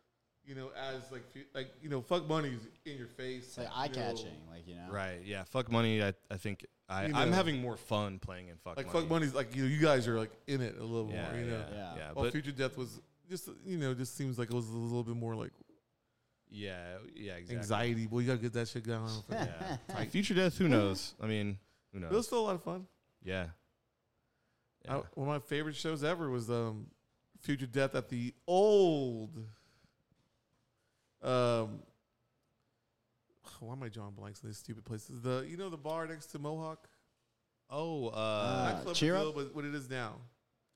Speaker 1: You know, as like fu- like you know, fuck money's in your face.
Speaker 2: it's like
Speaker 1: you know,
Speaker 2: eye catching, like you know.
Speaker 4: Right, yeah, fuck money. I, I think I,
Speaker 1: You
Speaker 4: I'm
Speaker 1: know.
Speaker 4: having more fun playing in fuck
Speaker 1: Like
Speaker 4: money.
Speaker 1: fuck money's like you. know, You guys are like in it a little
Speaker 4: Yeah,
Speaker 1: more. You know.
Speaker 4: yeah,
Speaker 2: Yeah.
Speaker 4: yeah.
Speaker 1: Well,
Speaker 4: but-
Speaker 1: Future Death was just you know just seems like it was a little bit more like
Speaker 4: Yeah, yeah, exactly.
Speaker 1: anxiety. Well, you gotta get that shit going.
Speaker 4: Yeah.
Speaker 1: Yeah.
Speaker 4: Like, Future death, who knows? I mean, who
Speaker 1: It was
Speaker 4: knows?
Speaker 1: still a lot of fun.
Speaker 4: Yeah.
Speaker 1: I-
Speaker 4: Yeah.
Speaker 1: one of my favorite shows ever was um, Future Death at the old. Um, why am I John Blanks in these stupid places? The you know the bar next to Mohawk,
Speaker 4: Oh, uh,
Speaker 2: Uh,
Speaker 1: not Club
Speaker 2: Cheer
Speaker 1: Brazil, but what it is now.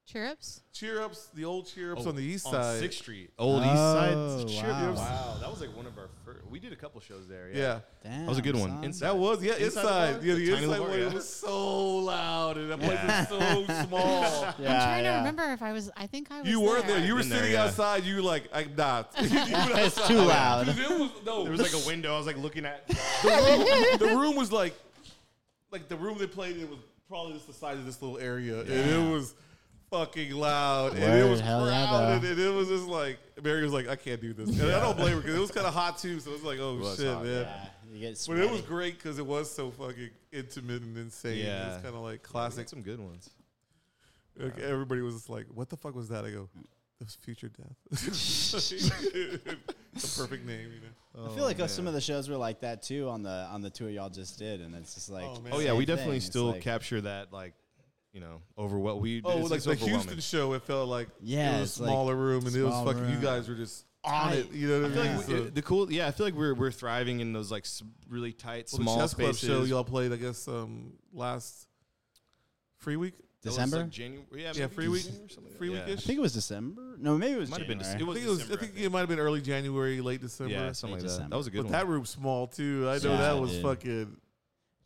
Speaker 3: Chirrups?
Speaker 1: Cheer ups, the old cheer ups
Speaker 4: oh,
Speaker 1: on the east
Speaker 4: on
Speaker 1: side.
Speaker 4: Sixth Street, Old East Side.
Speaker 2: Oh,
Speaker 4: Shit,
Speaker 2: wow.
Speaker 4: it was- that was like one of our first. We did a couple shows there.
Speaker 1: yeah.
Speaker 2: Damn,
Speaker 4: That was a good one.
Speaker 2: son.
Speaker 4: Inside.
Speaker 1: that was yeah
Speaker 4: Inside the
Speaker 1: inside.
Speaker 4: bar?
Speaker 1: yeah, the
Speaker 4: The tiny
Speaker 1: inside
Speaker 4: bar,
Speaker 1: one
Speaker 4: yeah.
Speaker 1: it was so loud and that
Speaker 4: Yeah.
Speaker 1: place was so small.
Speaker 2: Yeah,
Speaker 3: I'm trying
Speaker 2: yeah.
Speaker 3: to remember if I was. I think I was.
Speaker 1: You were there. You were
Speaker 4: Been there,
Speaker 1: sitting
Speaker 4: yeah.
Speaker 1: outside. You were like, I'm not. You went
Speaker 2: It's
Speaker 1: outside.
Speaker 2: too loud.
Speaker 1: Dude, it was no.
Speaker 4: There was like a window. I was like looking at.
Speaker 1: the, room, the room was like, like the room they played in was probably just the size of this little area, and it was fucking loud, and it
Speaker 2: Word,
Speaker 1: was
Speaker 2: hell yeah,
Speaker 1: crowded,
Speaker 2: though.
Speaker 1: and it was just like Mary was like, I can't do this, and I don't blame her because it was kind of hot too, so it was like, oh
Speaker 4: was
Speaker 1: shit,
Speaker 4: hot,
Speaker 1: man.
Speaker 2: Yeah, you get
Speaker 1: But
Speaker 2: sweaty.
Speaker 1: it was great because it was so fucking intimate and insane. Yeah. It
Speaker 4: Yeah.
Speaker 1: was kind of like
Speaker 4: We
Speaker 1: classic.
Speaker 4: had some good ones.
Speaker 1: Like, everybody was just like, "What the fuck was that?" I go, "It was Future Death." the perfect name, you know. Oh,
Speaker 2: I feel like uh, some of the shows were like that too on the on the tour y'all just did, and it's just like,
Speaker 1: Oh, man.
Speaker 4: Oh yeah, we
Speaker 2: same
Speaker 4: definitely
Speaker 2: thing. It's
Speaker 4: still
Speaker 2: like-
Speaker 4: capture that like, you know, over what we.
Speaker 1: Oh,
Speaker 4: it's-
Speaker 1: like
Speaker 4: it's
Speaker 1: the
Speaker 4: overwhelming.
Speaker 1: Houston show, it felt like
Speaker 2: Yeah,
Speaker 1: it was a
Speaker 2: it's like
Speaker 1: smaller room, and it was
Speaker 2: small
Speaker 1: fucking. You
Speaker 2: room.
Speaker 1: guys were just on it. You know what I mean?
Speaker 4: I
Speaker 2: Yeah.
Speaker 4: feel like we- the cool, yeah. I feel like we're we're thriving in those like s- really tight
Speaker 1: well, the
Speaker 4: small
Speaker 1: chess
Speaker 4: spaces.
Speaker 1: club show y'all played, I guess, um, last free week.
Speaker 4: That was,
Speaker 2: December.
Speaker 4: like, January, yeah,
Speaker 1: Yeah,
Speaker 4: maybe
Speaker 1: free week-
Speaker 4: December or something like
Speaker 1: free
Speaker 4: that.
Speaker 1: week-ish.
Speaker 2: I think it was December. No, maybe it was
Speaker 4: Might have been.
Speaker 2: January.
Speaker 4: Dec-
Speaker 1: I think
Speaker 4: It was.
Speaker 1: it was.
Speaker 4: December,
Speaker 1: I think it might have been early January, late December.
Speaker 4: Yeah, something like that.
Speaker 2: December.
Speaker 4: That was a good
Speaker 1: but
Speaker 4: one.
Speaker 1: that room's small too. I know
Speaker 2: Yeah,
Speaker 1: that was
Speaker 2: dude.
Speaker 1: fucking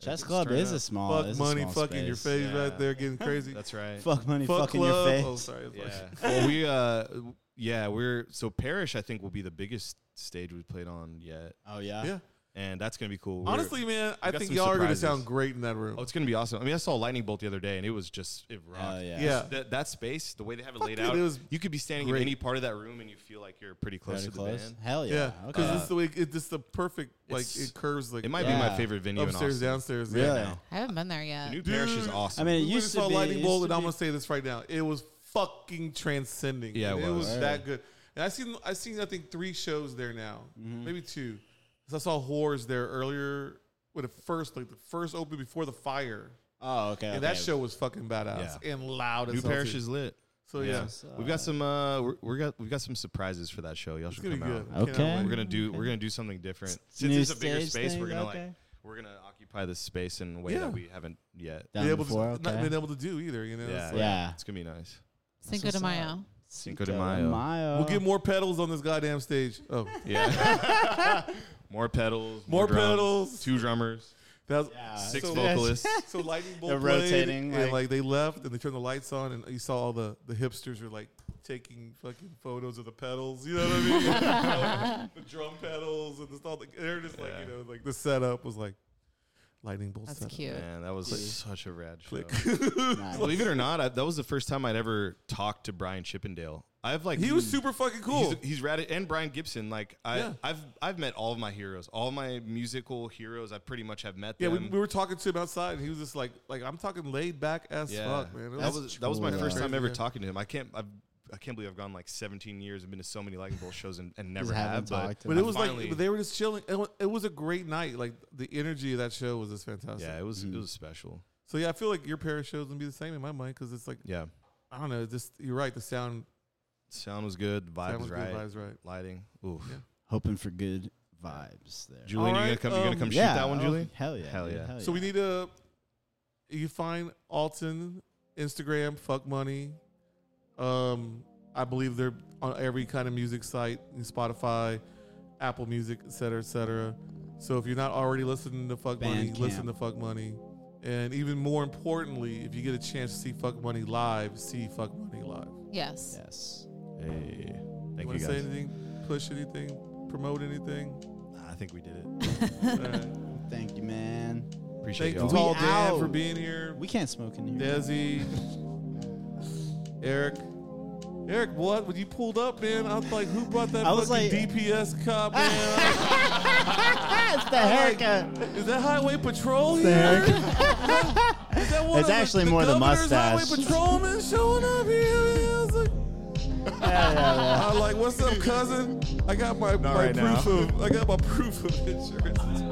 Speaker 2: Chess
Speaker 4: It's
Speaker 2: Club
Speaker 4: turned
Speaker 2: is
Speaker 4: up.
Speaker 2: a small.
Speaker 1: fuck
Speaker 2: is a
Speaker 1: money,
Speaker 2: small
Speaker 1: fucking your
Speaker 2: space.
Speaker 1: face
Speaker 4: Yeah.
Speaker 1: right there, getting crazy.
Speaker 4: That's right.
Speaker 2: Fuck money,
Speaker 1: fuck
Speaker 2: fuck in your
Speaker 1: club.
Speaker 2: face.
Speaker 1: Oh, sorry. that's
Speaker 4: yeah.
Speaker 1: like-
Speaker 4: well, we uh, w- yeah, we're so Parish. I think will be the biggest stage we've played on yet,
Speaker 2: Oh yeah.
Speaker 1: Yeah.
Speaker 4: and that's gonna be cool. We're-
Speaker 1: Honestly, man, I
Speaker 4: got
Speaker 1: think
Speaker 4: some
Speaker 1: y'all are going to
Speaker 4: surprises.
Speaker 1: sound great in that room.
Speaker 4: oh, it's gonna be awesome. I mean, I saw Lightning Bolt the other day, and it was just it rocked.
Speaker 2: Oh yeah.
Speaker 1: Yeah.
Speaker 4: That, that space, the way they have it
Speaker 1: Fuck
Speaker 4: laid
Speaker 1: it,
Speaker 4: out,
Speaker 1: it was
Speaker 4: you could be standing
Speaker 1: great.
Speaker 4: in any part of that room, and you feel like you're pretty close
Speaker 2: Pretty
Speaker 4: to
Speaker 2: close.
Speaker 4: the band.
Speaker 2: Hell
Speaker 1: yeah,
Speaker 2: yeah.
Speaker 1: because
Speaker 2: Okay.
Speaker 1: it's the way it's just the perfect like
Speaker 4: It's-
Speaker 1: it curves like
Speaker 4: It might be
Speaker 2: Yeah.
Speaker 4: my favorite venue
Speaker 1: upstairs,
Speaker 4: in Austin.
Speaker 1: downstairs.
Speaker 2: Really?
Speaker 1: Yeah.
Speaker 3: I haven't been there
Speaker 4: The
Speaker 3: yet.
Speaker 4: new Parish is
Speaker 1: Dude.
Speaker 4: awesome.
Speaker 2: I mean, it
Speaker 1: We went and
Speaker 2: used
Speaker 1: saw
Speaker 2: to be.
Speaker 1: lightning
Speaker 2: it
Speaker 1: bolt,
Speaker 2: used
Speaker 1: and
Speaker 2: to
Speaker 1: I'm
Speaker 2: be-
Speaker 1: gonna say this right now. It was fucking transcending.
Speaker 4: Yeah, it
Speaker 1: it was,
Speaker 4: was.
Speaker 1: that good. And I seen I seen I think three shows there now,
Speaker 2: Mm-hmm.
Speaker 1: maybe two. 'Cause I saw Whores there earlier with the first like the first open before the fire,
Speaker 2: Oh okay.
Speaker 1: and that
Speaker 2: okay.
Speaker 1: show was fucking badass
Speaker 4: Yeah.
Speaker 1: and loud. as
Speaker 4: New
Speaker 1: hell,
Speaker 4: Parish
Speaker 1: too.
Speaker 4: is lit.
Speaker 1: so Oh, yeah,
Speaker 4: Yeah,
Speaker 1: it's
Speaker 4: we've got some. Uh, we're, we're got we've got some surprises for that show. Y'all should
Speaker 1: gonna be
Speaker 4: come out.
Speaker 1: good.
Speaker 2: Okay.
Speaker 1: Cannot
Speaker 4: We're
Speaker 1: wait.
Speaker 4: gonna do we're gonna do something different. Since
Speaker 2: New
Speaker 4: it's a bigger
Speaker 2: stage
Speaker 4: space, we're
Speaker 2: thing,
Speaker 4: gonna like
Speaker 2: okay.
Speaker 4: we're gonna occupy this space in a way
Speaker 1: Yeah.
Speaker 4: that we haven't yet.
Speaker 2: Done
Speaker 1: Be able to,
Speaker 2: before. okay.
Speaker 1: not been able to do either. You know,
Speaker 4: Yeah,
Speaker 1: It's like-
Speaker 2: yeah.
Speaker 4: It's gonna be nice.
Speaker 3: Cinco de
Speaker 2: what's up.
Speaker 3: Mayo.
Speaker 4: Cinco de Mayo.
Speaker 2: Mayo.
Speaker 1: We'll get more pedals on this goddamn stage. Oh,
Speaker 4: Yeah. more pedals.
Speaker 1: More
Speaker 4: drums,
Speaker 1: pedals.
Speaker 4: Two drummers.
Speaker 1: That was
Speaker 2: Yeah.
Speaker 4: Six
Speaker 1: so-
Speaker 4: vocalists.
Speaker 1: So lightning bolt
Speaker 2: They're
Speaker 1: played,
Speaker 2: rotating,
Speaker 1: and
Speaker 2: like-
Speaker 1: like they left, and they turned the lights on, and you saw all the the hipsters were like taking fucking photos of the pedals. You know what I mean? the drum pedals and the all. The, they're just like
Speaker 4: Yeah.
Speaker 1: you know, like the setup was like lightning bolt.
Speaker 3: That's
Speaker 1: setup.
Speaker 3: cute.
Speaker 4: Man, that was such a rad show.
Speaker 1: Click.
Speaker 2: Nice.
Speaker 4: Believe it or not, I, that was the first time I'd ever talked to Brian Chippendale. I've like Mm.
Speaker 1: He was super fucking cool.
Speaker 4: He's, he's rad, and Brian Gibson. Like I,
Speaker 1: Yeah.
Speaker 4: I've I've met all of my heroes, all my musical heroes. I pretty much have met
Speaker 1: yeah, we,
Speaker 4: them.
Speaker 1: we were talking to him outside, and he was just like, like I'm talking laid back as
Speaker 4: yeah,
Speaker 1: fuck, man. It
Speaker 4: that was that was my
Speaker 2: cool.
Speaker 4: first time
Speaker 1: Crazy,
Speaker 4: ever
Speaker 1: man.
Speaker 4: talking to him. I can't I've, I can't believe I've gone like 17 years and been to so many Lightning Bolt shows and, and never
Speaker 2: haven't
Speaker 4: have. But,
Speaker 2: talked to
Speaker 1: But
Speaker 4: I
Speaker 1: it was
Speaker 4: finally-
Speaker 1: like but they were just chilling. It wa- it was a great night. Like the energy of that show was just fantastic.
Speaker 4: yeah, it was it was special.
Speaker 1: So yeah, I feel like your pair of shows would be the same in my mind because it's like
Speaker 4: Yeah,
Speaker 1: I don't know. Just you're right. The sound,
Speaker 4: sound was good, vibe
Speaker 1: sound
Speaker 4: was,
Speaker 1: was
Speaker 4: right,
Speaker 1: good. Vibes right.
Speaker 4: lighting. Oof.
Speaker 1: Yeah.
Speaker 2: Hoping for good vibes there.
Speaker 4: Julian, you gonna
Speaker 1: Alright,
Speaker 4: come? you gonna
Speaker 1: um,
Speaker 4: come shoot that one,
Speaker 2: oh,
Speaker 4: Julian?
Speaker 2: Hell Oh, yeah.
Speaker 4: Hell
Speaker 2: dude,
Speaker 4: yeah.
Speaker 1: So we need to. You find Alton Instagram fuck money. Um, I believe they're on every kind of music site, Spotify, Apple Music, et cetera, et cetera. So if you're not already listening to Fuck Money,
Speaker 2: Bandcamp.
Speaker 1: listen to Fuck Money. And even more importantly, if you get a chance to see Fuck Money live, see Fuck Money live.
Speaker 3: Yes.
Speaker 2: Yes.
Speaker 4: Hey,
Speaker 1: you
Speaker 4: thank you,
Speaker 1: want to
Speaker 4: guys.
Speaker 1: say anything? Push anything? Promote anything?
Speaker 4: I think we did it.
Speaker 1: All right.
Speaker 2: Thank you, man.
Speaker 4: Appreciate
Speaker 1: Thank you,
Speaker 4: y'all.
Speaker 1: Tall
Speaker 2: We
Speaker 1: Dan, for
Speaker 2: out.
Speaker 1: being here.
Speaker 2: We can't smoke in here.
Speaker 1: Desi, Eric. Eric, what? When you pulled up, man, I was like, who brought that
Speaker 2: I was
Speaker 1: fucking
Speaker 2: like-
Speaker 1: DPS cop, man?
Speaker 2: it's the
Speaker 1: like-
Speaker 2: haircut.
Speaker 1: Is that Highway Patrol here?
Speaker 2: Eric.
Speaker 1: Is that one
Speaker 2: It's
Speaker 1: of
Speaker 2: actually more the
Speaker 1: governor's
Speaker 2: mustache.
Speaker 1: Highway Patrolman showing up here. man? I was like, I was like, what's up, cousin? I got my, my
Speaker 4: right now.
Speaker 1: proof of I got my proof of insurance.